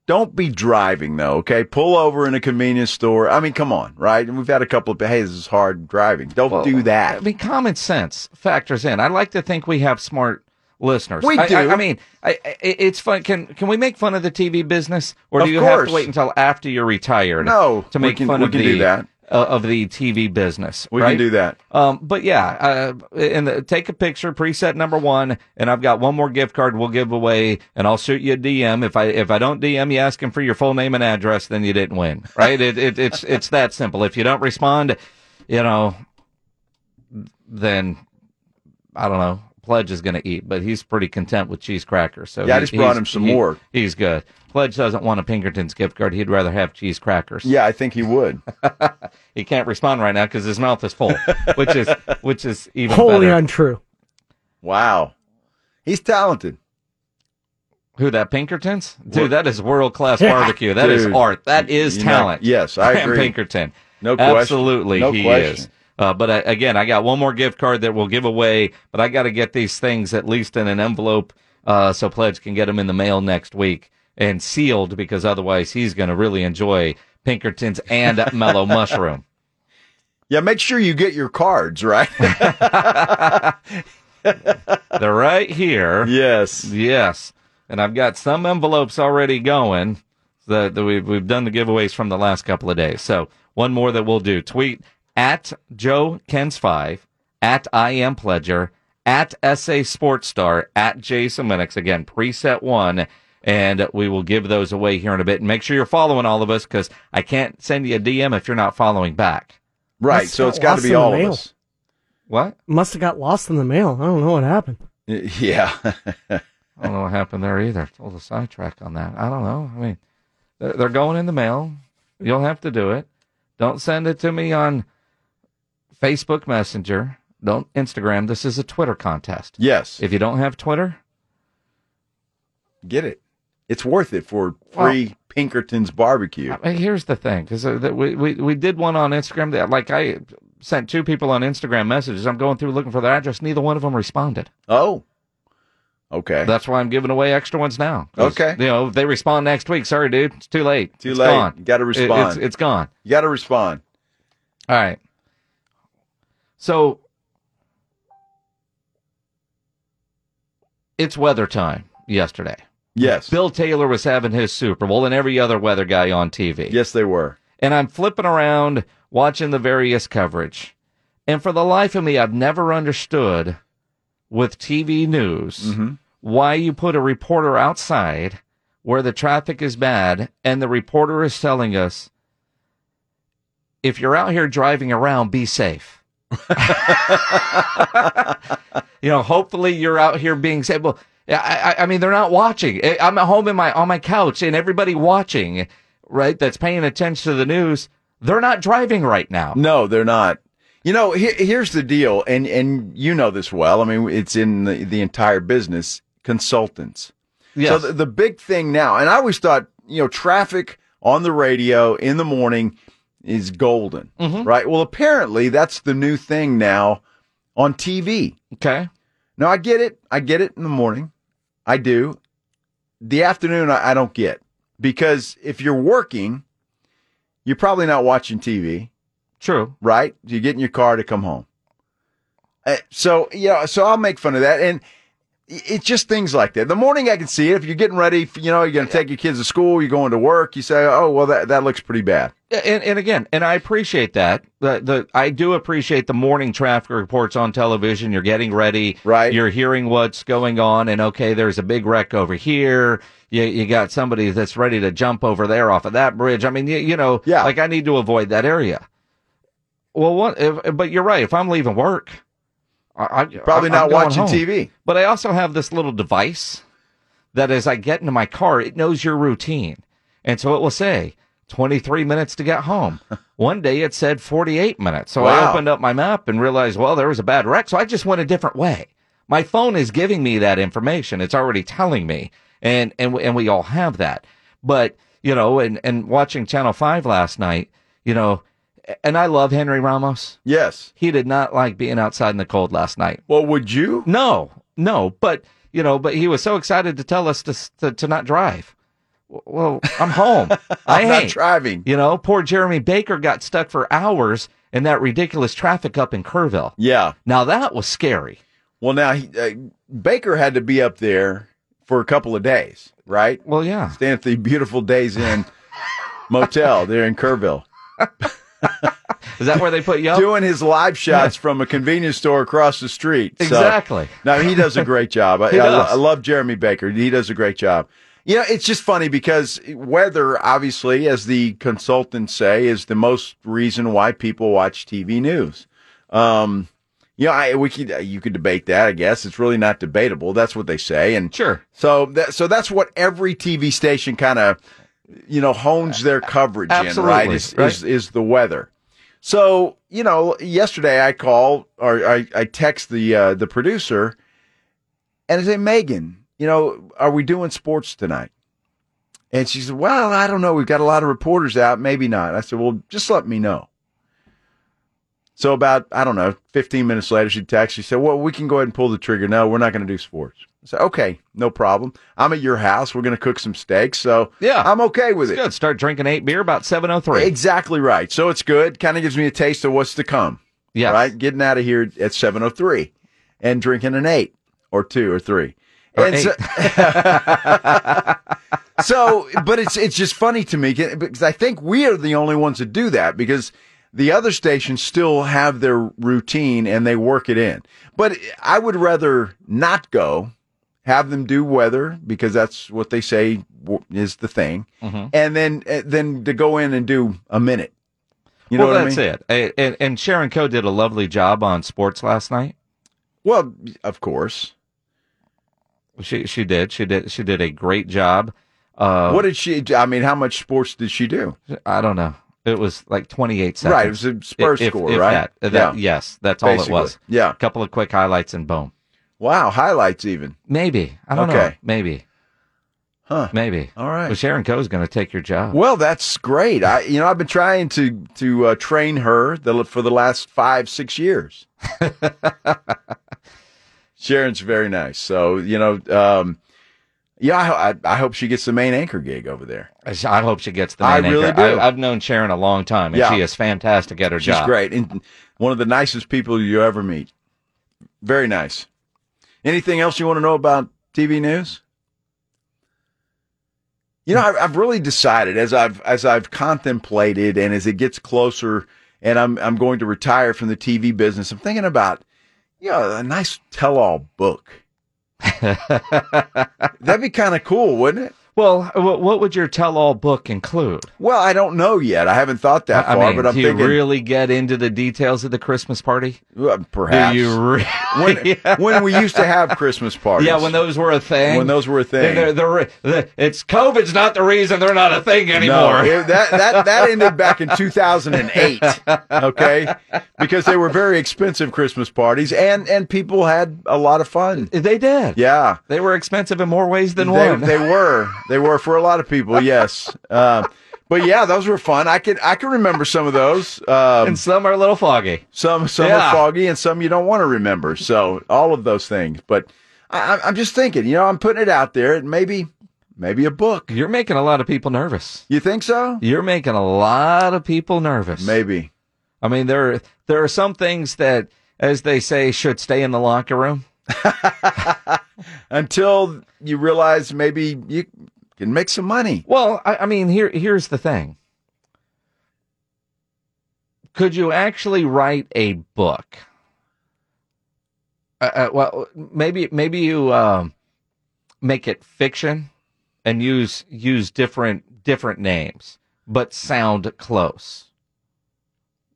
Don't be driving though, okay? Pull over in a convenience store. I mean, come on, right? And we've had a couple of hey, this is hard driving. Don't do
I
that.
mean, common sense factors in. I like to think we have smart listeners.
We
I,
do.
I, I mean, I, I, it's fun. Can can we make fun of the TV business, or do
Of
you have
course.
to wait until after you're retired?
No,
to
we
make
can-
fun
we
of
can
the
do that.
Uh, of the TV business.
We
right?
can do that.
Um, but yeah, uh, and uh, take a picture, preset number one, and I've got one more gift card we'll give away, and I'll shoot you a DM. If I if I don't DM you asking for your full name and address, then you didn't win, right? it, it it's it's that simple. If you don't respond, you know, then I don't know. Pledge is going to eat, but he's pretty content with cheese crackers. So
Yeah, I
he-
just brought
he's-
him some
he-
more.
He's good. Pledge doesn't want a Pinkerton's gift card. He'd rather have cheese crackers
Yeah, I think he would.
he can't respond right now because his mouth is full, which
[laughs]
is which is even
Wholly
better.
untrue.
Wow. He's talented.
Who that Pinkertons?
What?
Dude, that is world class
Yeah.
barbecue. That is
Dude,
art. That is
you're not-
talent.
yes, I
Graham
agree.
Pinkerton.
No question.
Absolutely,
No
he
question.
is. Uh, but I, again, I got one more gift card that we'll give away. But I got to get these things at least in an envelope uh, so Pledge can get them in the mail next week and sealed because otherwise he's going to really enjoy Pinkertons and
[laughs]
Mellow Mushroom.
Yeah, make sure you get your cards, right?
They're right here.
yes.
Yes, and I've got some envelopes already going. That that we've we've done the giveaways from the last couple of days. So one more that we'll do. Tweet at Joe Kens five at I am Pledger at SA Sports Star at Jason Minix. Again, preset one. And we will give those away here in a bit. And make sure you're following all of us because I can't send you a DM if you're not following back.
Right.
That's
So it's
not
got to be
lost in the
all of
mail.
us.
What?
Must have got lost in the mail. I don't know what happened.
Yeah. [laughs] I
don't know what happened there either. A little sidetrack on that. I don't know. I mean, they're, they're going in the mail. You'll have to do it. Don't send it to me on Facebook Messenger. Don't Instagram. This is a Twitter contest.
Yes.
If you don't have Twitter,
get it. It's worth it for free Pinkerton's barbecue.
I mean, here's the thing, because we, we we did one on Instagram that like I sent two people on Instagram messages. I'm going through looking for their address. Neither one of them responded.
Oh, okay.
That's why I'm giving away extra ones now. 'Cause,
Okay.
you know if they respond next week. Sorry, dude, it's too late.
Too
It's
late.
gone.
You gotta
It-
respond.
it's, it's gone.
You got to respond.
All right. So it's weather time yesterday.
Yes.
Bill Taylor was having his Super Bowl and every other weather guy on TV.
Yes, they were.
And I'm flipping around watching the various coverage. And for the life of me, I've never understood with TV news why you put a reporter outside where the traffic is bad and the reporter is telling us if you're out here driving around, be safe. [laughs] you know, hopefully you're out here being safe. Well, I, I, I mean, they're not watching. I- I'm at home in my on my couch, and everybody watching, right? That's paying attention to the news. They're not driving right now.
No, they're not. You know, he- here's the deal, and and you know this well. I mean, it's in the, the entire business. Consultants.
Yes.
So the, the big thing now, and I always thought, you know, traffic on the radio in the morning is golden, right? Well, apparently that's the new thing now on TV.
Okay.
Now I get it. I get it in the morning. I do. The afternoon I, I don't get because if you're working, you're probably not watching TV.
True.
Right? You get in your car to come home. Uh, So, you know, so I'll make fun of that. And it- it's just things like that. The morning I can see it. If you're getting ready, for, you know, you're going to take your kids to school, you're going to work, you say, oh, well, that, that looks pretty bad.
And, and again, and I appreciate that. The, the I do appreciate the morning traffic reports on television. You're getting ready, right? You're hearing what's going on, and okay, there's a big wreck over here. You you got somebody that's ready to jump over there off of that bridge. I mean, you, you know, yeah. Like I need to avoid that area. Well, what? If, but you're right. If I'm leaving work, I, I
Probably
I'm
not
going
watching
home.
TV.
But I also have this little device that as I get into my car, it knows your routine. And so it will say 23 minutes to get home. One day it said 48 minutes. So I
Wow.
opened up my map and realized, well, there was a bad wreck. So I just went a different way. My phone is giving me that information. It's already telling me. And, and, we- and we all have that. But, you know, and, and watching Channel 5 last night, you know, and I love Henry Ramos.
Yes.
He did not like being outside in the cold last night.
Well, would you?
No, no. But, you know, but he was so excited to tell us to, s- to, to not drive. W- Well, I'm home. I
[laughs] I'm not
ain't.
driving.
You know, poor Jeremy Baker got stuck for hours in that ridiculous traffic up in Kerrville.
Yeah.
Now that was scary.
Well, now he, uh, Baker had to be up there for a couple of days, right?
Well, yeah.
Staying at the beautiful
[laughs]
Days Inn motel there in Kerrville.
Is that where they put you up?
[laughs] Doing his live shots from a convenience store across the street. So-
Exactly.
no, he does a great
[laughs]
job. I,
He
I, lo-
does.
I love Jeremy Baker. He does a great job. You know, it's just funny because weather, obviously, as the consultants say, is the most reason why people watch TV news. Um, you know, I, we could, you could debate that, I guess. It's really not debatable. That's what they say. And
sure.
So that, so that's what every TV station kind of, you know, hones their coverage in, right?
Absolutely,
Is,
right.
Is, is the weather. So, you know, yesterday I call or I, I text the, uh, the producer and I say, Megan, you know, are we doing sports tonight? And she said, Well, I don't know. We've got a lot of reporters out. Maybe not. I said, Well, just let me know. So about, I don't know, 15 minutes later, she texted. She said, Well, we can go ahead and pull the trigger. No, we're not going to do sports. I said, Okay, no problem. I'm at your house. We're going to cook some steaks. So
Yeah.
I'm okay with
It's
it.
good. Start drinking eight beer about 7.03.
Exactly right. So it's good. Kind of gives me a taste of what's to come.
Yeah.
Right? Getting out of here at 7.03 and drinking an eight or two or three.
Or
and So, [laughs] so, but it's it's just funny to me 'cause- because I think we are the only ones that do that because the other stations still have their routine and they work it in. But I would rather not go, have them do weather because that's what they
Mm-hmm.
say w- is the thing, and then eh, then to go in and do a minute. You know
well,
what I
that's
mean?
it. And, and Sharon Coe did a lovely job on sports last night.
Well, of course,
she she did. She did. She did a great job. Uh,
what did she? I mean, how much sports did she do?
I don't know. It was like 28 seconds.
Right, it was a Spurs
If- if-
score,
if
right?
that- that-
Yeah.
Yes, that's
Basically,
all it was.
yeah.
A couple of quick highlights and boom.
Wow, highlights even.
Maybe. I don't know.
Okay.
Maybe.
Huh.
Maybe.
All right.
But Sharon Coe's going to take your job.
Well, that's great. I, you know, I've been trying to to uh, train her the, for the last five,
[laughs]
six years. Sharon's very nice, so you know, um, yeah, I, I, I hope she gets the main anchor gig over there.
I I hope she gets the
I
main
really
anchor.
do.
I, I've known Sharon a long time, and
Yeah.
she is fantastic at her
She's
job.
great and one of the nicest people you ever meet. Very nice. Anything else you want to know about TV news? You know, I've, I've really decided as I've as I've contemplated and as it gets closer, and I'm I'm going to retire from the TV business. I'm thinking about you know a nice tell-all
[laughs]
book. That'd be kind of cool, wouldn't it?
Well, what, what would your tell-all book include?
Well, I don't know yet. I haven't thought that
I
far,
mean,
but I'm
do you
thinking
really get into the details of the Christmas party?
Well, perhaps.
Do you [laughs] really?
when, [laughs] when we used to have Christmas parties.
Yeah, when those were a thing.
When those were a thing.
They're- they're- they're- it's COVID's not the reason they're not a thing anymore.
No, it- that, that, that ended back in 2008, okay? Because they were very expensive Christmas parties and, and people had a lot of fun.
[laughs] They did.
Yeah.
They were expensive in more ways than
they,
one.
They were. They were for a lot of people, yes. Uh, but yeah, those were fun. I can I can remember some of those.
[laughs]
Um,
and some are a little foggy.
Some some
Yeah.
are foggy, and some you don't want to remember. So all of those things. But I, I'm- I'm just thinking, you know, I'm putting it out there, and maybe maybe a book.
You're making a lot of people nervous.
You think so?
You're making a lot of people nervous.
Maybe.
I mean, there there are some things that, as they say, should stay in the locker room.
Until you realize maybe you can make some money.
Well, I, I mean, here here's the thing. Could you actually write a book? Uh, uh, well, maybe maybe you um, make it fiction and use use different different names, but sound close.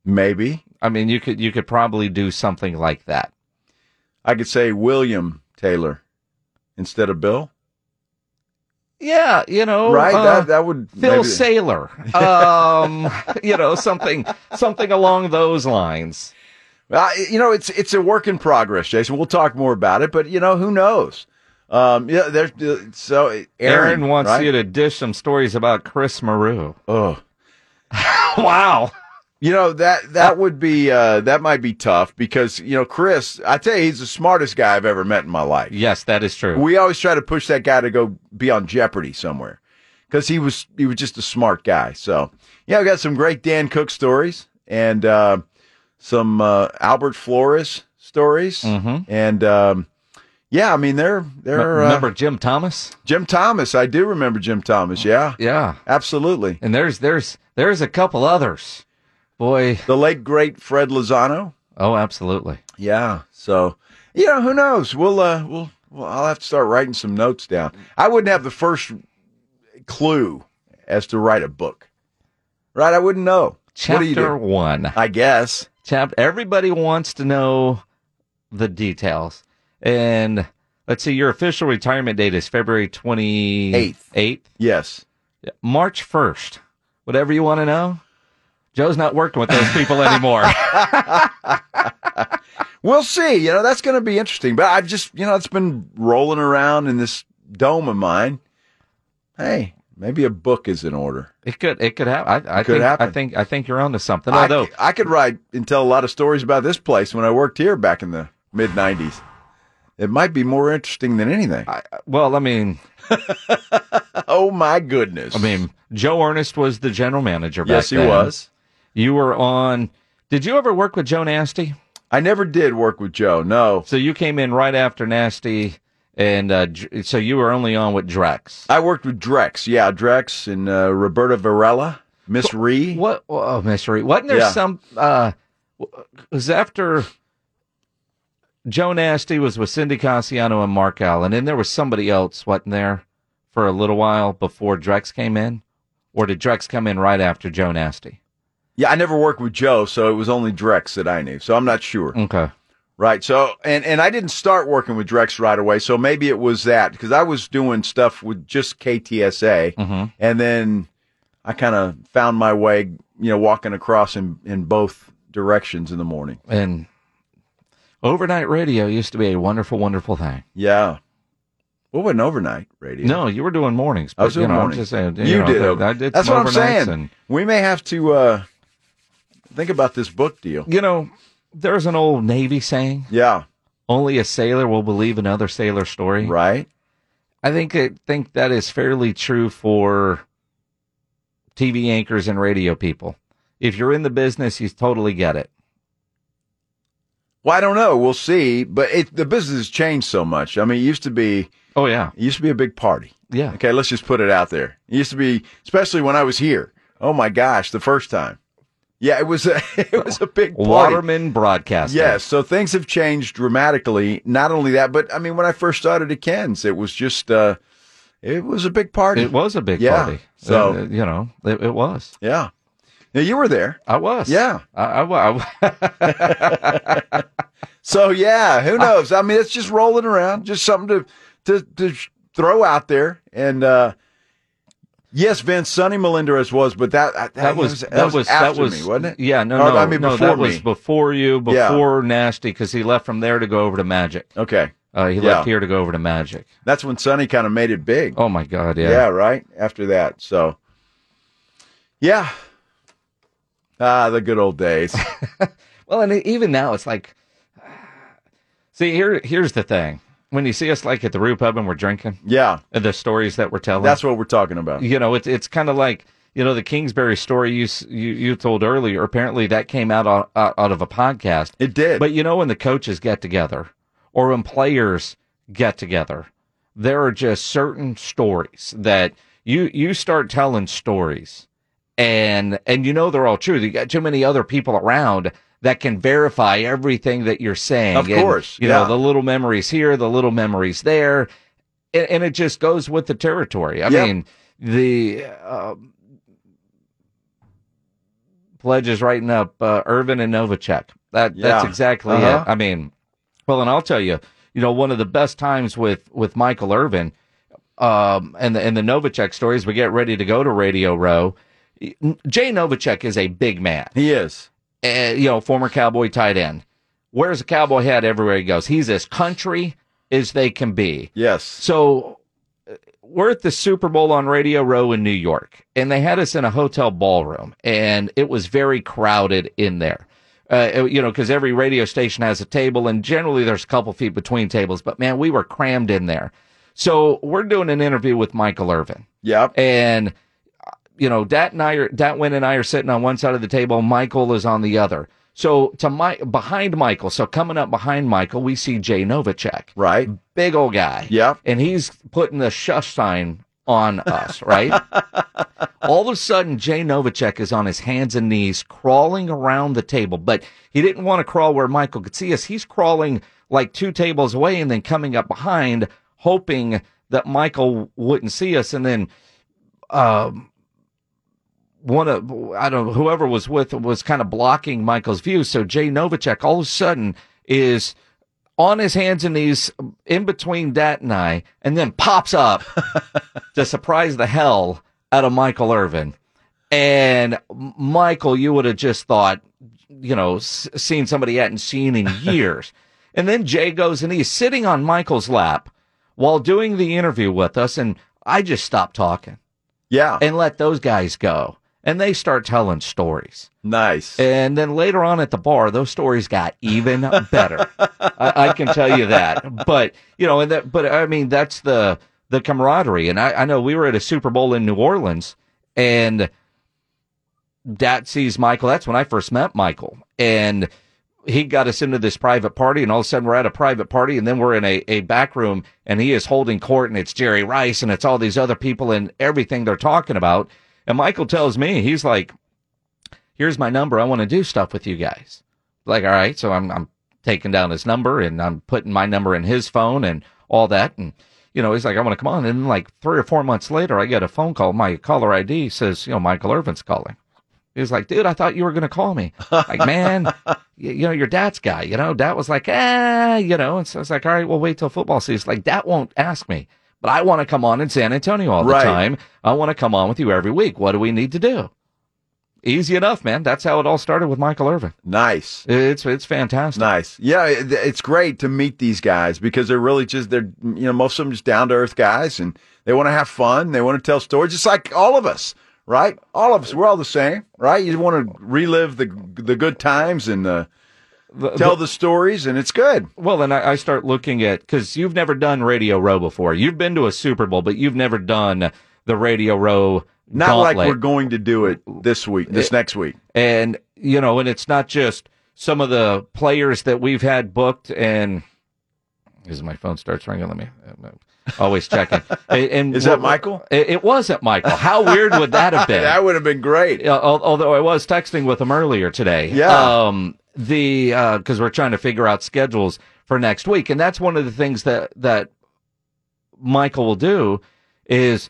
Maybe
I mean, you could you could probably do something like that.
I could say William Taylor instead of Bill.
Yeah, you know,
right?
uh,
that that would
Phil
maybe-
Sailor, um, [laughs] you know, something something along those lines.
Uh, you know, it's it's a work in progress, Jason. We'll talk more about it, but you know, who knows? Um, yeah, there's uh, so Aaron,
Aaron, wants
right?
you to dish some stories about Chris
[laughs]
Maru.
Oh,
wow.
You know that that would be uh, that might be tough because you know Chris, I tell you, he's the smartest guy I've ever met in my life.
Yes, that is true.
We always try to push that guy to go be on Jeopardy somewhere because he was he was just a smart guy. So yeah, we got some great Dan Cook stories and uh, some uh, Albert Flores stories,
Mm-hmm.
and um, yeah, I mean they're
M-
they're uh,
remember Jim Thomas?
Jim Thomas. I do remember Jim Thomas. Yeah,
Yeah,
absolutely.
and there's there's there's a couple others. Boy,
The late great Fred Lozano.
oh, absolutely.
Yeah. So, you know, who knows? We'll, uh, we'll, well, I'll have to start writing some notes down. I wouldn't have the first clue as to write a book, right? I wouldn't know. what do you
Chapter
do?
one.
I guess.
Chap. Everybody wants to know the details. And let's see, your official retirement date is February twenty
Eighth.
Eighth.
Yes.
March first. Whatever you want to know. Joe's not working with those
[laughs]
people anymore.
We'll see. You know, that's going to be interesting. But I've just, you know, it's been rolling around in this dome of mine. Hey, maybe a book is in order.
It could. It could happen. I, I
Could
think,
happen.
I think. I think you're onto something.
I-
Although
I, could write and tell a lot of stories about this place when I worked here back in the mid 90s. It might be more interesting than anything.
Well, I mean,
Oh my goodness!
I mean, Joe Ernest was the general manager. Back
yes, he
then.
was.
You were on. Did you ever work with Joe Nasty?
I never did work with Joe. No,
So you came in right after Nasty, and uh, Dr- so you were only on with Drex.
I worked with Drex. Yeah, Drex and uh, Roberta Varela, Miss Ree.
What? Oh, mystery. Wasn't there
Yeah.
some? Uh, w- it was after Joe Nasty was with Cindy Cassiano and Mark Allen, and there was somebody else, wasn't there, for a little while before Drex came in, or did Drex come in right after Joe Nasty?
Yeah, I never worked with Joe, so it was only Drex that I knew. So I'm not sure.
Okay.
Right. So and and I didn't start working with Drex right away. So maybe it was that because I was doing stuff with just KTSA,
Mhm.
and then I kind of found my way, you know, walking across in in both directions in the morning.
And overnight radio used to be a wonderful, wonderful thing.
Yeah. Well, it wasn't overnight radio.
No, you were doing mornings.
I was
but, you
doing
know, I'm
morning.
just saying,
you
you know,
did.
I did
That's
some
what I'm
overnights
saying.
and-
we may have to uh, think about this book deal.
You know, there's an old Navy saying.
Yeah.
Only a sailor will believe another sailor story.
Right.
I think I think that is fairly true for TV anchors and radio people. If you're in the business, you totally get it.
Well, I don't know. We'll see. But it, the business has changed so much. I mean, it used to be.
Oh yeah.
It used to be a big party.
Yeah.
Okay, let's just put it out there. It used to be, especially when I was here. Oh my gosh, the first time. Yeah, it was a [laughs] it was a big party.
Waterman broadcast.
Yes, so things have changed dramatically. Not only that, but I mean, when I first started at Ken's, it was just uh, it was a big party.
It was a big
Yeah,
party.
so-
Uh, you know, it, it was.
Yeah. Now you were there.
I was.
Yeah.
I, I, wa- I,
So yeah, who knows? I mean, it's just rolling around, just something to to to sh- throw out there. And uh yes, Vince, Sonny Melendrez was, but that that,
that was that was that
after
was
me, wasn't it?
Yeah, no,
Or,
no,
I mean
no,
before
that
me.
was before you,
Yeah.
before Nasty, because he left from there to go over to Magic.
Okay,
uh, he
Yeah.
left here to go over to Magic.
That's when Sonny kind of made it big.
Oh my God, yeah,
right. After that, so yeah, ah, the good old days.
[laughs] Well, and even now, it's like, [sighs] see, here, here's the thing: when you see us like at the Roo Pub and we're drinking,
yeah,
and the stories that we're telling,
that's what we're talking about.
you know, it's it's kind of like you know the Kingsbury story you s- you you told earlier. Apparently, that came out o- out, out of a podcast.
It did,
but you know when the coaches get together or when players get together, there are just certain stories that you you start telling stories, and and you know they're all true. You got too many other people around that can verify everything that you're saying.
Of
And,
course,
you
yeah.
know the little memories here, the little memories there, and, and it just goes with the territory. I
Yeah.
mean the. Uh, Pledge is writing up uh, Irvin and Novacek. That that's
Yeah.
exactly
Uh-huh.
it. I mean, well, and I'll tell you, you know, one of the best times with with Michael Irvin, um, and the and the Novacek stories. We get ready to go to Radio Row. Jay Novacek is a big man.
He is,
uh, you know, former Cowboy tight end. Wears a cowboy hat everywhere he goes. He's as country as they can be.
Yes.
So uh, we're at the Super Bowl on Radio Row in New York, and they had us in a hotel ballroom, and it was very crowded in there. Uh, it- you know, because every radio station has a table, and generally there's a couple feet between tables. But man, we were crammed in there. So we're doing an interview with Michael Irvin.
Yep.
And you know, Dat and I are Dat Wynn and I are sitting on one side of the table. Michael is on the other. So to my behind Michael, so coming up behind Michael, we see Jay Novacek,
right?
Big old guy,
yeah.
And he's putting the shush sign on us, right? All of a sudden, Jay Novacek is on his hands and knees, crawling around the table, but he didn't want to crawl where Michael could see us. He's crawling like two tables away and then coming up behind, hoping that Michael wouldn't see us, and then um, one of I don't know whoever was with was kind of blocking Michael's view. So Jay Novacek all of a sudden is on his hands and knees in between Dat and I, and then pops up to surprise the hell out of Michael Irvin. And Michael, you would have just thought, you know, s- seen somebody you hadn't seen in years. and then Jay goes and he's sitting on Michael's lap while doing the interview with us. And I just stopped talking
Yeah.
and let those guys go. And they start telling stories.
Nice.
And then later on at the bar, those stories got even better. I, I can tell you that. But you know, and that but I mean that's the the camaraderie. And I, I know we were at a Super Bowl in New Orleans and Dat sees Michael. That's when I first met Michael. And he got us into this private party, and all of a sudden we're at a private party, and then we're in a, a back room, and he is holding court, and it's Jerry Rice, and it's all these other people, and everything they're talking about. And Michael tells me, he's like, here's my number. I want to do stuff with you guys. Like, all right, so I'm I'm taking down his number and I'm putting my number in his phone and all that. And you know, he's like, I want to come on. And then like three or four months later, I get a phone call. My caller ID says, you know, Michael Irvin's calling. He was like, dude, I thought you were going to call me. Like, man, y- you, know, your dad's guy, you know, dad was like, ah, you know, and so it's like, all right, we'll wait till football season. Like, dad won't ask me, but I want to come on in San Antonio all the
Right.
time. I want to come on with you every week. What do we need to do? Easy enough, man. That's how it all started with Michael Irvin.
Nice.
It's it's fantastic.
Nice. Yeah, it- it's great to meet these guys because they're really just they're you know most of them just down to earth guys and they want to have fun. They want to tell stories, just like all of us, right? All of us, we're all the same, right? You want to relive the the good times and uh, tell the stories, and it's good.
Well, then I, I start looking at because you've never done Radio Row before. You've been to a Super Bowl, but you've never done the Radio Row.
Not like
gauntlet.
we're going to do it this week, this
It-
next week.
and you know, and it's not just some of the players that we've had booked. And as my phone starts ringing, let me always check
[laughs]
it. And, and
Is that Michael?
It, it wasn't Michael. How weird would that have been?
[laughs] that would have been great.
Yeah, al- although I was texting with him earlier today.
Yeah.
Um, the because we're trying to figure out schedules for next week, and that's one of the things that that Michael will do is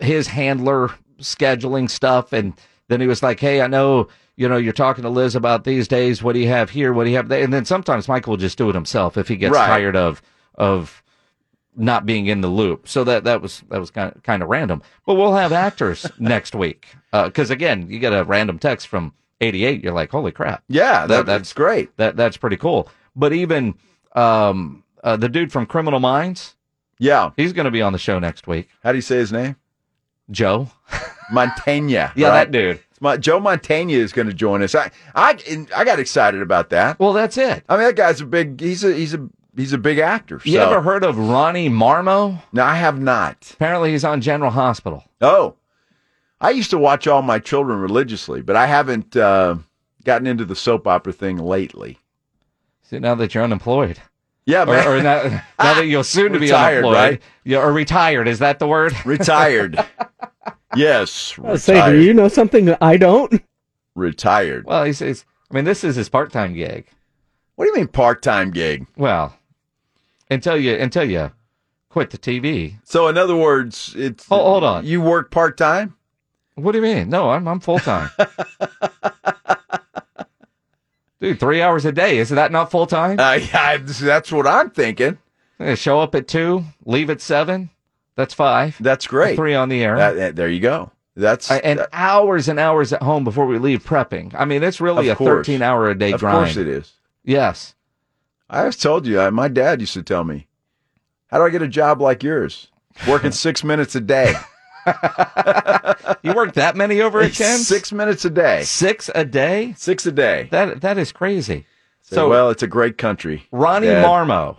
his handler scheduling stuff, and then he was like, "Hey, I know." You know, you're talking to Liz about these days. What do you have here? What do you have there? And then sometimes Michael will just do it himself if he gets
Right.
tired of of not being in the loop. So that that was that was kind of, kind of random. But we'll have actors next week because again, you get a random text from '88. You're like, holy crap!
Yeah, that- that's great.
That that's pretty cool. But even um, uh, the dude from Criminal Minds,
yeah,
he's going to be on the show next week.
How do you say his name?
Joe
Montaigne. [laughs] yeah,
that dude.
My, Joe Montaigne is going to join us. I, I, and I got excited about that.
Well, that's it.
I mean, that guy's a big. He's a he's a he's a big actor.
You
so-
ever heard of Ronnie Marmo?
No, I have not.
Apparently, he's on General Hospital.
Oh, I used to watch all my children religiously, but I haven't uh, gotten into the soap opera thing lately.
See, now that you're unemployed.
Yeah, man.
Or, or now, now that you'll soon to be
Retired,
unemployed.
right?
Yeah, or retired. Is that the word?
[laughs] Retired. yes,
I was say, do you know something that I don't?
retired.
Well, he says, I mean, this is his part-time gig.
What do you mean part-time gig?
Well, until you until you quit the TV.
So, in other words, it's
Hold, hold on.
You work part time?
What do you mean? No, I'm I'm full
[laughs]
time. Dude, three hours a day. Is that not full time?
Uh, yeah, that's what I'm thinking.
Show up at two, leave at seven. That's five.
That's great.
Three on the air.
That- that- there you go. That's
Uh, and hours and hours at home before we leave prepping. I mean, it's really
Of
a
course.
13 hour a day
of
grind.
course it is.
Yes.
I always told you. I, my dad used to tell me, "How do I get a job like yours? [laughs] Working six minutes a [laughs] day."
You work that many over at Ken's?
[laughs] Six minutes a day.
Six a day?
Six a day.
That that is crazy.
So, well, it's a great country.
Ronnie
Dad.
Marmo,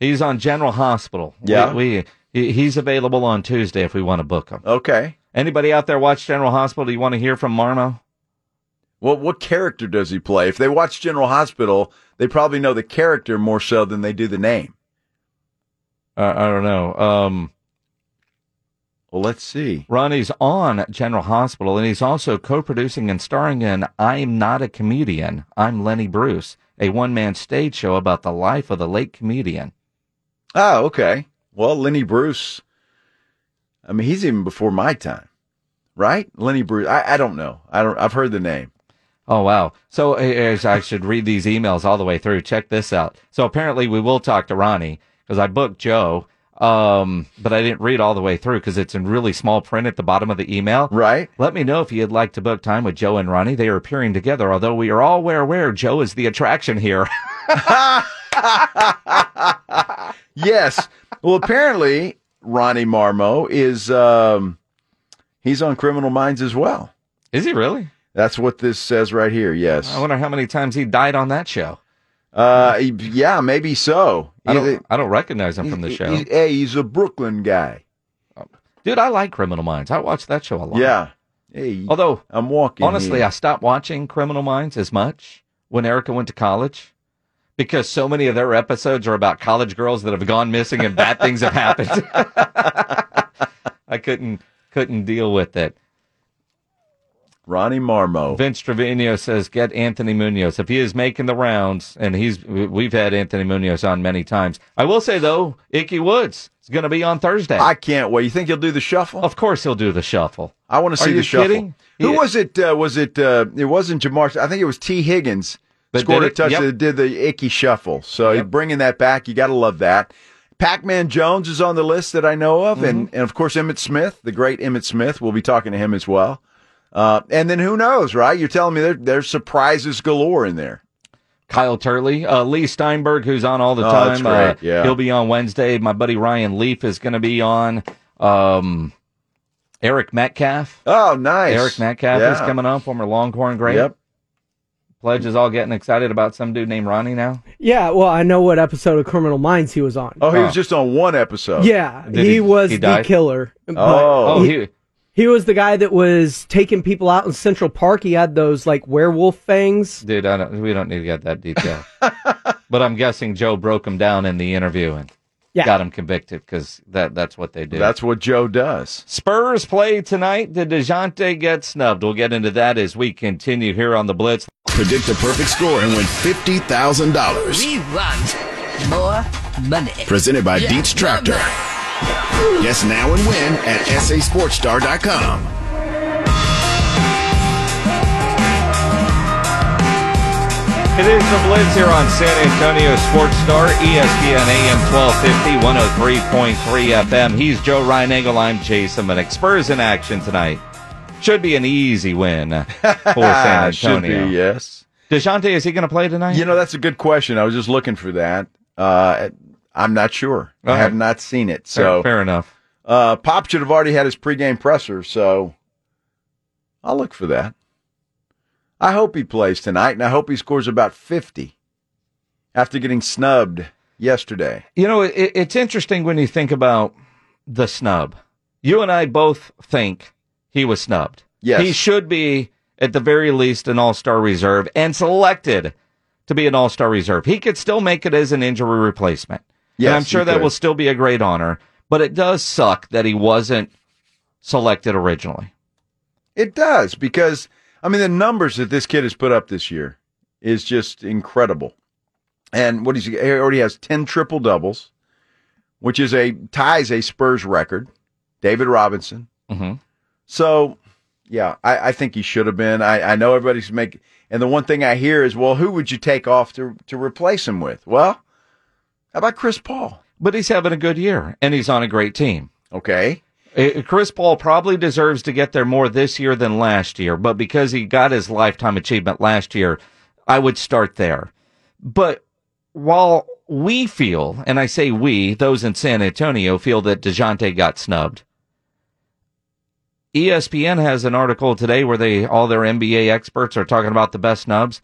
he's on General Hospital. We-
Yeah.
we, he- he's available on Tuesday if we want to book him.
Okay.
Anybody out there watch General Hospital? Do you want to hear from Marmo?
Well, what character does he play? If they watch General Hospital, they probably know the character more so than they do the name.
Uh, I don't know. Um,
Well, let's see.
Ronnie's on General Hospital, and he's also co-producing and starring in "I'm Not a Comedian, I'm Lenny Bruce," a one-man stage show about the life of the late comedian.
Oh, okay. Well, Lenny Bruce. I mean, he's even before my time, right? Lenny Bruce. I, I don't know. I don't. I've heard the name.
Oh wow! So here's- I should read these emails all the way through. Check this out. So apparently we will talk to Ronnie because I booked Joe, um, but I didn't read all the way through because it's in really small print at the bottom of the email.
Right.
Let me know if you'd like to book time with Joe and Ronnie. They are appearing together, although we are all aware, aware Joe is the attraction here. [laughs]
yes. Well, apparently Ronnie Marmo is um he's on Criminal Minds as well.
is he really?
That's what this says right here. Yes.
I wonder how many times he died on that show.
Uh yeah, maybe so.
I don't, I don't recognize him from the
He-
show,
he- hey, he's a Brooklyn guy.
dude. I like Criminal Minds. I watch that show a lot.
Yeah. Hey,
Although
I'm walking.
Honestly,
here.
I stopped watching Criminal Minds as much when Erica went to college because so many of their episodes are about college girls that have gone missing and bad things have happened. [laughs] I couldn't couldn't deal with it.
Ronnie Marmo.
Vince Trevino says, "Get Anthony Munoz if he is making the rounds." And he's we've had Anthony Munoz on many times. I will say though, Icky Woods is going to be on Thursday.
I can't wait. You think he'll do the shuffle?
Of course he'll do the shuffle.
I want to
Are
see
you
the shuffle.
kidding?
Who
Yeah.
was it? Uh, was it? Uh, it wasn't Jamar. I think it was T. Higgins
That
scored
did
a
it?
touch
Yep.
that did the icky shuffle. So he's bringing that back. You got to love that. Pac-Man Jones is on the list that I know of, and
Mm-hmm.
and of course Emmett Smith, the great Emmett Smith. We'll be talking to him as well. Uh, and then who knows, right? You're telling me there, there's surprises galore in there.
Kyle Turley, uh, Lee Steinberg, who's on all the
Oh, that's
time. uh,
great, yeah.
He'll be on Wednesday. My buddy Ryan Leaf is going to be on. Um, Eric Metcalf.
Oh, nice.
Eric Metcalf is
Yeah.
coming on, former Longhorn great.
Yep.
Pledge is all getting excited about some dude named Ronnie now.
Yeah, well, I know what episode of Criminal Minds he was on.
Oh, he was just on one episode.
yeah, he, was the killer. but
Oh.
he, he was the guy that was taking people out in Central Park. He had those like werewolf fangs.
Dude, I don't, we don't need to get that
[laughs]
detail. but I'm guessing Joe broke him down in the interview and
Yeah.
got him convicted because that, that's what they do.
That's what Joe does.
Spurs play tonight. Did DeJounte get snubbed? We'll get into that as we continue here on The Blitz.
Predict a perfect score and win $50,000.
We want more money.
Presented by Beach Tractor. Guess now and win at sasportstar.com.
It is the Blitz here on San Antonio Sports Star, E ESPN AM 1250, 103.3 FM. He's Joe Reinagle. I'm Jason Minnick. Spurs in action tonight. Should be an easy win
[laughs]
for San
Should be,
Antonio.
yes.
DeJounte, is he going to play tonight?
You know, that's a good question. I was just looking for that. Uh, I'm not sure. I
Okay.
have not seen it.
Fair-
So
fair enough.
Uh, Pop should have already had his pregame presser, so I'll look for that. I hope he plays tonight, and I hope he scores about 50 after getting snubbed yesterday.
You know, it, it's interesting when you think about the snub. You and I both think he was snubbed.
Yes.
He should be, at the very least, an all star reserve and selected to be an all star reserve. He could still make it as an injury replacement.
Yes,
and I'm
he
sure that
could.
will still be a great honor, but it does suck that he wasn't selected originally.
It does because I mean the numbers that this kid has put up this year is just incredible. And what is he he already has 10 triple doubles, which is a ties a Spurs record. David Robinson.
Mm-hmm.
So yeah, I, I think he should have been. I, I know everybody's making and the one thing I hear is, well, who would you take off to to replace him with? Well, how about Chris Paul?
But he's having a good year and he's on a great team.
Okay.
Uh, Chris Paul probably deserves to get there more this year than last year, but because he got his lifetime achievement last year, I would start there. But while we feel, and I say we, those in San Antonio feel that DeJounte got snubbed, E ESPN has an article today where they all their NBA experts are talking about the best snubs,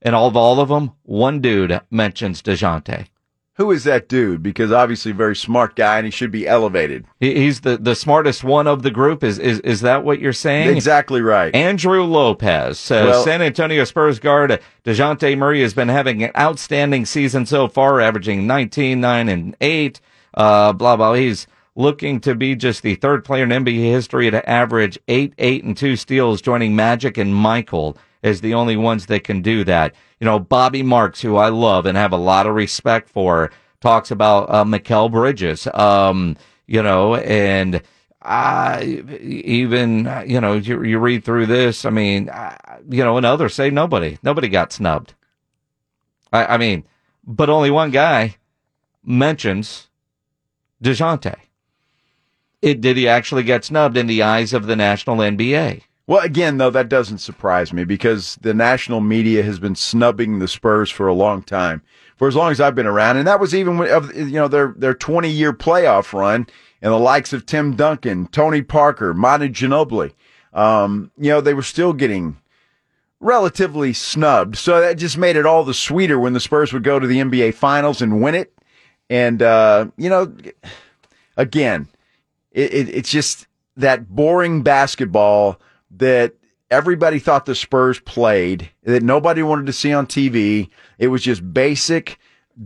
and all of all of them, one dude mentions DeJounte.
Who is that dude? Because obviously very smart guy and he should be elevated.
He, he's the, the smartest one of the group. Is, is is that what you're saying?
Exactly right.
Andrew Lopez says
Well-
San Antonio Spurs guard DeJounte Murray has been having an outstanding season so far, averaging 19, 9, and 8. Uh, blah, blah. He's looking to be just the third player in NBA history to average 8, 8, and 2 steals, joining Magic and Michael as the only ones that can do that. You know, Bobby Marks, who I love and have a lot of respect for, talks about uh, Mikel Bridges, um, you know, and uh, even, uh, you know, you, you read through this. I mean, uh, you know, and others say nobody, nobody got snubbed. I, I mean, but only one guy mentions DeJounte. It, did he actually get snubbed in the eyes of the national NBA?
Well, again, though, that doesn't surprise me because the national media has been snubbing the Spurs for a long time, for as long as I've been around, and that was even when- of you know their their twenty year playoff run and the likes of Tim Duncan, Tony Parker, Monte Ginobili. Um, you know, they were still getting relatively snubbed, so that just made it all the sweeter when the Spurs would go to the NBA Finals and win it. And uh, you know, again, it, it, it's just that boring basketball that everybody thought the Spurs played that nobody wanted to see on TV. It was just basic,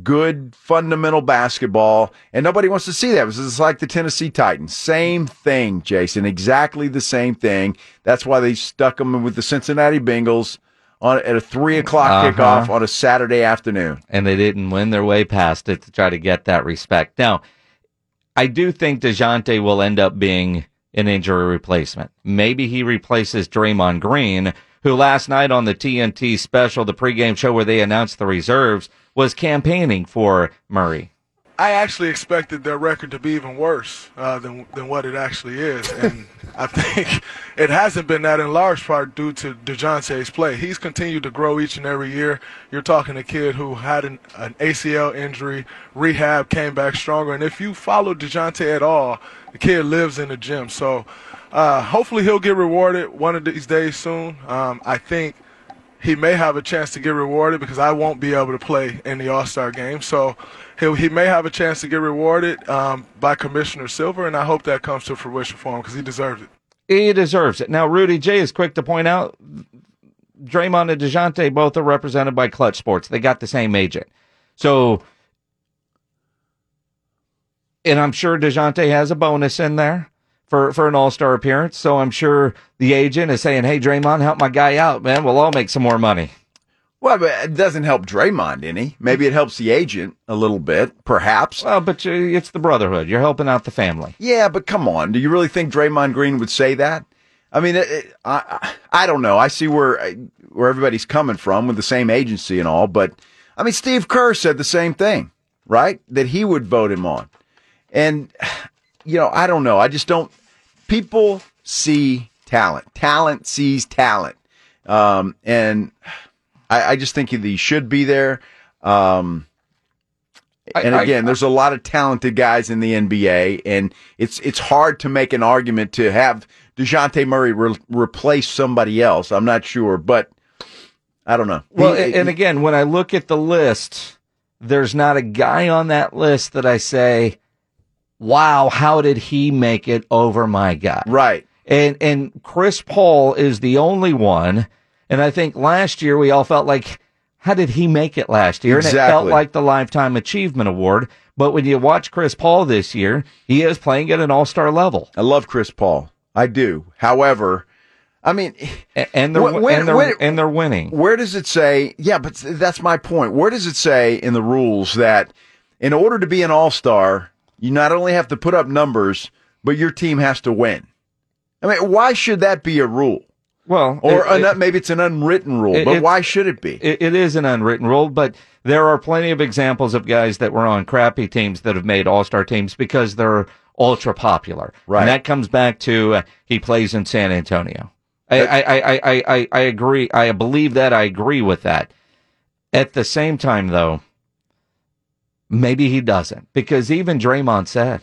good fundamental basketball, and nobody wants to see that because it's like the Tennessee Titans. Same thing, Jason. Exactly the same thing. That's why they stuck them with the Cincinnati Bengals on at a three o'clock
Uh-huh.
kickoff on a Saturday afternoon.
and they didn't win their way past it to try to get that respect. Now, I do think DeJounte will end up being an injury replacement. Maybe he replaces Draymond Green, who last night on the TNT special, the pregame show where they announced the reserves, was campaigning for Murray.
I actually expected their record to be even worse uh, than than what it actually is, and I think it hasn't been that in large part due to Dejounte's play. He's continued to grow each and every year. You're talking a kid who had an, an ACL injury, rehab, came back stronger, and if you follow Dejounte at all, the kid lives in the gym. So uh, hopefully he'll get rewarded one of these days soon. Um, I think he may have a chance to get rewarded because I won't be able to play in the All Star game. So he, he may have a chance to get rewarded um, by Commissioner Silver, and I hope that comes to fruition for him because he deserves it.
He deserves it. Now, Rudy J is quick to point out Draymond and DeJounte both are represented by Clutch Sports. They got the same agent. So, and I'm sure DeJounte has a bonus in there for, for an all star appearance. So I'm sure the agent is saying, hey, Draymond, help my guy out, man. We'll all make some more money.
Well, but it doesn't help Draymond any. Maybe it helps the agent a little bit, perhaps.
Well, but you, it's the brotherhood. You're helping out the family.
Yeah, but come on. Do you really think Draymond Green would say that? I mean, it, it, I I I don't know. I see where where everybody's coming from with the same agency and all, but I mean, Steve Kerr said the same thing, right? That he would vote him on, and you know, I don't know. I just don't. People see talent. Talent sees talent, um, and I, I just think that he should be there. Um, and
I-
again, there's a lot of talented guys in the NBA, and it's it's hard to make an argument to have Dejounte Murray re- replace somebody else. I'm not sure, but I don't know.
Well,
He-
and, and again, when I look at the list, there's not a guy on that list that I say, "Wow, how did he make it over my guy?"
Right.
And and Chris Paul is the only one, and I think last year we all felt like, "How did he make it last year?" And it felt
Exactly.
like the lifetime achievement award. But when you watch Chris Paul this year, he is playing at an all star level.
I love Chris Paul. I do. However, I mean,
and, they're
When-
and they're
when-
and they're winning.
Where does it say? Yeah, but that's my point. Where does it say in the rules that in order to be an all star, you not only have to put up numbers, but your team has to win? I mean, why should that be a rule?
Well,
or
it-
an,
it-
maybe it's an unwritten rule,
It-
but
it-
why should it be?
It, it is an unwritten rule, but there are plenty of examples of guys that were on crappy teams that have made all star teams because they're ultra popular.
Right.
And that comes back to uh, he plays in San Antonio. I, I, I, I, I, I agree. I believe that. I agree with that. At the same time, though, maybe he doesn't because even Draymond said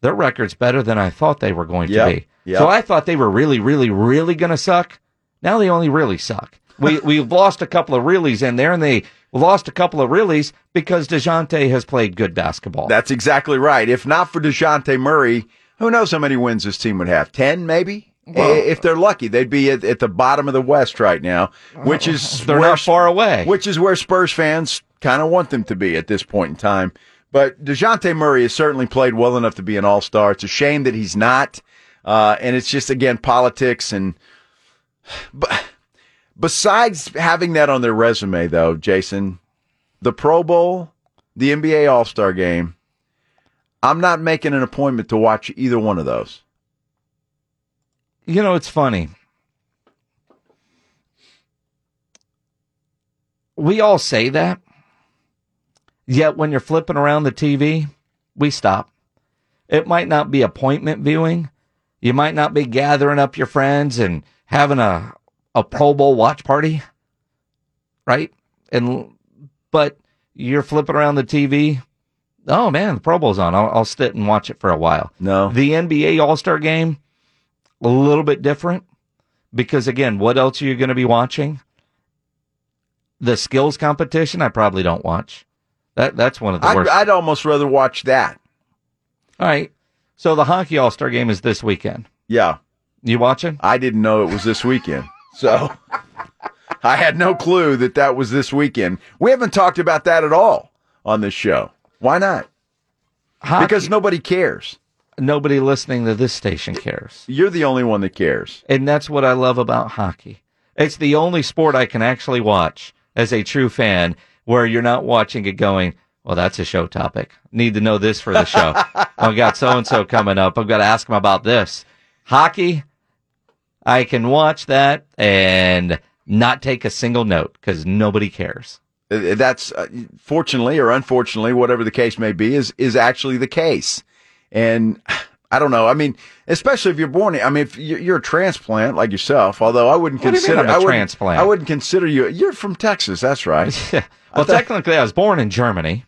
their record's better than I thought they were going
Yep,
to be.
yep.
So I thought they were really, really, really going to suck. Now they only really suck. We [laughs] we've lost a couple of reallys in there, and they lost a couple of reallys because Dejounte has played good basketball.
That's exactly right. If not for DeJounte Murray, who knows how many wins this team would have? 10 maybe? I- if they're lucky, they'd be at, at the bottom of the West right now, which
[laughs]
is
They're not far away.
Which is where Spurs fans kind of want them to be at this point in time. But DeJounte Murray has certainly played well enough to be an all star. It's a shame that he's not. Uh, and it's just, again, politics and [sighs] besides having that on their resume, though, Jason, the Pro Bowl, the NBA All Star game, I'm not making an appointment to watch either one of those.
you know, it's funny. We all say that. Yet when you're flipping around the TV, we stop. It might not be appointment viewing. You might not be gathering up your friends and having a, a Pro Bowl watch party. Right? And but you're flipping around the TV. Oh man, the Pro Bowl's on. I'll, I'll sit and watch it for a while.
No.
The NBA All Star game, a little bit different because again, what else are you going to be watching? The skills competition, I probably don't watch. That that's one of the
I'd,
worst.
I'd almost rather watch that.
All right. So the hockey All Star game is this weekend.
Yeah.
You watching?
I didn't know it was this weekend. So [laughs] I had no clue that that was this weekend. We haven't talked about that at all. on this show. Why not? Because nobody cares.
Nobody listening to this station cares.
You're the only one that cares.
And that's what I love about hockey. It's the only sport I can actually watch as a true fan where you're not watching it going, well, that's a show topic. Need to know this for the show. I've got so and so coming up. I've got to ask him about this. Hockey, I can watch that and not take a single note because nobody cares.
Uh, That's uh, fortunately or unfortunately, whatever the case may be, is is actually the case. And [sighs] I don't know. I mean, especially if you're born. I mean, if you- you're a transplant like yourself, although I wouldn't
What do you mean
consider
I'm a
I wouldn't-
transplant?
I wouldn't consider you. You're from Texas. That's right.
[laughs] Well, technically, I was born in Germany.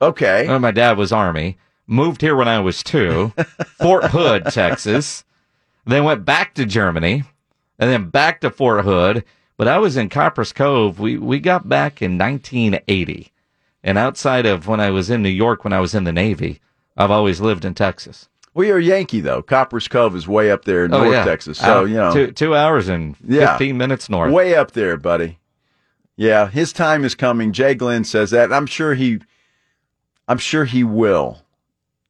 Okay.
my dad was Army. Moved here when I was two, Fort
[laughs]
Hood, Texas. Then went back to Germany and then back to Fort Hood. But I was in Copper's Cove. We, we got back in 1980. And outside of when I was in New York, when I was in the Navy, I've always lived in Texas.
We are Yankee though. Copper's Cove is way up there in
Oh,
North
yeah.
Texas. So
Out-
you know,
two, two hours and
Yeah.
15 minutes north.
Way up there, buddy. Yeah, his time is coming. Jay Glenn says that. and I'm sure he I'm sure he will.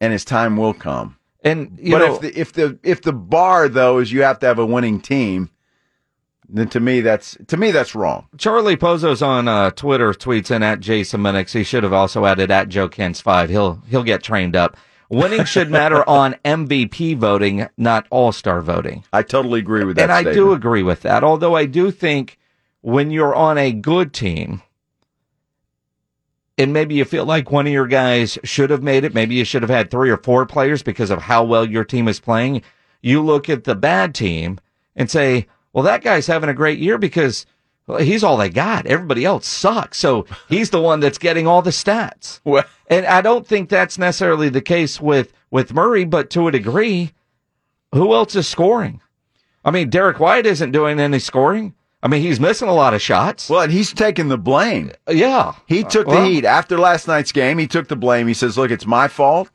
And his time will come.
And you
but
know-
if the if the if the bar though is you have to have a winning team, then to me that's to me that's wrong.
Charlie Pozo's on uh, Twitter tweets in at Jason Minix. He should have also added at Joe Kins five. He'll he'll get trained up. Winning should matter on MVP voting, not All Star voting.
I totally agree with that.
And I do
statement.
agree with that. Although I do think when you're on a good team, and maybe you feel like one of your guys should have made it, maybe you should have had three or four players because of how well your team is playing. You look at the bad team and say, well, that guy's having a great year because well, he's all they got. Everybody else sucks. So he's the one that's getting all the stats.
Well,
and I don't think that's necessarily the case with, with Murray, but to a degree, who else is scoring? I mean, Derek White isn't doing any scoring. I mean, he's missing a lot of shots.
Well, and he's taking the blame.
Yeah.
He took
Well-
the heat after last night's game. He took the blame. He says, "Look, it's my fault.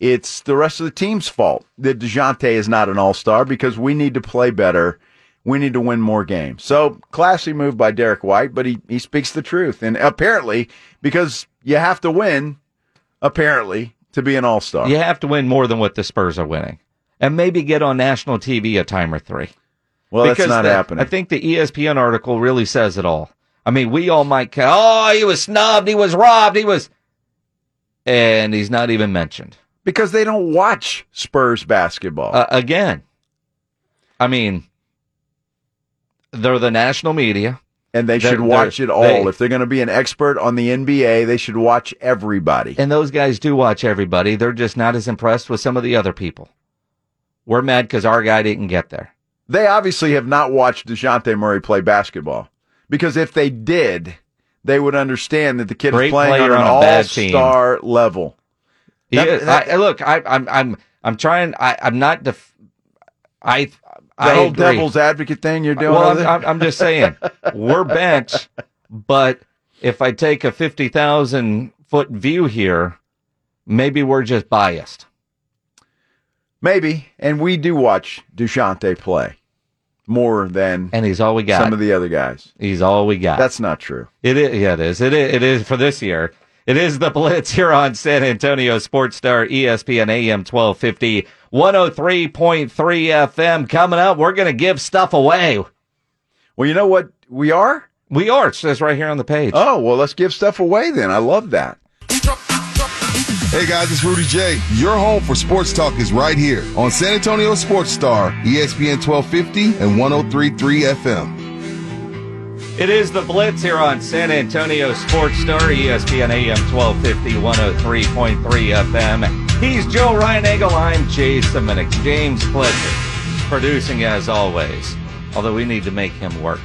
It's the rest of the team's fault that Dejounte is not an All Star because we need to play better. We need to win more games." So classy move by Derek White, but he he speaks the truth, and apparently because you have to win, apparently to be an All Star.
You have to win more than what the Spurs are winning, and maybe get on national TV a time or three.
Well, that's not
the-
happening.
I think the E ESPN article really says it all. I mean, we all might ca- oh, he was snubbed, he was robbed, he was, and he's not even mentioned
because they don't watch Spurs basketball
uh, again. I mean, they're the national media,
and they should watch it all. if they're going to be an expert on the NBA, they should watch everybody.
And those guys do watch everybody. They're just not as impressed with some of the other people. We're mad because our guy didn't get there.
They obviously have not watched DeJounte Murray play basketball because if they did, they would understand that the kid
Great
is playing on
player
an
on a
all
bad team.
star level.
He
That-
is.
that-
I, I- look, I, I'm, I'm, I'm trying. I, I'm not. Def- I,
The
I
whole
agree.
devil's advocate thing you're doing.
Well,
over
I'm,
there?
I'm, I'm just saying we're bench, but if I take a fifty thousand foot view here, maybe we're just biased.
Maybe, and we do watch DeJounte play more than
and he's all we got.
Some of the other guys.
He's all we got.
That's not true.
It is. Yeah, it is. It is. It is for this year. It is the Blitz here on San Antonio Sports Star E ESPN AM 1250 103.3 FM. Coming up, we're going to give stuff away.
Well, you know what we are?
We are. It says right here on the page.
Oh, well, let's give stuff away then. I love that.
Hey guys, it's Rudy J. Your home for sports talk is right here on San Antonio Sports Star, E ESPN 1250 and 1033 FM.
It is the Blitz here on San Antonio Sports Star, E ESPN AM 1250, 103.3 FM. He's Joe Reinagle. I'm Jay Semenix. James Pleasure, producing as always. Although we need to make him work.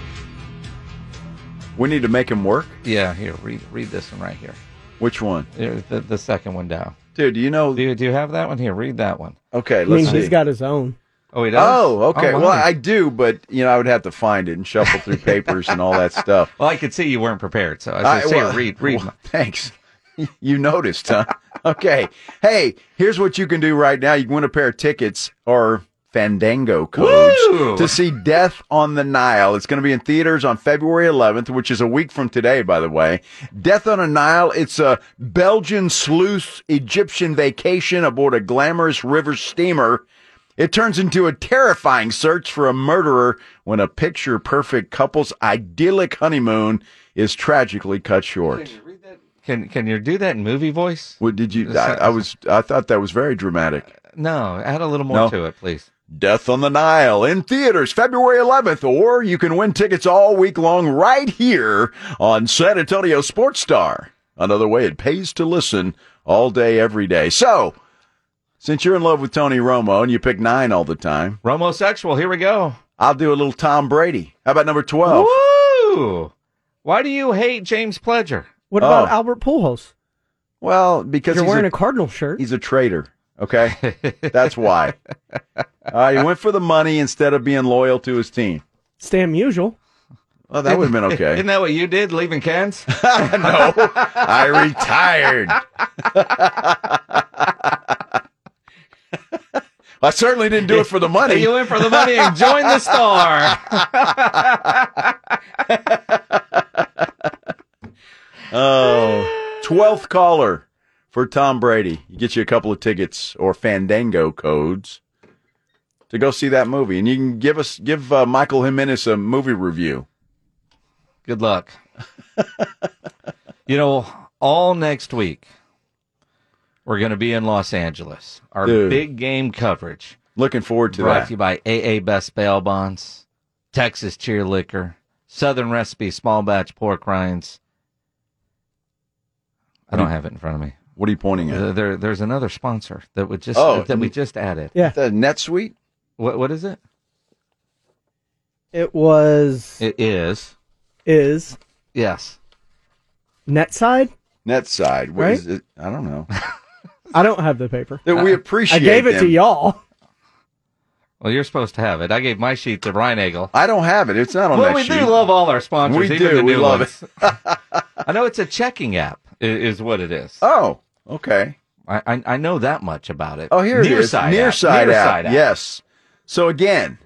We need to make him work.
Yeah, here, read read this one right here.
Which one?
Here, The, the second one down.
Dude, do you know?
Do you, do you have that one? Here, read that one.
Okay,
I mean,
let's
he's
see.
got his own.
Oh, he does?
Oh, okay.
Oh,
well,
my.
I do, but you know, I would have to find it and shuffle
[laughs]
through papers and all that stuff.
Well, I could see you weren't prepared, so I said,
I-
"Here,
well,
read,
[laughs]
read."
well, thanks. You noticed, huh? okay. Hey, here's what you can do right now. You can win a pair of tickets or Fandango codes
Woo!
to see Death on the Nile. It's going to be in theaters on February 11th, which is a week from today, by the way. Death on a Nile. It's a Belgian sleuth Egyptian vacation aboard a glamorous river steamer. It turns into a terrifying search for a murderer when a picture perfect couple's idyllic honeymoon is tragically cut short.
Can can you do that in movie voice?
What did you? I, I was. I thought that was very dramatic.
No, add a little more
No.
to it, please.
Death on the Nile in theaters February 11th, or you can win tickets all week long right here on San Antonio Sports Star. Another way it pays to listen all day, every day. So, since you're in love with Tony Romo and you pick nine all the time,
Romosexual, here we go.
I'll do a little Tom Brady. How about number 12? Oh.
Woo! Why do you hate James Pledger?
What about Albert Pujols?
Well, because
You're
Oh. he's
wearing
a-
a Cardinal shirt.
He's a traitor. Okay, that's why. Uh, he went for the money instead of being loyal to his team.
It's damn usual.
Well, that would have been
[laughs]
okay.
Isn't that what you did, leaving Ken's?
I retired. I certainly didn't do it for the money.
[laughs]
You went for the money and joined the star.
Oh, 12th caller for Tom Brady. You get you a couple of tickets or Fandango codes to go see that movie, and you can give us give uh, Michael Jimenez a movie review.
Good luck. you know, all next week we're going to be in Los Angeles. Our
Dude.
big game coverage.
Looking forward to
brought
that.
to you by AA Best Bail Bonds, Texas Cheer Liquor, Southern Recipe Small Batch Pork Rinds. I
What are
don't
you-
have it in front of me.
What are you pointing at?
Uh, There, there's another sponsor that would just
Oh.
that we just added.
Yeah.
The NetSuite.
What what is it?
It was
It is
is
yes.
net side.
NetSide. What
Right?
is it? I don't know.
[laughs] I don't have the paper.
That we appreciate.
I gave it to
them.
y'all. [laughs]
Well, you're supposed to have it. I gave my sheet to Ryan Eagle.
I don't have it. It's not on
well,
that
we
sheet.
do love all our sponsors.
We
even
do.
the
We
new
love
ones.
[laughs]
I know it's a checking app, i- is what it is.
Oh, okay.
I, I, I know that much about it.
Oh, here it is.
Nearside
Near
app.
side
Nearside app.
Yes. So again,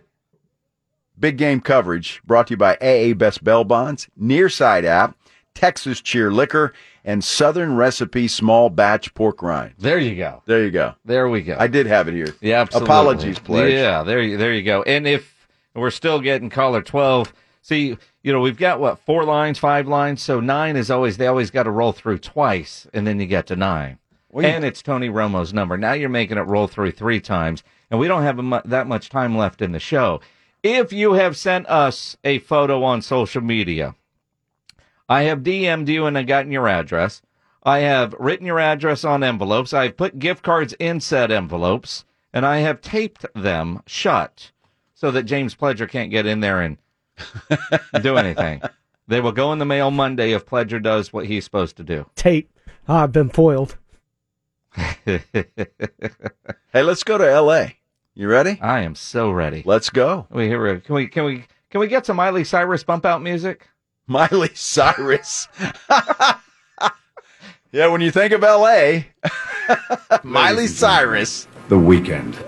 big game coverage brought to you by AA Best Bell Bonds, Near Side app, Texas Cheer Liquor, and Southern Recipe Small Batch Pork Rind.
There you go.
There you go.
There we go.
I did have it here.
Yeah, absolutely.
Apologies, pledge.
Yeah, there you there you go. And if we're still getting caller twelve, see, you know, we've got what four lines, five lines, so nine is always they always got to roll through twice, and then you get to nine.
Well, you-
and it's Tony Romo's number. Now you're making it roll through three times, and we don't have a mu- that much time left in the show. If you have sent us a photo on social media, I have DM'd you and I've gotten your address. I have written your address on envelopes. I've put gift cards in said envelopes, and I have taped them shut so that James Pledger can't get in there and do anything. They will go in the mail Monday if Pledger does what he's supposed to do. [laughs]
Tape. Ah, I've been foiled.
Hey, let's go to LA. You ready?
I am so ready.
Let's go. [laughs]
We here we- can we can we can we get some Miley Cyrus bump out music?
Miley Cyrus. [laughs] yeah, when [laughs] you think of LA, Miley Cyrus.
The weekend.